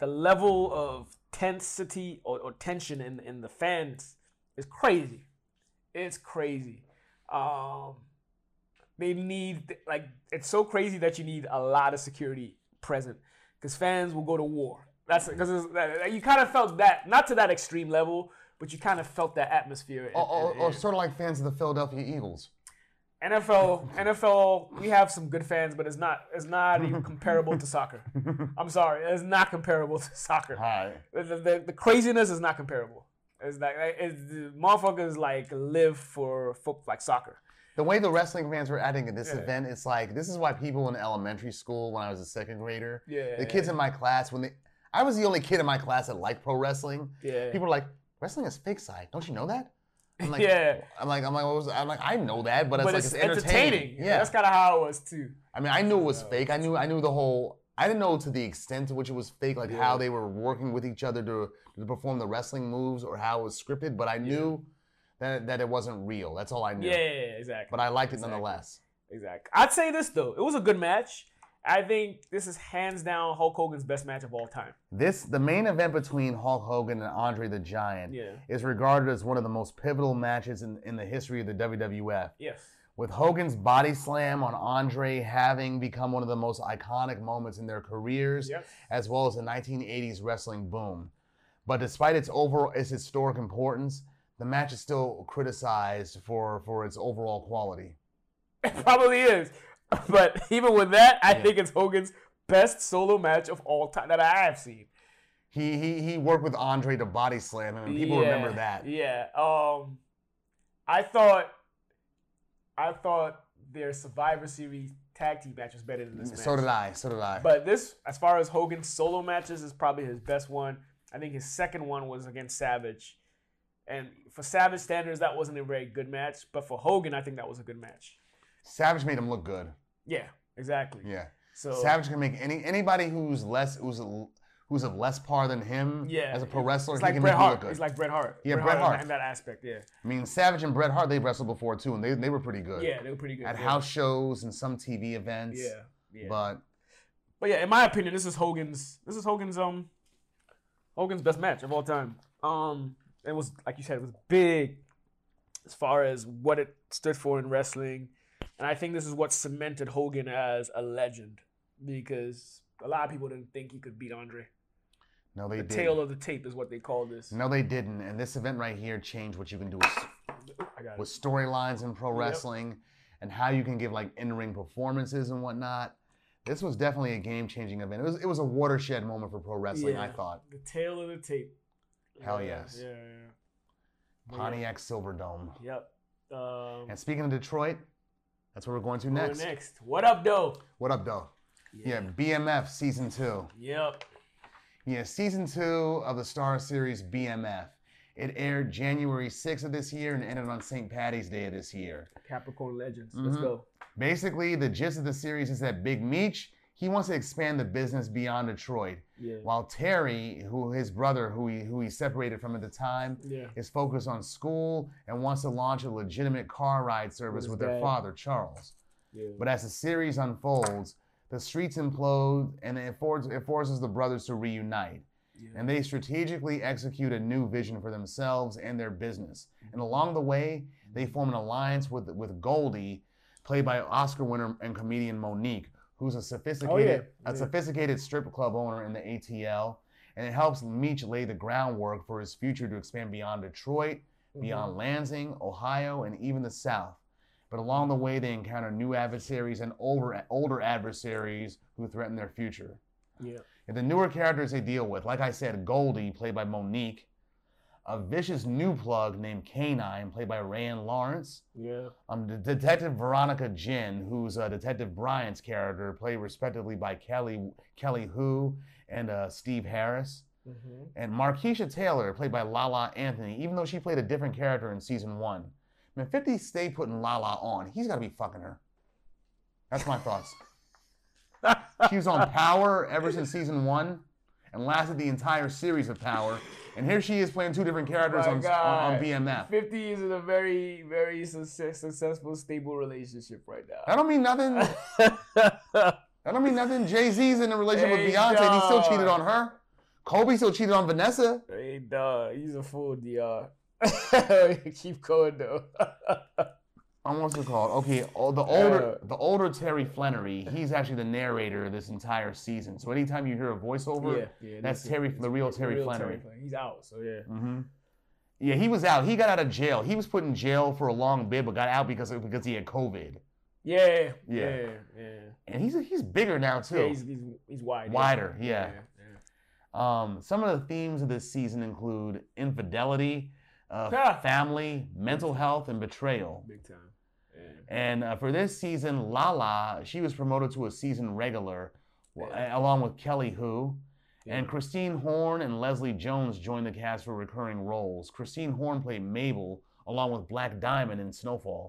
[SPEAKER 2] the level of tensity or, or tension in, in the fans is crazy. It's crazy. Um, they need like it's so crazy that you need a lot of security present because fans will go to war. That's because you kind of felt that not to that extreme level, but you kind of felt that atmosphere. in-
[SPEAKER 1] Or, or,
[SPEAKER 2] in-
[SPEAKER 1] or
[SPEAKER 2] in-
[SPEAKER 1] Oh, sort of like fans of the Philadelphia Eagles.
[SPEAKER 2] NFL, NFL, we have some good fans, but it's not it's not even comparable to soccer. I'm sorry, it's not comparable to soccer.
[SPEAKER 1] Hi.
[SPEAKER 2] The, the, the- the craziness is not comparable. It's like it's, the motherfuckers like live for foot like soccer.
[SPEAKER 1] the way the wrestling fans were acting at this
[SPEAKER 2] Yeah.
[SPEAKER 1] event, it's like this is why people in elementary school, when I was a second grader,
[SPEAKER 2] Yeah.
[SPEAKER 1] the kids in my class, when they, I was the only kid in my class that liked pro wrestling.
[SPEAKER 2] yeah.
[SPEAKER 1] People were like, "Wrestling is fake side, don't you know that?" I'm like,
[SPEAKER 2] yeah.
[SPEAKER 1] I'm like, I'm like, what was, I'm like, I know that, but,
[SPEAKER 2] But
[SPEAKER 1] it's,
[SPEAKER 2] it's,
[SPEAKER 1] like it's entertaining.
[SPEAKER 2] entertaining.
[SPEAKER 1] Yeah,
[SPEAKER 2] That's kind of how it was too.
[SPEAKER 1] I mean, I knew it was
[SPEAKER 2] Yeah.
[SPEAKER 1] fake. I knew, I knew the whole. I didn't know to the extent to which it was fake, like
[SPEAKER 2] Yeah.
[SPEAKER 1] how they were working with each other to, to perform the wrestling moves or how it was scripted. But I
[SPEAKER 2] Yeah.
[SPEAKER 1] knew that that it wasn't real. That's all I knew.
[SPEAKER 2] Yeah, yeah, yeah, exactly.
[SPEAKER 1] But I liked it
[SPEAKER 2] Exactly.
[SPEAKER 1] nonetheless.
[SPEAKER 2] Exactly. I'd say this though. It was a good match. I think this is hands down Hulk Hogan's best match of all time.
[SPEAKER 1] This the main event between Hulk Hogan and Andre the Giant
[SPEAKER 2] Yeah.
[SPEAKER 1] is regarded as one of the most pivotal matches in, in the history of the WWF.
[SPEAKER 2] Yes.
[SPEAKER 1] With Hogan's body slam on Andre having become one of the most iconic moments in their careers,
[SPEAKER 2] Yep.
[SPEAKER 1] as well as the 1980s wrestling boom. But despite its overall its historic importance, the match is still criticized for, for its overall quality.
[SPEAKER 2] It probably is. But even with that, I
[SPEAKER 1] Yeah.
[SPEAKER 2] think it's Hogan's best solo match of all time that I have seen.
[SPEAKER 1] He he, he worked with Andre to body slam him, and people
[SPEAKER 2] Yeah,
[SPEAKER 1] remember that.
[SPEAKER 2] Yeah. Um, I thought, I thought their Survivor Series tag team match was better than this.
[SPEAKER 1] Mm, So
[SPEAKER 2] match.
[SPEAKER 1] did I. So did I.
[SPEAKER 2] But this, as far as Hogan's solo matches, is probably his best one. I think his second one was against Savage, and for Savage standards, that wasn't a very good match. But for Hogan, I think that was a good match.
[SPEAKER 1] Savage made him look good.
[SPEAKER 2] Yeah, exactly.
[SPEAKER 1] Yeah.
[SPEAKER 2] So
[SPEAKER 1] Savage can make any anybody who's less who's a, who's of less par than him
[SPEAKER 2] Yeah,
[SPEAKER 1] as a pro wrestler.
[SPEAKER 2] it's
[SPEAKER 1] he
[SPEAKER 2] like
[SPEAKER 1] can
[SPEAKER 2] Bret
[SPEAKER 1] make him look
[SPEAKER 2] Hart.
[SPEAKER 1] good.
[SPEAKER 2] It's like Bret Hart.
[SPEAKER 1] Yeah, Bret
[SPEAKER 2] in that-
[SPEAKER 1] Hart.
[SPEAKER 2] in that aspect. Yeah,
[SPEAKER 1] I mean, Savage and Bret Hart they wrestled before too, and they they were pretty good.
[SPEAKER 2] yeah, they were pretty good.
[SPEAKER 1] At
[SPEAKER 2] yeah.
[SPEAKER 1] house shows and some TV events.
[SPEAKER 2] Yeah, yeah.
[SPEAKER 1] But
[SPEAKER 2] But yeah, in my opinion, this is Hogan's. This is Hogan's um, Hogan's best match of all time. Um, it was like you said, it was big as far as what it stood for in wrestling, and I think this is what cemented Hogan as a legend because a lot of people didn't think he could beat Andre.
[SPEAKER 1] no, they
[SPEAKER 2] The
[SPEAKER 1] did.
[SPEAKER 2] tail of the tape is what they call this.
[SPEAKER 1] No, they didn't. And this event right here changed what you can do with,
[SPEAKER 2] I got
[SPEAKER 1] with
[SPEAKER 2] it.
[SPEAKER 1] storylines in pro
[SPEAKER 2] Yep.
[SPEAKER 1] wrestling and how you can give like in ring performances and whatnot. This was definitely a game changing event. It was, it was a watershed moment for pro wrestling, I
[SPEAKER 2] Yeah.
[SPEAKER 1] thought.
[SPEAKER 2] The tail of the tape.
[SPEAKER 1] Hell
[SPEAKER 2] Yeah,
[SPEAKER 1] yes.
[SPEAKER 2] Yeah. yeah. But yeah,
[SPEAKER 1] Pontiac Silverdome.
[SPEAKER 2] Yep. Um,
[SPEAKER 1] And speaking of Detroit, that's where we're going to
[SPEAKER 2] going
[SPEAKER 1] next.
[SPEAKER 2] next. What up, though?
[SPEAKER 1] What up, though? Yeah. BMF season two.
[SPEAKER 2] Yep.
[SPEAKER 1] Yeah, season two of the Star Series BMF. It aired January 6th of this year and ended on St. Patty's Day of this year.
[SPEAKER 2] Capricorn Legends.
[SPEAKER 1] Let's Mhm.
[SPEAKER 2] go.
[SPEAKER 1] Basically, the gist of the series is that Big Meech, he wants to expand the business beyond Detroit,
[SPEAKER 2] Yeah.
[SPEAKER 1] while Terry, who his brother, who he, who he separated from at the time,
[SPEAKER 2] Yeah.
[SPEAKER 1] is focused on school and wants to launch a legitimate car ride service
[SPEAKER 2] his
[SPEAKER 1] with
[SPEAKER 2] dad.
[SPEAKER 1] their father, Charles.
[SPEAKER 2] Yeah.
[SPEAKER 1] But as the series unfolds, the streets implode and it, forces it forces the brothers to reunite. And they strategically execute a new vision for themselves and their business. And along the way, they form an alliance with, with Goldie, played by Oscar winner and comedian Monique, who's a sophisticated
[SPEAKER 2] Oh, yeah.
[SPEAKER 1] a sophisticated strip club owner in the ATL. And it helps Meach lay the groundwork for his future to expand beyond Detroit,
[SPEAKER 2] Mm-hmm.
[SPEAKER 1] beyond Lansing, Ohio, and even the South. But along the way, they encounter new adversaries and older, older adversaries who threaten their future.
[SPEAKER 2] Yeah.
[SPEAKER 1] And the newer characters they deal with, like I said, Goldie, played by Monique, a vicious new plug named Canine, played by Rand Lawrence,
[SPEAKER 2] Yeah.
[SPEAKER 1] um, De- Detective Veronica Jin, who's uh, Detective Bryant's character, played respectively by Kelly Kelly Who and uh, Steve Harris,
[SPEAKER 2] Mm-hmm.
[SPEAKER 1] and Markeisha Taylor, played by Lala Anthony, even though she played a different character in season one. Man, 50 stay putting Lala on. He's got to be fucking her. That's my thoughts. She was on Power ever since season one and lasted the entire series of Power. And here she is playing two different characters
[SPEAKER 2] My
[SPEAKER 1] on, on,
[SPEAKER 2] God.
[SPEAKER 1] on BMF.
[SPEAKER 2] 50 is in a very, very success, successful, stable relationship right now.
[SPEAKER 1] That don't mean nothing. That don't mean nothing. Jay Z's in a relationship
[SPEAKER 2] Hey,
[SPEAKER 1] with Beyonce. and He still
[SPEAKER 2] dog.
[SPEAKER 1] cheated on her. Kobe still cheated on Vanessa.
[SPEAKER 2] hey, duh. He's a fool, DR. Keep going, though.
[SPEAKER 1] I Um, what's it called? Okay, all,
[SPEAKER 2] Uh,
[SPEAKER 1] the older
[SPEAKER 2] Yeah.
[SPEAKER 1] the older Terry Flannery, he's actually the narrator of this entire season. So anytime you hear a voiceover,
[SPEAKER 2] yeah.
[SPEAKER 1] that's Terry, the real Terry Flannery.
[SPEAKER 2] He's out, so yeah.
[SPEAKER 1] hmm Yeah, he was out. He got out of jail. He was put in jail for a long bit, but got out because because he had COVID.
[SPEAKER 2] Yeah. Yeah. Yeah.
[SPEAKER 1] Yeah.
[SPEAKER 2] Yeah.
[SPEAKER 1] And he's he's bigger now too.
[SPEAKER 2] Yeah, he's, he's, he's wide.
[SPEAKER 1] Wider, yeah.
[SPEAKER 2] yeah.
[SPEAKER 1] um, some of the themes of this season include infidelity, uh,
[SPEAKER 2] Yeah.
[SPEAKER 1] family, mental health, and betrayal.
[SPEAKER 2] Big time.
[SPEAKER 1] And uh, for this season, Lala, she was promoted to a season regular w-
[SPEAKER 2] Yeah.
[SPEAKER 1] along with Kelly Who.
[SPEAKER 2] Yeah.
[SPEAKER 1] And Christine Horn and Leslie Jones joined the cast for recurring roles. Christine Horn played Mabel along with Black Diamond in Snowfall.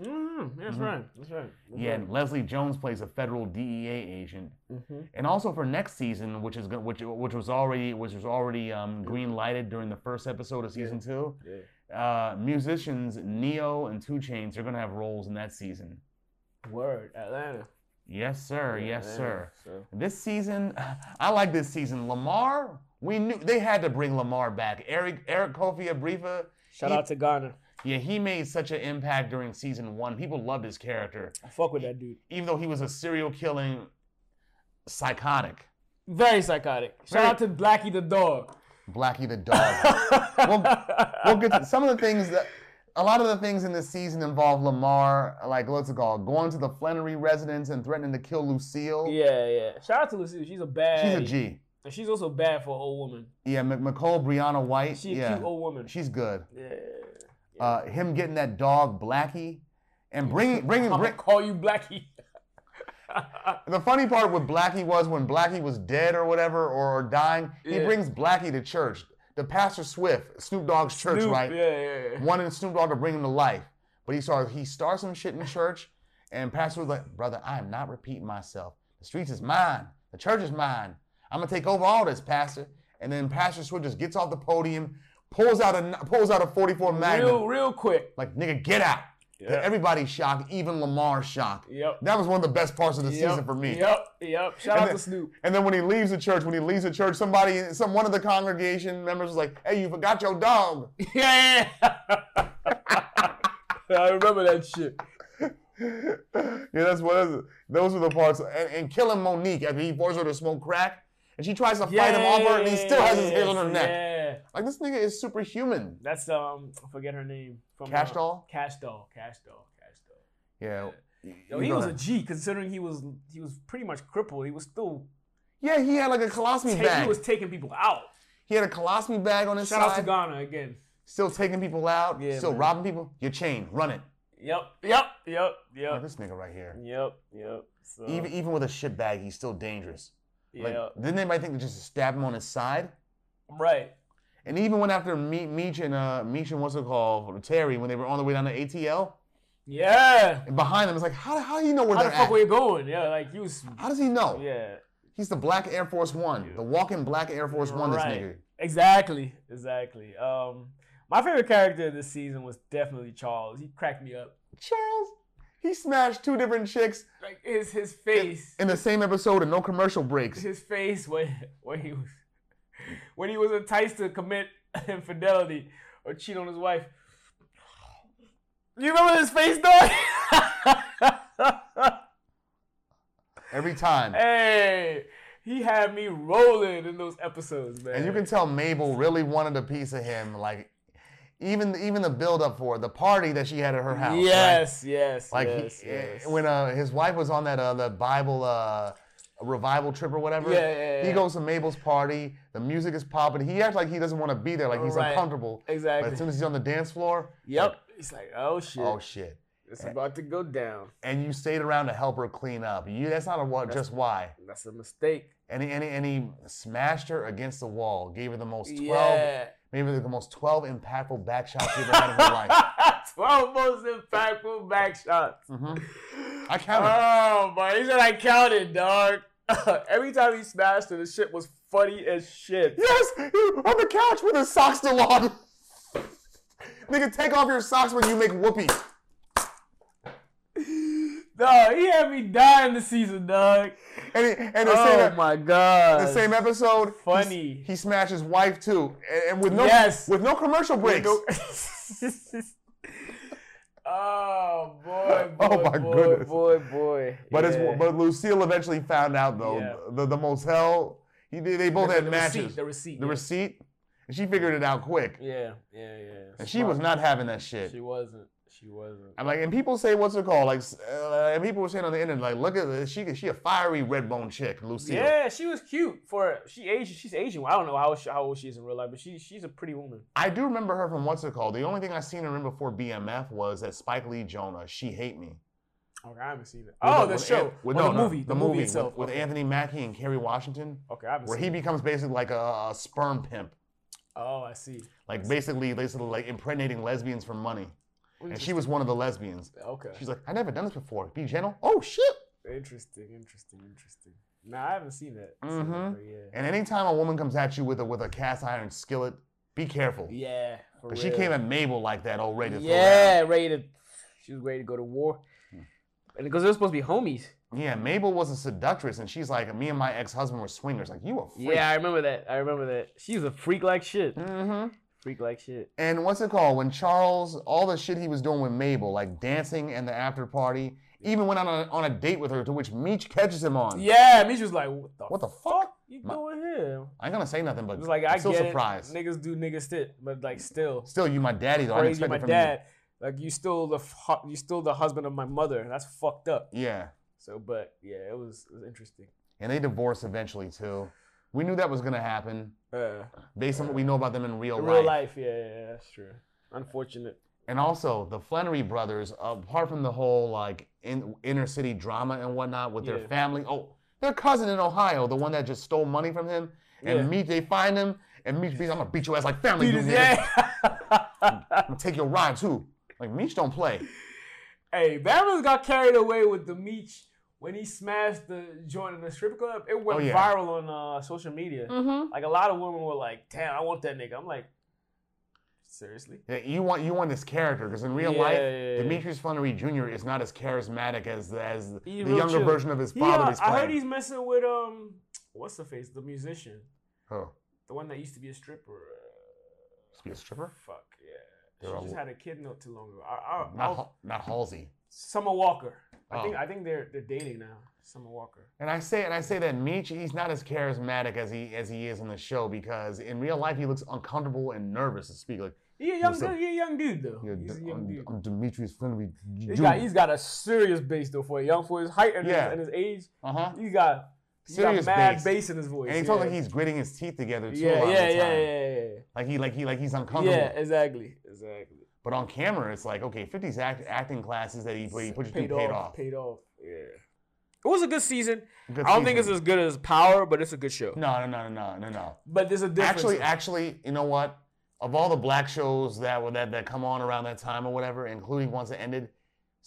[SPEAKER 2] Mhm, That's
[SPEAKER 1] Mhm.
[SPEAKER 2] right. That's right. That's
[SPEAKER 1] Yeah,
[SPEAKER 2] right.
[SPEAKER 1] and Leslie Jones plays a federal DEA agent.
[SPEAKER 2] Mhm.
[SPEAKER 1] And also for next season, which is go- which which was already which was already um,
[SPEAKER 2] Yeah.
[SPEAKER 1] green lighted during the first episode of
[SPEAKER 2] Yeah.
[SPEAKER 1] season two,
[SPEAKER 2] Yeah.
[SPEAKER 1] uh, musicians Neo and Two Chains are gonna have roles in that season.
[SPEAKER 2] Word, Atlanta.
[SPEAKER 1] Yes, sir.
[SPEAKER 2] Yeah,
[SPEAKER 1] yes,
[SPEAKER 2] Atlanta,
[SPEAKER 1] sir.
[SPEAKER 2] So.
[SPEAKER 1] This season, I like this season. Lamar, we knew they had to bring Lamar back. Eric Eric Kofi Abrifa,
[SPEAKER 2] Shout
[SPEAKER 1] He-
[SPEAKER 2] out to Ghana.
[SPEAKER 1] yeah, he made such an impact during season one. People loved his character,
[SPEAKER 2] I fuck with that dude.
[SPEAKER 1] even though he was a serial killing psychotic.
[SPEAKER 2] Very psychotic. Shout
[SPEAKER 1] Very-
[SPEAKER 2] out to Blackie the dog.
[SPEAKER 1] Blackie the dog. we'll get to some of the things that a lot of the things in this season involve Lamar, like what's it called, going to the Flannery residence and threatening to kill Lucille.
[SPEAKER 2] yeah, yeah. Shout out to Lucille. She's a bad.
[SPEAKER 1] She's a G.
[SPEAKER 2] And she's also bad for an old woman.
[SPEAKER 1] Yeah, Mc- McCole Brianna White.
[SPEAKER 2] She a
[SPEAKER 1] yeah,
[SPEAKER 2] cute old woman.
[SPEAKER 1] she's good.
[SPEAKER 2] yeah.
[SPEAKER 1] Uh, him getting that dog Blackie, and bringing bringing
[SPEAKER 2] I'm
[SPEAKER 1] bring,
[SPEAKER 2] gonna call you Blackie.
[SPEAKER 1] the funny part with Blackie was when Blackie was dead or whatever or, or dying, he
[SPEAKER 2] Yeah.
[SPEAKER 1] brings Blackie to church. The pastor Swift, Snoop Dogg's church,
[SPEAKER 2] Snoop,
[SPEAKER 1] right?
[SPEAKER 2] Yeah, yeah, yeah.
[SPEAKER 1] wanted Snoop Dogg to bring him to life, but he started he started some shit in church, and Pastor was like, "Brother, I am not repeating myself. The streets is mine. The church is mine. I'm gonna take over all this, Pastor." And then Pastor Swift just gets off the podium, pulls out a pulls out a 44 Magnum,
[SPEAKER 2] Real, real quick.
[SPEAKER 1] like nigga, get out. Everybody's shocked, even Lamar's shocked.
[SPEAKER 2] Yep.
[SPEAKER 1] That was one of the best parts of the
[SPEAKER 2] Yep.
[SPEAKER 1] season for me.
[SPEAKER 2] Yep, yep. Shout
[SPEAKER 1] And
[SPEAKER 2] out
[SPEAKER 1] then-
[SPEAKER 2] to Snoop.
[SPEAKER 1] And then when he leaves the church, when he leaves the church, somebody, some one of the congregation members was like, "Hey, you forgot your dog."
[SPEAKER 2] Yeah. I remember that shit.
[SPEAKER 1] yeah, that's what is it. Those are the parts. And, and killing Monique after he forced her to smoke crack. And she tries to fight him off her and he still has his hands on her neck.
[SPEAKER 2] Yeah.
[SPEAKER 1] Like, this nigga is superhuman.
[SPEAKER 2] That's um I forget her name. From
[SPEAKER 1] Cash
[SPEAKER 2] uh,
[SPEAKER 1] Doll?
[SPEAKER 2] Cash doll. Cash doll. Cash doll.
[SPEAKER 1] Yeah.
[SPEAKER 2] Yo,
[SPEAKER 1] You
[SPEAKER 2] he
[SPEAKER 1] gonna-
[SPEAKER 2] was a G considering he was he was pretty much crippled. He was still
[SPEAKER 1] yeah, he had like a colostomy
[SPEAKER 2] ta- he
[SPEAKER 1] bag.
[SPEAKER 2] was taking people out.
[SPEAKER 1] He had a colostomy bag on his
[SPEAKER 2] Shout out to
[SPEAKER 1] side.
[SPEAKER 2] Ghana again.
[SPEAKER 1] Still taking people out.
[SPEAKER 2] Yeah,
[SPEAKER 1] still
[SPEAKER 2] man.
[SPEAKER 1] robbing people. Your chain. Run it.
[SPEAKER 2] Yep, yep, yep,
[SPEAKER 1] Like,
[SPEAKER 2] yep,
[SPEAKER 1] this nigga right here.
[SPEAKER 2] yep, yep. So,
[SPEAKER 1] Even, even with a shit bag, he's still dangerous. Like,
[SPEAKER 2] yeah,
[SPEAKER 1] didn't anybody think to just stab him on his side?
[SPEAKER 2] right.
[SPEAKER 1] And even when after Me- Meech and uh, Meech and what's it called, Terry, when they were on the way down to ATL,
[SPEAKER 2] Yeah.
[SPEAKER 1] and behind them. It's like, how, how do you know where
[SPEAKER 2] How the
[SPEAKER 1] they're
[SPEAKER 2] fuck
[SPEAKER 1] at?
[SPEAKER 2] were you going? Yeah, like you was.
[SPEAKER 1] how does he know?
[SPEAKER 2] Yeah.
[SPEAKER 1] He's the Black Air Force One, the walking Black Air Force One. This
[SPEAKER 2] Right.
[SPEAKER 1] nigga.
[SPEAKER 2] Exactly. Exactly. Um, my favorite character this season was definitely Charles. He cracked me up.
[SPEAKER 1] Charles, he smashed two different chicks
[SPEAKER 2] Like his his face,
[SPEAKER 1] in the same episode and no commercial breaks.
[SPEAKER 2] his face when when he was when he was enticed to commit infidelity or cheat on his wife. You remember his face, dog?
[SPEAKER 1] Every time.
[SPEAKER 2] Hey, he had me rolling in those episodes, man.
[SPEAKER 1] And you can tell Mabel really wanted a piece of him. Like, even even the build up for it, the party that she had at her house. right?
[SPEAKER 2] yes, yes,
[SPEAKER 1] Like he-
[SPEAKER 2] yes, yes.
[SPEAKER 1] when uh, his wife was on that uh, the Bible uh, revival trip or whatever.
[SPEAKER 2] Yeah, yeah,
[SPEAKER 1] He
[SPEAKER 2] yeah.
[SPEAKER 1] goes to Mabel's party. The music is popping. He acts like he doesn't want to be there. Like he's
[SPEAKER 2] Right.
[SPEAKER 1] uncomfortable. But as
[SPEAKER 2] exactly.
[SPEAKER 1] soon as he's on the dance floor,
[SPEAKER 2] Yep. It's like, oh shit,
[SPEAKER 1] oh shit.
[SPEAKER 2] it's about to go down.
[SPEAKER 1] And you stayed around to help her clean up. You that's not a what, just why.
[SPEAKER 2] That's a mistake.
[SPEAKER 1] And he, and, he, and he smashed her against the wall, gave her the most twelve,
[SPEAKER 2] Yeah.
[SPEAKER 1] maybe the most twelve impactful back shots she ever had in her life.
[SPEAKER 2] Twelve most impactful back shots.
[SPEAKER 1] Mhm. I counted.
[SPEAKER 2] Oh boy, he said I counted, dog. Every time he smashed it, the shit was funny as shit.
[SPEAKER 1] Yes, on the couch with his socks still on. Nigga, take off your socks when you make whoopee.
[SPEAKER 2] Dog, he had me dying this season, dog.
[SPEAKER 1] And, he, and the,
[SPEAKER 2] Oh
[SPEAKER 1] same,
[SPEAKER 2] my god.
[SPEAKER 1] the same episode, he s-
[SPEAKER 2] funny.
[SPEAKER 1] He, smashed his wife too, and, and with no
[SPEAKER 2] Yes.
[SPEAKER 1] with no commercial breaks.
[SPEAKER 2] oh boy, boy!
[SPEAKER 1] Oh, my
[SPEAKER 2] boy,
[SPEAKER 1] goodness.
[SPEAKER 2] boy, boy!
[SPEAKER 1] But
[SPEAKER 2] Yeah.
[SPEAKER 1] it's but Lucille eventually found out though
[SPEAKER 2] Yeah.
[SPEAKER 1] the, the motel. He, they they both
[SPEAKER 2] The-
[SPEAKER 1] had
[SPEAKER 2] the
[SPEAKER 1] matches.
[SPEAKER 2] Receipt, the receipt.
[SPEAKER 1] The
[SPEAKER 2] yeah.
[SPEAKER 1] receipt, and she figured it out quick.
[SPEAKER 2] Yeah, yeah, yeah.
[SPEAKER 1] And she was
[SPEAKER 2] Smart.
[SPEAKER 1] not having that shit.
[SPEAKER 2] She wasn't.
[SPEAKER 3] She wasn't.
[SPEAKER 1] I'm like, and people say, what's it called? Like, s- uh, and people were saying on the internet, like, look at this. She, she a fiery red bone chick, Lucille.
[SPEAKER 2] Yeah, she was cute for she Asian. She's Asian. I don't know how she, how old she is in real life, but she she's a pretty woman.
[SPEAKER 1] I do remember her from what's it called. The only thing I seen her in before BMF was that Spike Lee Jonah, She Hate Me.
[SPEAKER 2] Okay, I haven't seen it.
[SPEAKER 1] With-
[SPEAKER 2] Oh, the
[SPEAKER 1] with
[SPEAKER 2] show,
[SPEAKER 1] An- with-
[SPEAKER 2] Or
[SPEAKER 1] no,
[SPEAKER 2] the
[SPEAKER 1] no,
[SPEAKER 2] movie, the, movie,
[SPEAKER 1] with-
[SPEAKER 2] itself.
[SPEAKER 1] with,
[SPEAKER 2] okay.
[SPEAKER 1] Anthony Mackie and Kerry Washington,
[SPEAKER 2] Okay, I haven't
[SPEAKER 1] where
[SPEAKER 2] seen.
[SPEAKER 1] he
[SPEAKER 2] it.
[SPEAKER 1] becomes basically like a, a sperm pimp,
[SPEAKER 2] Oh, I see.
[SPEAKER 1] like basically basically like impregnating lesbians for money. And she was one of the lesbians.
[SPEAKER 2] Okay.
[SPEAKER 1] She's like, I never done this before. Be gentle. Oh shit.
[SPEAKER 2] Interesting, interesting, interesting. Nah, I haven't seen that. so,
[SPEAKER 1] Mhm.
[SPEAKER 2] but yeah.
[SPEAKER 1] And anytime a woman comes at you with a with a cast iron skillet, be careful.
[SPEAKER 2] Yeah. for
[SPEAKER 1] But she
[SPEAKER 2] real.
[SPEAKER 1] came at Mabel like that, all ready to throw
[SPEAKER 2] Yeah, ready to. She was ready to go to war,
[SPEAKER 1] Hmm.
[SPEAKER 2] and because they were supposed to be homies.
[SPEAKER 1] down. Yeah, Mabel was a seductress, and she's like, me and my ex husband were swingers. Like you a freak.
[SPEAKER 2] Yeah, I remember that. I remember that. She was a freak like shit.
[SPEAKER 1] Mm-hmm.
[SPEAKER 2] Freak like shit.
[SPEAKER 1] and what's it called when Charles all the shit he was doing with Mabel, like dancing and the after party, even went on a, on a date with her, to which Meech catches him on.
[SPEAKER 2] Yeah, Mitch was like, "What the,
[SPEAKER 1] What the
[SPEAKER 2] fuck,
[SPEAKER 1] fuck?
[SPEAKER 2] you
[SPEAKER 1] My-
[SPEAKER 2] doing here?"
[SPEAKER 1] I ain't gonna say nothing, but
[SPEAKER 2] It was like,
[SPEAKER 1] I'm
[SPEAKER 2] "I
[SPEAKER 1] still
[SPEAKER 2] get
[SPEAKER 1] surprised.
[SPEAKER 2] it. Niggas do nigga shit, but like still,
[SPEAKER 1] Still, you my daddy though. I didn't
[SPEAKER 2] crazy.
[SPEAKER 1] expect
[SPEAKER 2] My
[SPEAKER 1] it from
[SPEAKER 2] dad, like, you still the fu- you still the husband of my mother. That's fucked up."
[SPEAKER 1] you. Yeah,
[SPEAKER 2] So, but yeah, it was it was interesting.
[SPEAKER 1] and they divorce eventually too. We knew that was gonna happen
[SPEAKER 2] Uh,
[SPEAKER 1] based on what we know about them in real,
[SPEAKER 2] in
[SPEAKER 1] life.
[SPEAKER 2] real life, yeah, yeah, yeah, that's true. Unfortunate.
[SPEAKER 1] And also the Flannery brothers, apart from the whole like in, inner city drama and whatnot with their
[SPEAKER 2] Yeah.
[SPEAKER 1] family. Oh, their cousin in Ohio, the one that just stole money from him, and
[SPEAKER 2] Yeah.
[SPEAKER 1] Meech, they find him, and Meech beats, I'm gonna beat your ass like family. do, nigga.
[SPEAKER 2] Yeah.
[SPEAKER 1] and take your ride too. Like Meech don't play.
[SPEAKER 2] hey, Bama's got carried away with the Meech when he smashed the joint in the strip club. It went
[SPEAKER 1] Oh, yeah.
[SPEAKER 2] viral on uh, social media.
[SPEAKER 1] Mm-hmm.
[SPEAKER 2] Like a lot of women were like, "Damn, I want that nigga." I'm like, seriously?
[SPEAKER 1] Yeah, you want you want this character because in real
[SPEAKER 2] Yeah,
[SPEAKER 1] life,
[SPEAKER 2] yeah, yeah.
[SPEAKER 1] Demetrius Flannery Jr. is not as charismatic as as the
[SPEAKER 2] He real
[SPEAKER 1] younger
[SPEAKER 2] chill.
[SPEAKER 1] version of his
[SPEAKER 2] He,
[SPEAKER 1] father.
[SPEAKER 2] uh,
[SPEAKER 1] is
[SPEAKER 2] I heard
[SPEAKER 1] playing.
[SPEAKER 2] he's messing with um, what's the face? The musician,
[SPEAKER 1] Oh,
[SPEAKER 2] the one that used to be a stripper. uh,
[SPEAKER 1] must be a stripper.
[SPEAKER 2] Fuck yeah.
[SPEAKER 1] They're all-
[SPEAKER 2] She just had a kid not too long ago. I, I,
[SPEAKER 1] Not
[SPEAKER 2] I'll-
[SPEAKER 1] Hal- not Halsey.
[SPEAKER 2] Summer Walker. I think
[SPEAKER 1] Oh.
[SPEAKER 2] I think they're they're dating now. Summer Walker.
[SPEAKER 1] And I say and I say that Meech, he's not as charismatic as he as he is on the show because in real life he looks uncomfortable and nervous to speak. Like
[SPEAKER 2] He a young
[SPEAKER 1] What's up?
[SPEAKER 2] dude. He a young dude though.
[SPEAKER 1] you know,
[SPEAKER 2] he's a
[SPEAKER 1] D- um,
[SPEAKER 2] young
[SPEAKER 1] I'm,
[SPEAKER 2] dude.
[SPEAKER 1] I'm Demetrius Flannery Jr.
[SPEAKER 2] He's got, he's got a serious bass though for a young for his height and,
[SPEAKER 1] Yeah.
[SPEAKER 2] his, and his age.
[SPEAKER 1] uh huh.
[SPEAKER 2] He got he got
[SPEAKER 1] Serious
[SPEAKER 2] mad
[SPEAKER 1] bass.
[SPEAKER 2] bass. in his voice.
[SPEAKER 1] And he
[SPEAKER 2] yeah.
[SPEAKER 1] talks like he's gritting his teeth together too. a
[SPEAKER 2] yeah,
[SPEAKER 1] lot
[SPEAKER 2] yeah,
[SPEAKER 1] of the
[SPEAKER 2] yeah,
[SPEAKER 1] time.
[SPEAKER 2] yeah, yeah,
[SPEAKER 1] Like he like he like he's
[SPEAKER 2] yeah,
[SPEAKER 1] uncomfortable.
[SPEAKER 2] yeah. Exactly, exactly.
[SPEAKER 1] But on camera, it's like okay, 50's act, acting classes that he, put- he put you through paid off.
[SPEAKER 2] Paid off. Yeah. It was a good season.
[SPEAKER 1] Good
[SPEAKER 2] I don't think it's
[SPEAKER 1] season.
[SPEAKER 2] as good as Power, but it's a good show.
[SPEAKER 1] no, no, no, no, no, no.
[SPEAKER 2] But there's a difference.
[SPEAKER 1] Actually, actually, you know what? Of all the black shows that were that that come on around that time or whatever, including ones that ended,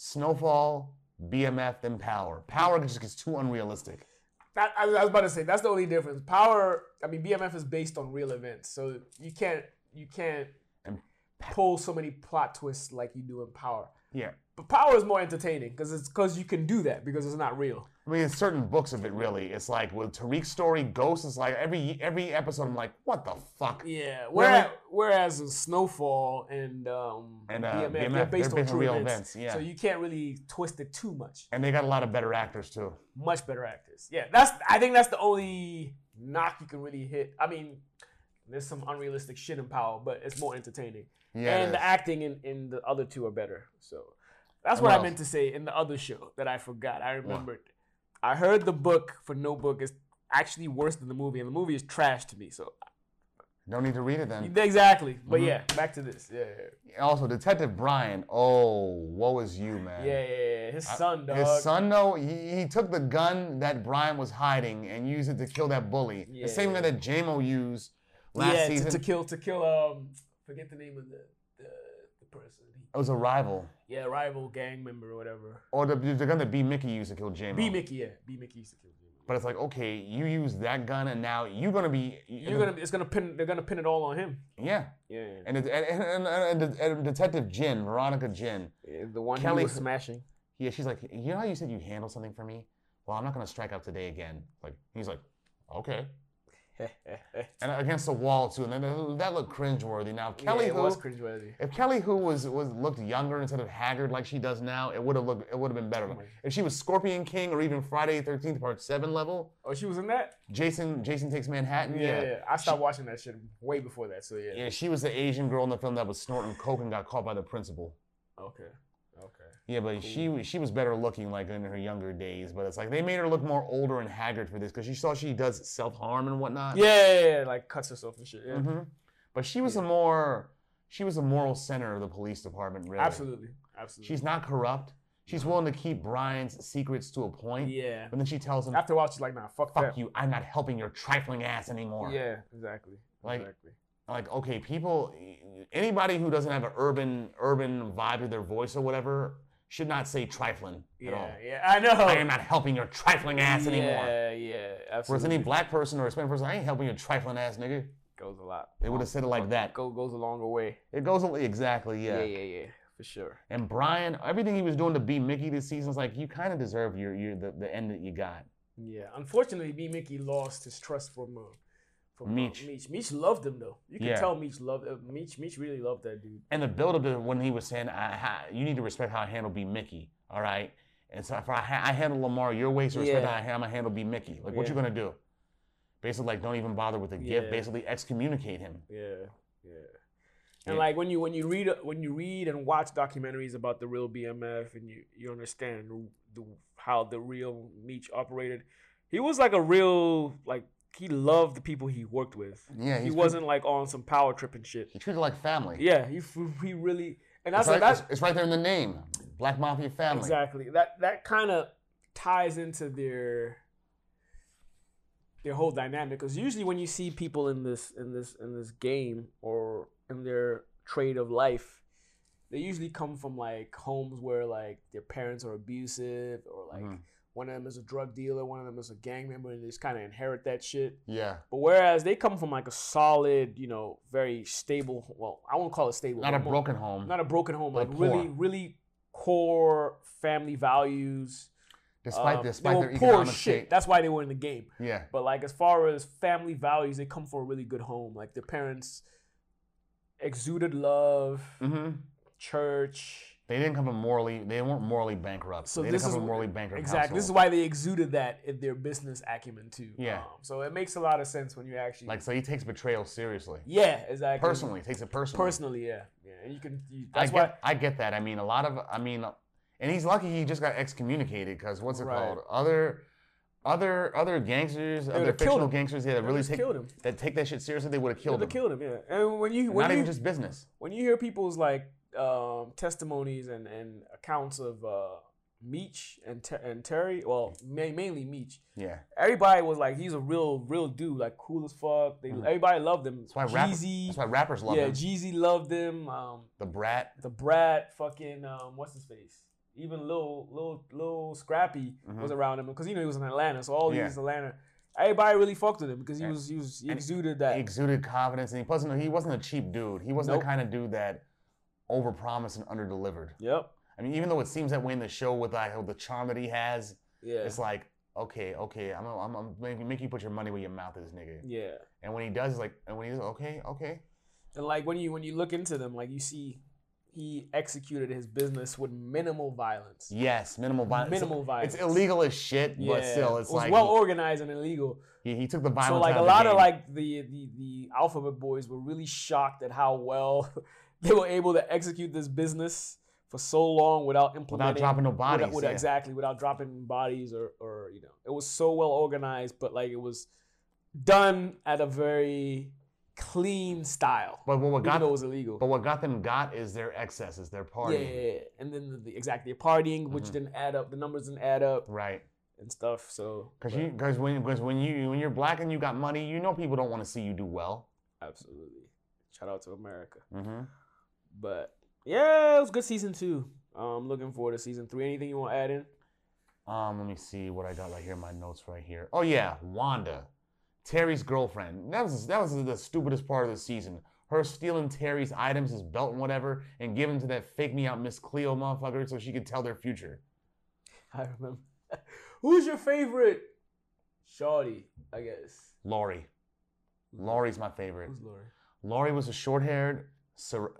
[SPEAKER 1] Snowfall, BMF, then Power. Power just gets too unrealistic.
[SPEAKER 2] That, I, was- I was about to say that's the only difference. Power, I mean, BMF is based on real events, so you can't you can't
[SPEAKER 1] And-
[SPEAKER 2] pull so many plot twists like you do in Power.
[SPEAKER 1] Yeah.
[SPEAKER 2] But Power is more entertaining because it's because you can do that because it's not real.
[SPEAKER 1] I mean, in certain books of it, really, it's like with Tariq's story, Ghost is like every every episode. I'm like, what the fuck?
[SPEAKER 2] Yeah. Whereas, whereas in Snowfall and um
[SPEAKER 1] And uh, BMF,
[SPEAKER 2] they're
[SPEAKER 1] based,
[SPEAKER 2] based on true
[SPEAKER 1] real events.
[SPEAKER 2] events,
[SPEAKER 1] yeah.
[SPEAKER 2] so you can't really twist it too much.
[SPEAKER 1] and they got a lot of better actors too.
[SPEAKER 2] Much better actors. Yeah, that's I think that's the only knock you can really hit. I mean, there's some unrealistic shit in Power, but it's more entertaining.
[SPEAKER 1] Yeah, it
[SPEAKER 2] and the
[SPEAKER 1] is.
[SPEAKER 2] acting in, in the other two are better. So that's
[SPEAKER 1] And
[SPEAKER 2] what
[SPEAKER 1] what
[SPEAKER 2] I meant to say in the other show that I forgot. I remembered. I heard the book for Notebook is actually worse than the movie, and the movie is trash to me. So
[SPEAKER 1] don't need to read it then.
[SPEAKER 2] exactly,
[SPEAKER 1] Mm-hmm.
[SPEAKER 2] but yeah, back to this. Yeah,
[SPEAKER 1] Also, Detective Brian. Oh, woe is you,
[SPEAKER 2] yeah,
[SPEAKER 1] man.
[SPEAKER 2] yeah. yeah, yeah. His son, dog.
[SPEAKER 1] His son, though, he, he took the gun that Brian was hiding and used it to kill that bully.
[SPEAKER 2] Yeah,
[SPEAKER 1] the same
[SPEAKER 2] yeah.
[SPEAKER 1] gun that Jamo used last
[SPEAKER 2] yeah, to-
[SPEAKER 1] season.
[SPEAKER 2] To, kill, to kill. Um, forget the name of the the, the person.
[SPEAKER 1] it was a rival.
[SPEAKER 2] Yeah, rival gang member or whatever.
[SPEAKER 1] Or the, the gun that B. Mickey used to kill Jamo.
[SPEAKER 2] B Mickey, yeah, B Mickey used to kill. him.
[SPEAKER 1] But it's like, okay, you used that gun and now you're going to be.
[SPEAKER 2] You're gonna, it's gonna pin, they're gonna pin it all on him.
[SPEAKER 1] Yeah.
[SPEAKER 2] Yeah, yeah.
[SPEAKER 1] And, it, and, and, and, and, and Detective Jin, Veronica Jin.
[SPEAKER 2] yeah the one
[SPEAKER 1] Kelly-
[SPEAKER 2] he was smashing.
[SPEAKER 1] Yeah, she's like, you know how you said you handled something for me? Well, I'm not going to strike out today again. Like, he's like, okay. and against the wall too, and then that- that looked cringeworthy. Now, if Kelly
[SPEAKER 2] yeah, it
[SPEAKER 1] who
[SPEAKER 2] was cringeworthy.
[SPEAKER 1] if Kelly who was was looked younger instead of haggard like she does now, it would have looked it would have been better.
[SPEAKER 2] my-
[SPEAKER 1] if she was Scorpion King or even Friday Thirteenth Part Seven level,
[SPEAKER 2] Oh, she was in that.
[SPEAKER 1] Jason Jason Takes Manhattan, yeah.
[SPEAKER 2] Yeah, yeah. I stopped watching that shit way before that. So yeah.
[SPEAKER 1] Yeah, she was the Asian girl in the film that was snorting coke and got caught by the principal.
[SPEAKER 2] Okay. Okay.
[SPEAKER 1] Yeah, but she
[SPEAKER 2] Cool.
[SPEAKER 1] was- she was better looking like in her younger days. But it's like they made her look more older and haggard for this because you saw she does self harm and
[SPEAKER 2] Uh,
[SPEAKER 1] whatnot.
[SPEAKER 2] Yeah, yeah, yeah, like cuts herself and shit. Yeah.
[SPEAKER 1] hmm But she was a more she was a moral center of the police department. Really,
[SPEAKER 2] Absolutely. Absolutely.
[SPEAKER 1] She's not corrupt. She's willing to keep Brian's secrets to a point.
[SPEAKER 2] yeah.
[SPEAKER 1] But then she tells him,
[SPEAKER 2] After a while, she's like, nah, fuck,
[SPEAKER 1] "Fuck
[SPEAKER 2] that.
[SPEAKER 1] you! I'm not helping your trifling ass anymore."
[SPEAKER 2] Yeah, exactly.
[SPEAKER 1] Like-
[SPEAKER 2] exactly.
[SPEAKER 1] Like, okay, people, anybody who doesn't have an urban urban vibe to their voice or whatever should not say trifling at all.
[SPEAKER 2] Yeah, yeah. I know.
[SPEAKER 1] I am not helping your trifling ass anymore.
[SPEAKER 2] Yeah, yeah.
[SPEAKER 1] Whereas
[SPEAKER 2] Absolutely.
[SPEAKER 1] any black person or Hispanic person, I ain't helping you, trifling ass nigga.
[SPEAKER 2] goes a lot.
[SPEAKER 1] They would have said it like that.
[SPEAKER 2] Go, goes a longer way.
[SPEAKER 1] It goes a- exactly, yeah.
[SPEAKER 2] Yeah. yeah, yeah, For sure.
[SPEAKER 1] And Brian, everything he was doing to beat Mickey this season is like you kind of deserve your your the, the end that you got.
[SPEAKER 2] Yeah. Unfortunately, B. Mickey lost his trust from uh, from
[SPEAKER 1] Meech.
[SPEAKER 2] Uh, Meech. Meech loved him though. You can
[SPEAKER 1] Yeah.
[SPEAKER 2] tell Meech loved uh, Meech. Meech really loved that dude.
[SPEAKER 1] And the build up to when he was saying, I, ha, "You need to respect how I handle B Mickey, all right." And so if I, ha- I handle Lamar your way, so respect
[SPEAKER 2] Yeah.
[SPEAKER 1] how I, am gonna handle B Mickey. Like, what
[SPEAKER 2] Yeah.
[SPEAKER 1] you gonna do? Basically, like, don't even bother with the
[SPEAKER 2] Yeah.
[SPEAKER 1] gift. Basically, excommunicate him.
[SPEAKER 2] Yeah, yeah.
[SPEAKER 1] Yeah.
[SPEAKER 2] And like when you when you read uh, when you read and watch documentaries about the real BMF and you you understand the, how the real Meech operated, he was like a real like he loved the people he worked with.
[SPEAKER 1] Yeah,
[SPEAKER 2] he
[SPEAKER 1] he's-
[SPEAKER 2] wasn't like on some power trip and shit.
[SPEAKER 1] He treated it like family.
[SPEAKER 2] Yeah, he f- he really and
[SPEAKER 1] it's,
[SPEAKER 2] that's
[SPEAKER 1] right,
[SPEAKER 2] like that's
[SPEAKER 1] it's- it's right there in the name, Black Mafia family.
[SPEAKER 2] exactly that that kind of ties into their their whole dynamic because usually when you see people in this in this in this game or in their trade of life they usually come from like homes where like their parents are abusive or like
[SPEAKER 1] Mhm.
[SPEAKER 2] one of them is a drug dealer one of them is a gang member and they just kind of inherit that shit
[SPEAKER 1] Yeah,
[SPEAKER 2] but whereas they come from like a solid you know very stable well i won't call it stable
[SPEAKER 1] not
[SPEAKER 2] but
[SPEAKER 1] a
[SPEAKER 2] more-
[SPEAKER 1] broken home.
[SPEAKER 2] not a broken home,
[SPEAKER 1] But
[SPEAKER 2] like
[SPEAKER 1] poor.
[SPEAKER 2] really, really core family values.
[SPEAKER 1] despite
[SPEAKER 2] Um,
[SPEAKER 1] despite
[SPEAKER 2] they
[SPEAKER 1] their
[SPEAKER 2] were poor
[SPEAKER 1] economic
[SPEAKER 2] shit.
[SPEAKER 1] state.
[SPEAKER 2] That's why they were in the game.
[SPEAKER 1] yeah,
[SPEAKER 2] But like as far as family values, they come from a really good home. Like their parents exuded love,
[SPEAKER 1] hmm
[SPEAKER 2] church.
[SPEAKER 1] they didn't come from morally. They weren't morally bankrupt. So
[SPEAKER 2] So
[SPEAKER 1] they
[SPEAKER 2] this
[SPEAKER 1] didn't come
[SPEAKER 2] is
[SPEAKER 1] from morally bankrupt.
[SPEAKER 2] exactly. This is
[SPEAKER 1] households.
[SPEAKER 2] why they exuded that in their business acumen too. Um,
[SPEAKER 1] Yeah.
[SPEAKER 2] so it makes a lot of sense when you actually
[SPEAKER 1] like so. He takes betrayal seriously.
[SPEAKER 2] yeah, exactly.
[SPEAKER 1] Personally, takes it personally.
[SPEAKER 2] Personally, yeah, yeah. And you can. You,
[SPEAKER 1] I
[SPEAKER 2] that's
[SPEAKER 1] get.
[SPEAKER 2] why.
[SPEAKER 1] I get that. I mean, a lot of. I mean, and he's lucky he just got excommunicated because what's it
[SPEAKER 2] Right.
[SPEAKER 1] called? Other, other, other gangsters,
[SPEAKER 2] would've
[SPEAKER 1] other
[SPEAKER 2] killed
[SPEAKER 1] fictional
[SPEAKER 2] him.
[SPEAKER 1] gangsters, yeah, that
[SPEAKER 2] They
[SPEAKER 1] really
[SPEAKER 2] just
[SPEAKER 1] take
[SPEAKER 2] killed him.
[SPEAKER 1] that take that shit seriously. They would have killed
[SPEAKER 2] They
[SPEAKER 1] him.
[SPEAKER 2] killed him, yeah. And when you when
[SPEAKER 1] Not
[SPEAKER 2] you
[SPEAKER 1] even just business.
[SPEAKER 2] when you hear people's like um, testimonies and, and accounts of uh, Meech and Ter- and Terry, well, ma- mainly Meech.
[SPEAKER 1] Yeah.
[SPEAKER 2] Everybody was like, he's a real real dude, like cool as fuck. They,
[SPEAKER 1] Mhm.
[SPEAKER 2] Everybody loved him.
[SPEAKER 1] That's why rappers.
[SPEAKER 2] Jeezy,
[SPEAKER 1] That's why rappers love
[SPEAKER 2] yeah,
[SPEAKER 1] him.
[SPEAKER 2] Jeezy loved him. Um,
[SPEAKER 1] the brat.
[SPEAKER 2] the brat, fucking um, what's his face? Even little little little Scrappy
[SPEAKER 1] Mhm.
[SPEAKER 2] was around him because you know he was in Atlanta, so all
[SPEAKER 1] Yeah.
[SPEAKER 2] these Atlanta. Everybody really fucked with him because he
[SPEAKER 1] And-
[SPEAKER 2] was he was he
[SPEAKER 1] and-
[SPEAKER 2] exuded that.
[SPEAKER 1] He exuded confidence, and he wasn't. He wasn't a cheap dude. He wasn't
[SPEAKER 2] Nope.
[SPEAKER 1] the kind of dude that overpromised and underdelivered.
[SPEAKER 2] yep.
[SPEAKER 1] I mean, even though it seems that way in the show with like the charm that he has,
[SPEAKER 2] Yeah.
[SPEAKER 1] it's like, okay, okay, I'm, I'm, I'm making make you put your money where your mouth is, nigga.
[SPEAKER 2] yeah.
[SPEAKER 1] And when he does, like, and when he's okay, okay,
[SPEAKER 2] And like when you when you look into them, like you see he executed his business with minimal violence.
[SPEAKER 1] yes, minimal violence.
[SPEAKER 2] Minimal violence.
[SPEAKER 1] It's illegal as shit, but still, it's
[SPEAKER 2] it was
[SPEAKER 1] like
[SPEAKER 2] well organized and illegal.
[SPEAKER 1] he, he took the violence.
[SPEAKER 2] so like
[SPEAKER 1] out
[SPEAKER 2] a
[SPEAKER 1] of
[SPEAKER 2] lot
[SPEAKER 1] the
[SPEAKER 2] of
[SPEAKER 1] game.
[SPEAKER 2] like the, the the alphabet boys were really shocked at how well they were able to execute this business for so long without
[SPEAKER 1] without
[SPEAKER 2] implementing
[SPEAKER 1] dropping no bodies.
[SPEAKER 2] without- without-
[SPEAKER 1] yeah.
[SPEAKER 2] exactly without dropping bodies or or you know it was so well organized, but like it was done at a very clean style.
[SPEAKER 1] But what, what
[SPEAKER 2] even
[SPEAKER 1] got
[SPEAKER 2] though it was illegal.
[SPEAKER 1] but what got them got is their excesses, their party,
[SPEAKER 2] Yeah, yeah, yeah. and then the, the exactly the partying, which
[SPEAKER 1] Mhm.
[SPEAKER 2] didn't add up. The numbers didn't add up
[SPEAKER 1] right?
[SPEAKER 2] and stuff. So
[SPEAKER 1] Because
[SPEAKER 2] but-
[SPEAKER 1] you because when because when you when you're black and you got money, you know people don't want to see you do well.
[SPEAKER 2] absolutely shout out to America.
[SPEAKER 1] Mm-hmm.
[SPEAKER 2] But yeah, it was good season two. Um, looking forward to season three. Anything you want to add in?
[SPEAKER 1] Um, let me see what I got right here. My notes right here. Oh yeah, Wanda, Terry's girlfriend. That was that was the stupidest part of the season. Her stealing Terry's items, his belt and whatever, and giving to that fake me out Miss Cleo motherfucker so she could tell their future.
[SPEAKER 2] I remember. Who's your favorite? Shawty, I guess.
[SPEAKER 1] Laurie. Laurie's my favorite.
[SPEAKER 2] Who's Lori?
[SPEAKER 1] Laurie was a short haired. Sor-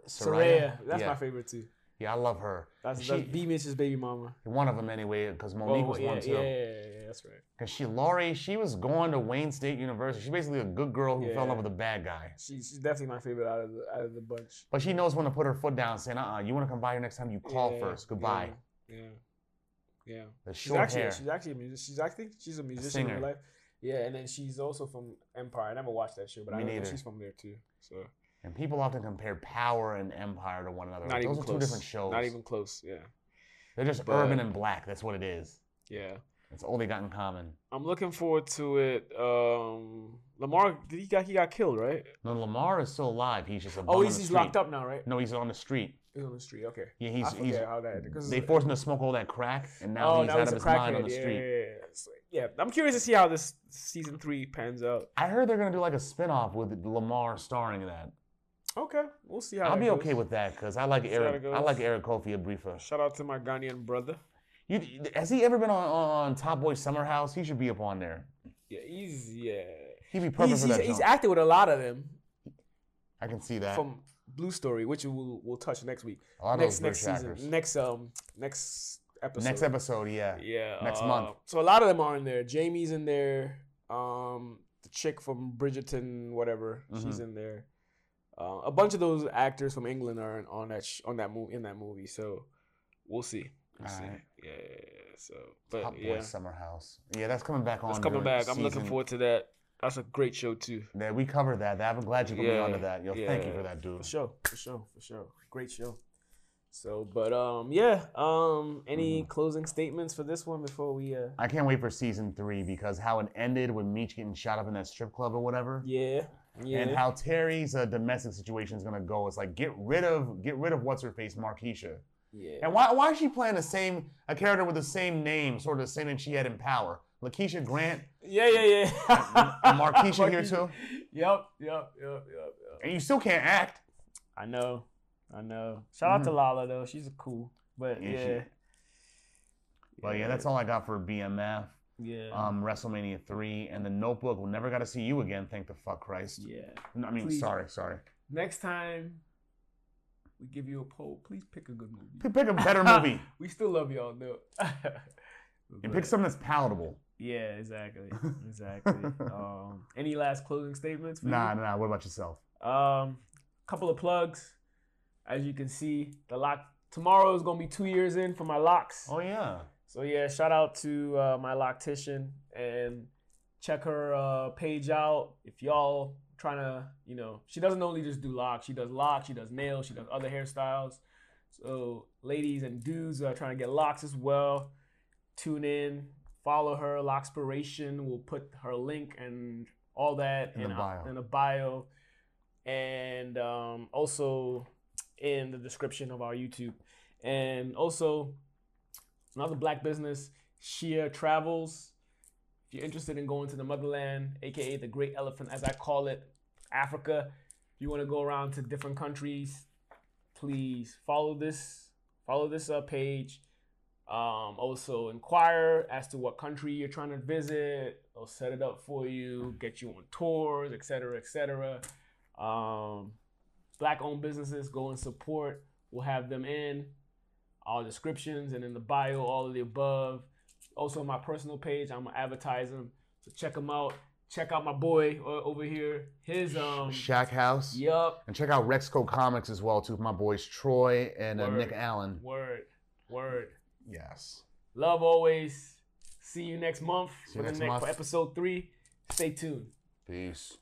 [SPEAKER 1] Soraya.
[SPEAKER 2] Soraya. That's
[SPEAKER 1] yeah.
[SPEAKER 2] my favorite too.
[SPEAKER 1] Yeah, I love her.
[SPEAKER 2] That's,
[SPEAKER 1] She-
[SPEAKER 2] that's B Mitch's baby mama.
[SPEAKER 1] One of them anyway, because Monique
[SPEAKER 2] Oh,
[SPEAKER 1] was
[SPEAKER 2] yeah,
[SPEAKER 1] one too.
[SPEAKER 2] yeah, yeah, yeah, yeah. that's right.
[SPEAKER 1] Because she, Laurie, she was going to Wayne State University. She's basically a good girl who fell in
[SPEAKER 2] Yeah.
[SPEAKER 1] love with a bad guy.
[SPEAKER 2] She's, she's definitely my favorite out of the out of the bunch.
[SPEAKER 1] But she knows when to put her foot down, saying, uh-uh, you want to come by here next time, you call
[SPEAKER 2] Yeah,
[SPEAKER 1] first. Goodbye.
[SPEAKER 2] Yeah. Yeah. yeah.
[SPEAKER 1] The
[SPEAKER 2] She's
[SPEAKER 1] short
[SPEAKER 2] actually
[SPEAKER 1] hair.
[SPEAKER 2] she's actually a musician. She's I think she's a musician in
[SPEAKER 1] singer.
[SPEAKER 2] her life. Yeah, and then she's also from Empire. I never watched that show, but
[SPEAKER 1] Me
[SPEAKER 2] I know
[SPEAKER 1] neither.
[SPEAKER 2] she's from there too. So
[SPEAKER 1] And people often compare Power and Empire to one another.
[SPEAKER 2] not
[SPEAKER 1] Like,
[SPEAKER 2] even
[SPEAKER 1] those are
[SPEAKER 2] close.
[SPEAKER 1] two different shows.
[SPEAKER 2] Not even close. Yeah.
[SPEAKER 1] They're just
[SPEAKER 2] but-
[SPEAKER 1] urban and black. That's what it is.
[SPEAKER 2] Yeah.
[SPEAKER 1] That's all they got in common.
[SPEAKER 2] I'm looking forward to it. Um Lamar did he got he got killed, right?
[SPEAKER 1] No, Lamar is still alive. He's just a bum
[SPEAKER 2] Oh,
[SPEAKER 1] on
[SPEAKER 2] he's,
[SPEAKER 1] the
[SPEAKER 2] he's
[SPEAKER 1] street.
[SPEAKER 2] locked up now, right?
[SPEAKER 1] No, he's on the street.
[SPEAKER 2] He's on the street. Okay.
[SPEAKER 1] Yeah,
[SPEAKER 2] I
[SPEAKER 1] he's
[SPEAKER 2] forget
[SPEAKER 1] he's.
[SPEAKER 2] how that because
[SPEAKER 1] They forced him to smoke all that crack, and now
[SPEAKER 2] Oh,
[SPEAKER 1] he's out of his mind on the
[SPEAKER 2] yeah,
[SPEAKER 1] street.
[SPEAKER 2] Yeah, yeah, yeah. So, yeah, I'm curious to see how this season three pans out.
[SPEAKER 1] I heard they're gonna do like a spin-off with Lamar starring in that.
[SPEAKER 2] Okay, we'll see how.
[SPEAKER 1] I'll
[SPEAKER 2] that
[SPEAKER 1] be
[SPEAKER 2] goes.
[SPEAKER 1] okay with that because I like
[SPEAKER 2] See how
[SPEAKER 1] Eric.
[SPEAKER 2] it
[SPEAKER 1] I like
[SPEAKER 2] goes.
[SPEAKER 1] Eric Kofi Abrifa.
[SPEAKER 2] Shout out to my Ghanaian brother.
[SPEAKER 1] You, has he ever been on, on Top Boy Summer House? He should be up on there.
[SPEAKER 2] Yeah, he's yeah.
[SPEAKER 1] He'd be perfect
[SPEAKER 2] He's,
[SPEAKER 1] for
[SPEAKER 2] he's,
[SPEAKER 1] that.
[SPEAKER 2] he's
[SPEAKER 1] job.
[SPEAKER 2] acted with a lot of them
[SPEAKER 1] I can see that.
[SPEAKER 2] from Blue Story, which we'll we'll touch next week,
[SPEAKER 1] a lot
[SPEAKER 2] next
[SPEAKER 1] of
[SPEAKER 2] next
[SPEAKER 1] those British
[SPEAKER 2] season,
[SPEAKER 1] actors.
[SPEAKER 2] next um next episode.
[SPEAKER 1] Next episode, yeah.
[SPEAKER 2] Yeah.
[SPEAKER 1] Next
[SPEAKER 2] uh,
[SPEAKER 1] month.
[SPEAKER 2] So a lot of them are in there. Jamie's in there. Um, the chick from Bridgerton, whatever,
[SPEAKER 1] Mm-hmm.
[SPEAKER 2] she's in there. Uh, a bunch of those actors from England are in, on that sh- on that movie in that movie. So we'll see. We'll see.
[SPEAKER 1] Alright.
[SPEAKER 2] Yeah, yeah, yeah. So, but
[SPEAKER 1] Top Boy
[SPEAKER 2] yeah,
[SPEAKER 1] Summer House. Yeah, that's coming back on.
[SPEAKER 2] it's coming
[SPEAKER 1] during
[SPEAKER 2] back. I'm looking
[SPEAKER 1] season-
[SPEAKER 2] forward to that. That's a great show too.
[SPEAKER 1] Yeah, we covered that. that- I'm glad you could be
[SPEAKER 2] Yeah,
[SPEAKER 1] onto that. Yo, thank you
[SPEAKER 2] yeah.
[SPEAKER 1] for that, dude.
[SPEAKER 2] For sure, for sure, for sure. Great show. So, but um, yeah. Um,
[SPEAKER 1] Mm-hmm.
[SPEAKER 2] any closing statements for this one before we uh?
[SPEAKER 1] I can't wait for season three because how it ended with Meech getting shot up in that strip club or whatever.
[SPEAKER 2] Yeah, yeah.
[SPEAKER 1] and how Terry's uh, domestic situation is gonna go. It's like get rid of get rid of what's her face, Markeisha.
[SPEAKER 2] yeah.
[SPEAKER 1] And why why is she playing the same a character with the same name, sort of the same name she had in Power? Lakeisha Grant,
[SPEAKER 2] Yeah, yeah, yeah.
[SPEAKER 1] and Markeisha here too.
[SPEAKER 2] Yep, yep, yep, yep, yep.
[SPEAKER 1] And you still can't act.
[SPEAKER 2] I know, I know. Shout out to Lala though, she's cool. But
[SPEAKER 1] Mm-hmm. Yeah,
[SPEAKER 2] yeah,
[SPEAKER 1] she-
[SPEAKER 2] yeah.
[SPEAKER 1] But yeah, that's all I got for BMF.
[SPEAKER 2] Yeah,
[SPEAKER 1] Um, WrestleMania three and the Notebook. We'll never got to see you again. Thank the fuck Christ.
[SPEAKER 2] yeah.
[SPEAKER 1] No, I mean,
[SPEAKER 2] Please.
[SPEAKER 1] sorry, sorry.
[SPEAKER 2] Next time we give you a poll, please pick a good
[SPEAKER 1] P-
[SPEAKER 2] movie.
[SPEAKER 1] Pick a better movie
[SPEAKER 2] We still love y'all though.
[SPEAKER 1] and
[SPEAKER 2] But-
[SPEAKER 1] pick something that's palatable.
[SPEAKER 2] Yeah, exactly, exactly. um, any last closing statements? for you?
[SPEAKER 1] Nah, nah. nah. What about yourself?
[SPEAKER 2] Um, couple of plugs. As you can see, the lock tomorrow is gonna be two years in for my locks.
[SPEAKER 1] Oh yeah.
[SPEAKER 2] So yeah, shout out to uh, my loctician and check her uh, page out. If y'all trying to, you know, she doesn't only just do locks. She does locks. She does nails. She does other hairstyles. So ladies and dudes who are trying to get locks as well, tune in, follow her. Lockspiration. We'll put her link and all that
[SPEAKER 1] In the bio.
[SPEAKER 2] in the bio, and um, also in the description of our YouTube. And also, another black business, Shia Travels. If you're interested in going to the motherland, aka the Great Elephant, as I call it, Africa, if you want to go around to different countries, please follow this follow this uh, page. Um, also inquire as to what country you're trying to visit. They'll set it up for you, get you on tours, etc., etc. Um, black-owned businesses go and support. We'll have them in all descriptions and in the bio, all of the above. Also, on my personal page, I'm advertising, so check them out. Check out my boy o- over here. His um,
[SPEAKER 1] Shack House.
[SPEAKER 2] yup,
[SPEAKER 1] And check out Rexco Comics as well too. with My boys Troy and uh,
[SPEAKER 2] Word.
[SPEAKER 1] Nick Allen.
[SPEAKER 2] word, word.
[SPEAKER 1] Yes.
[SPEAKER 2] Love always. See you next month
[SPEAKER 1] See you
[SPEAKER 2] for the
[SPEAKER 1] next
[SPEAKER 2] next
[SPEAKER 1] month.
[SPEAKER 2] for episode three. Stay tuned.
[SPEAKER 1] Peace.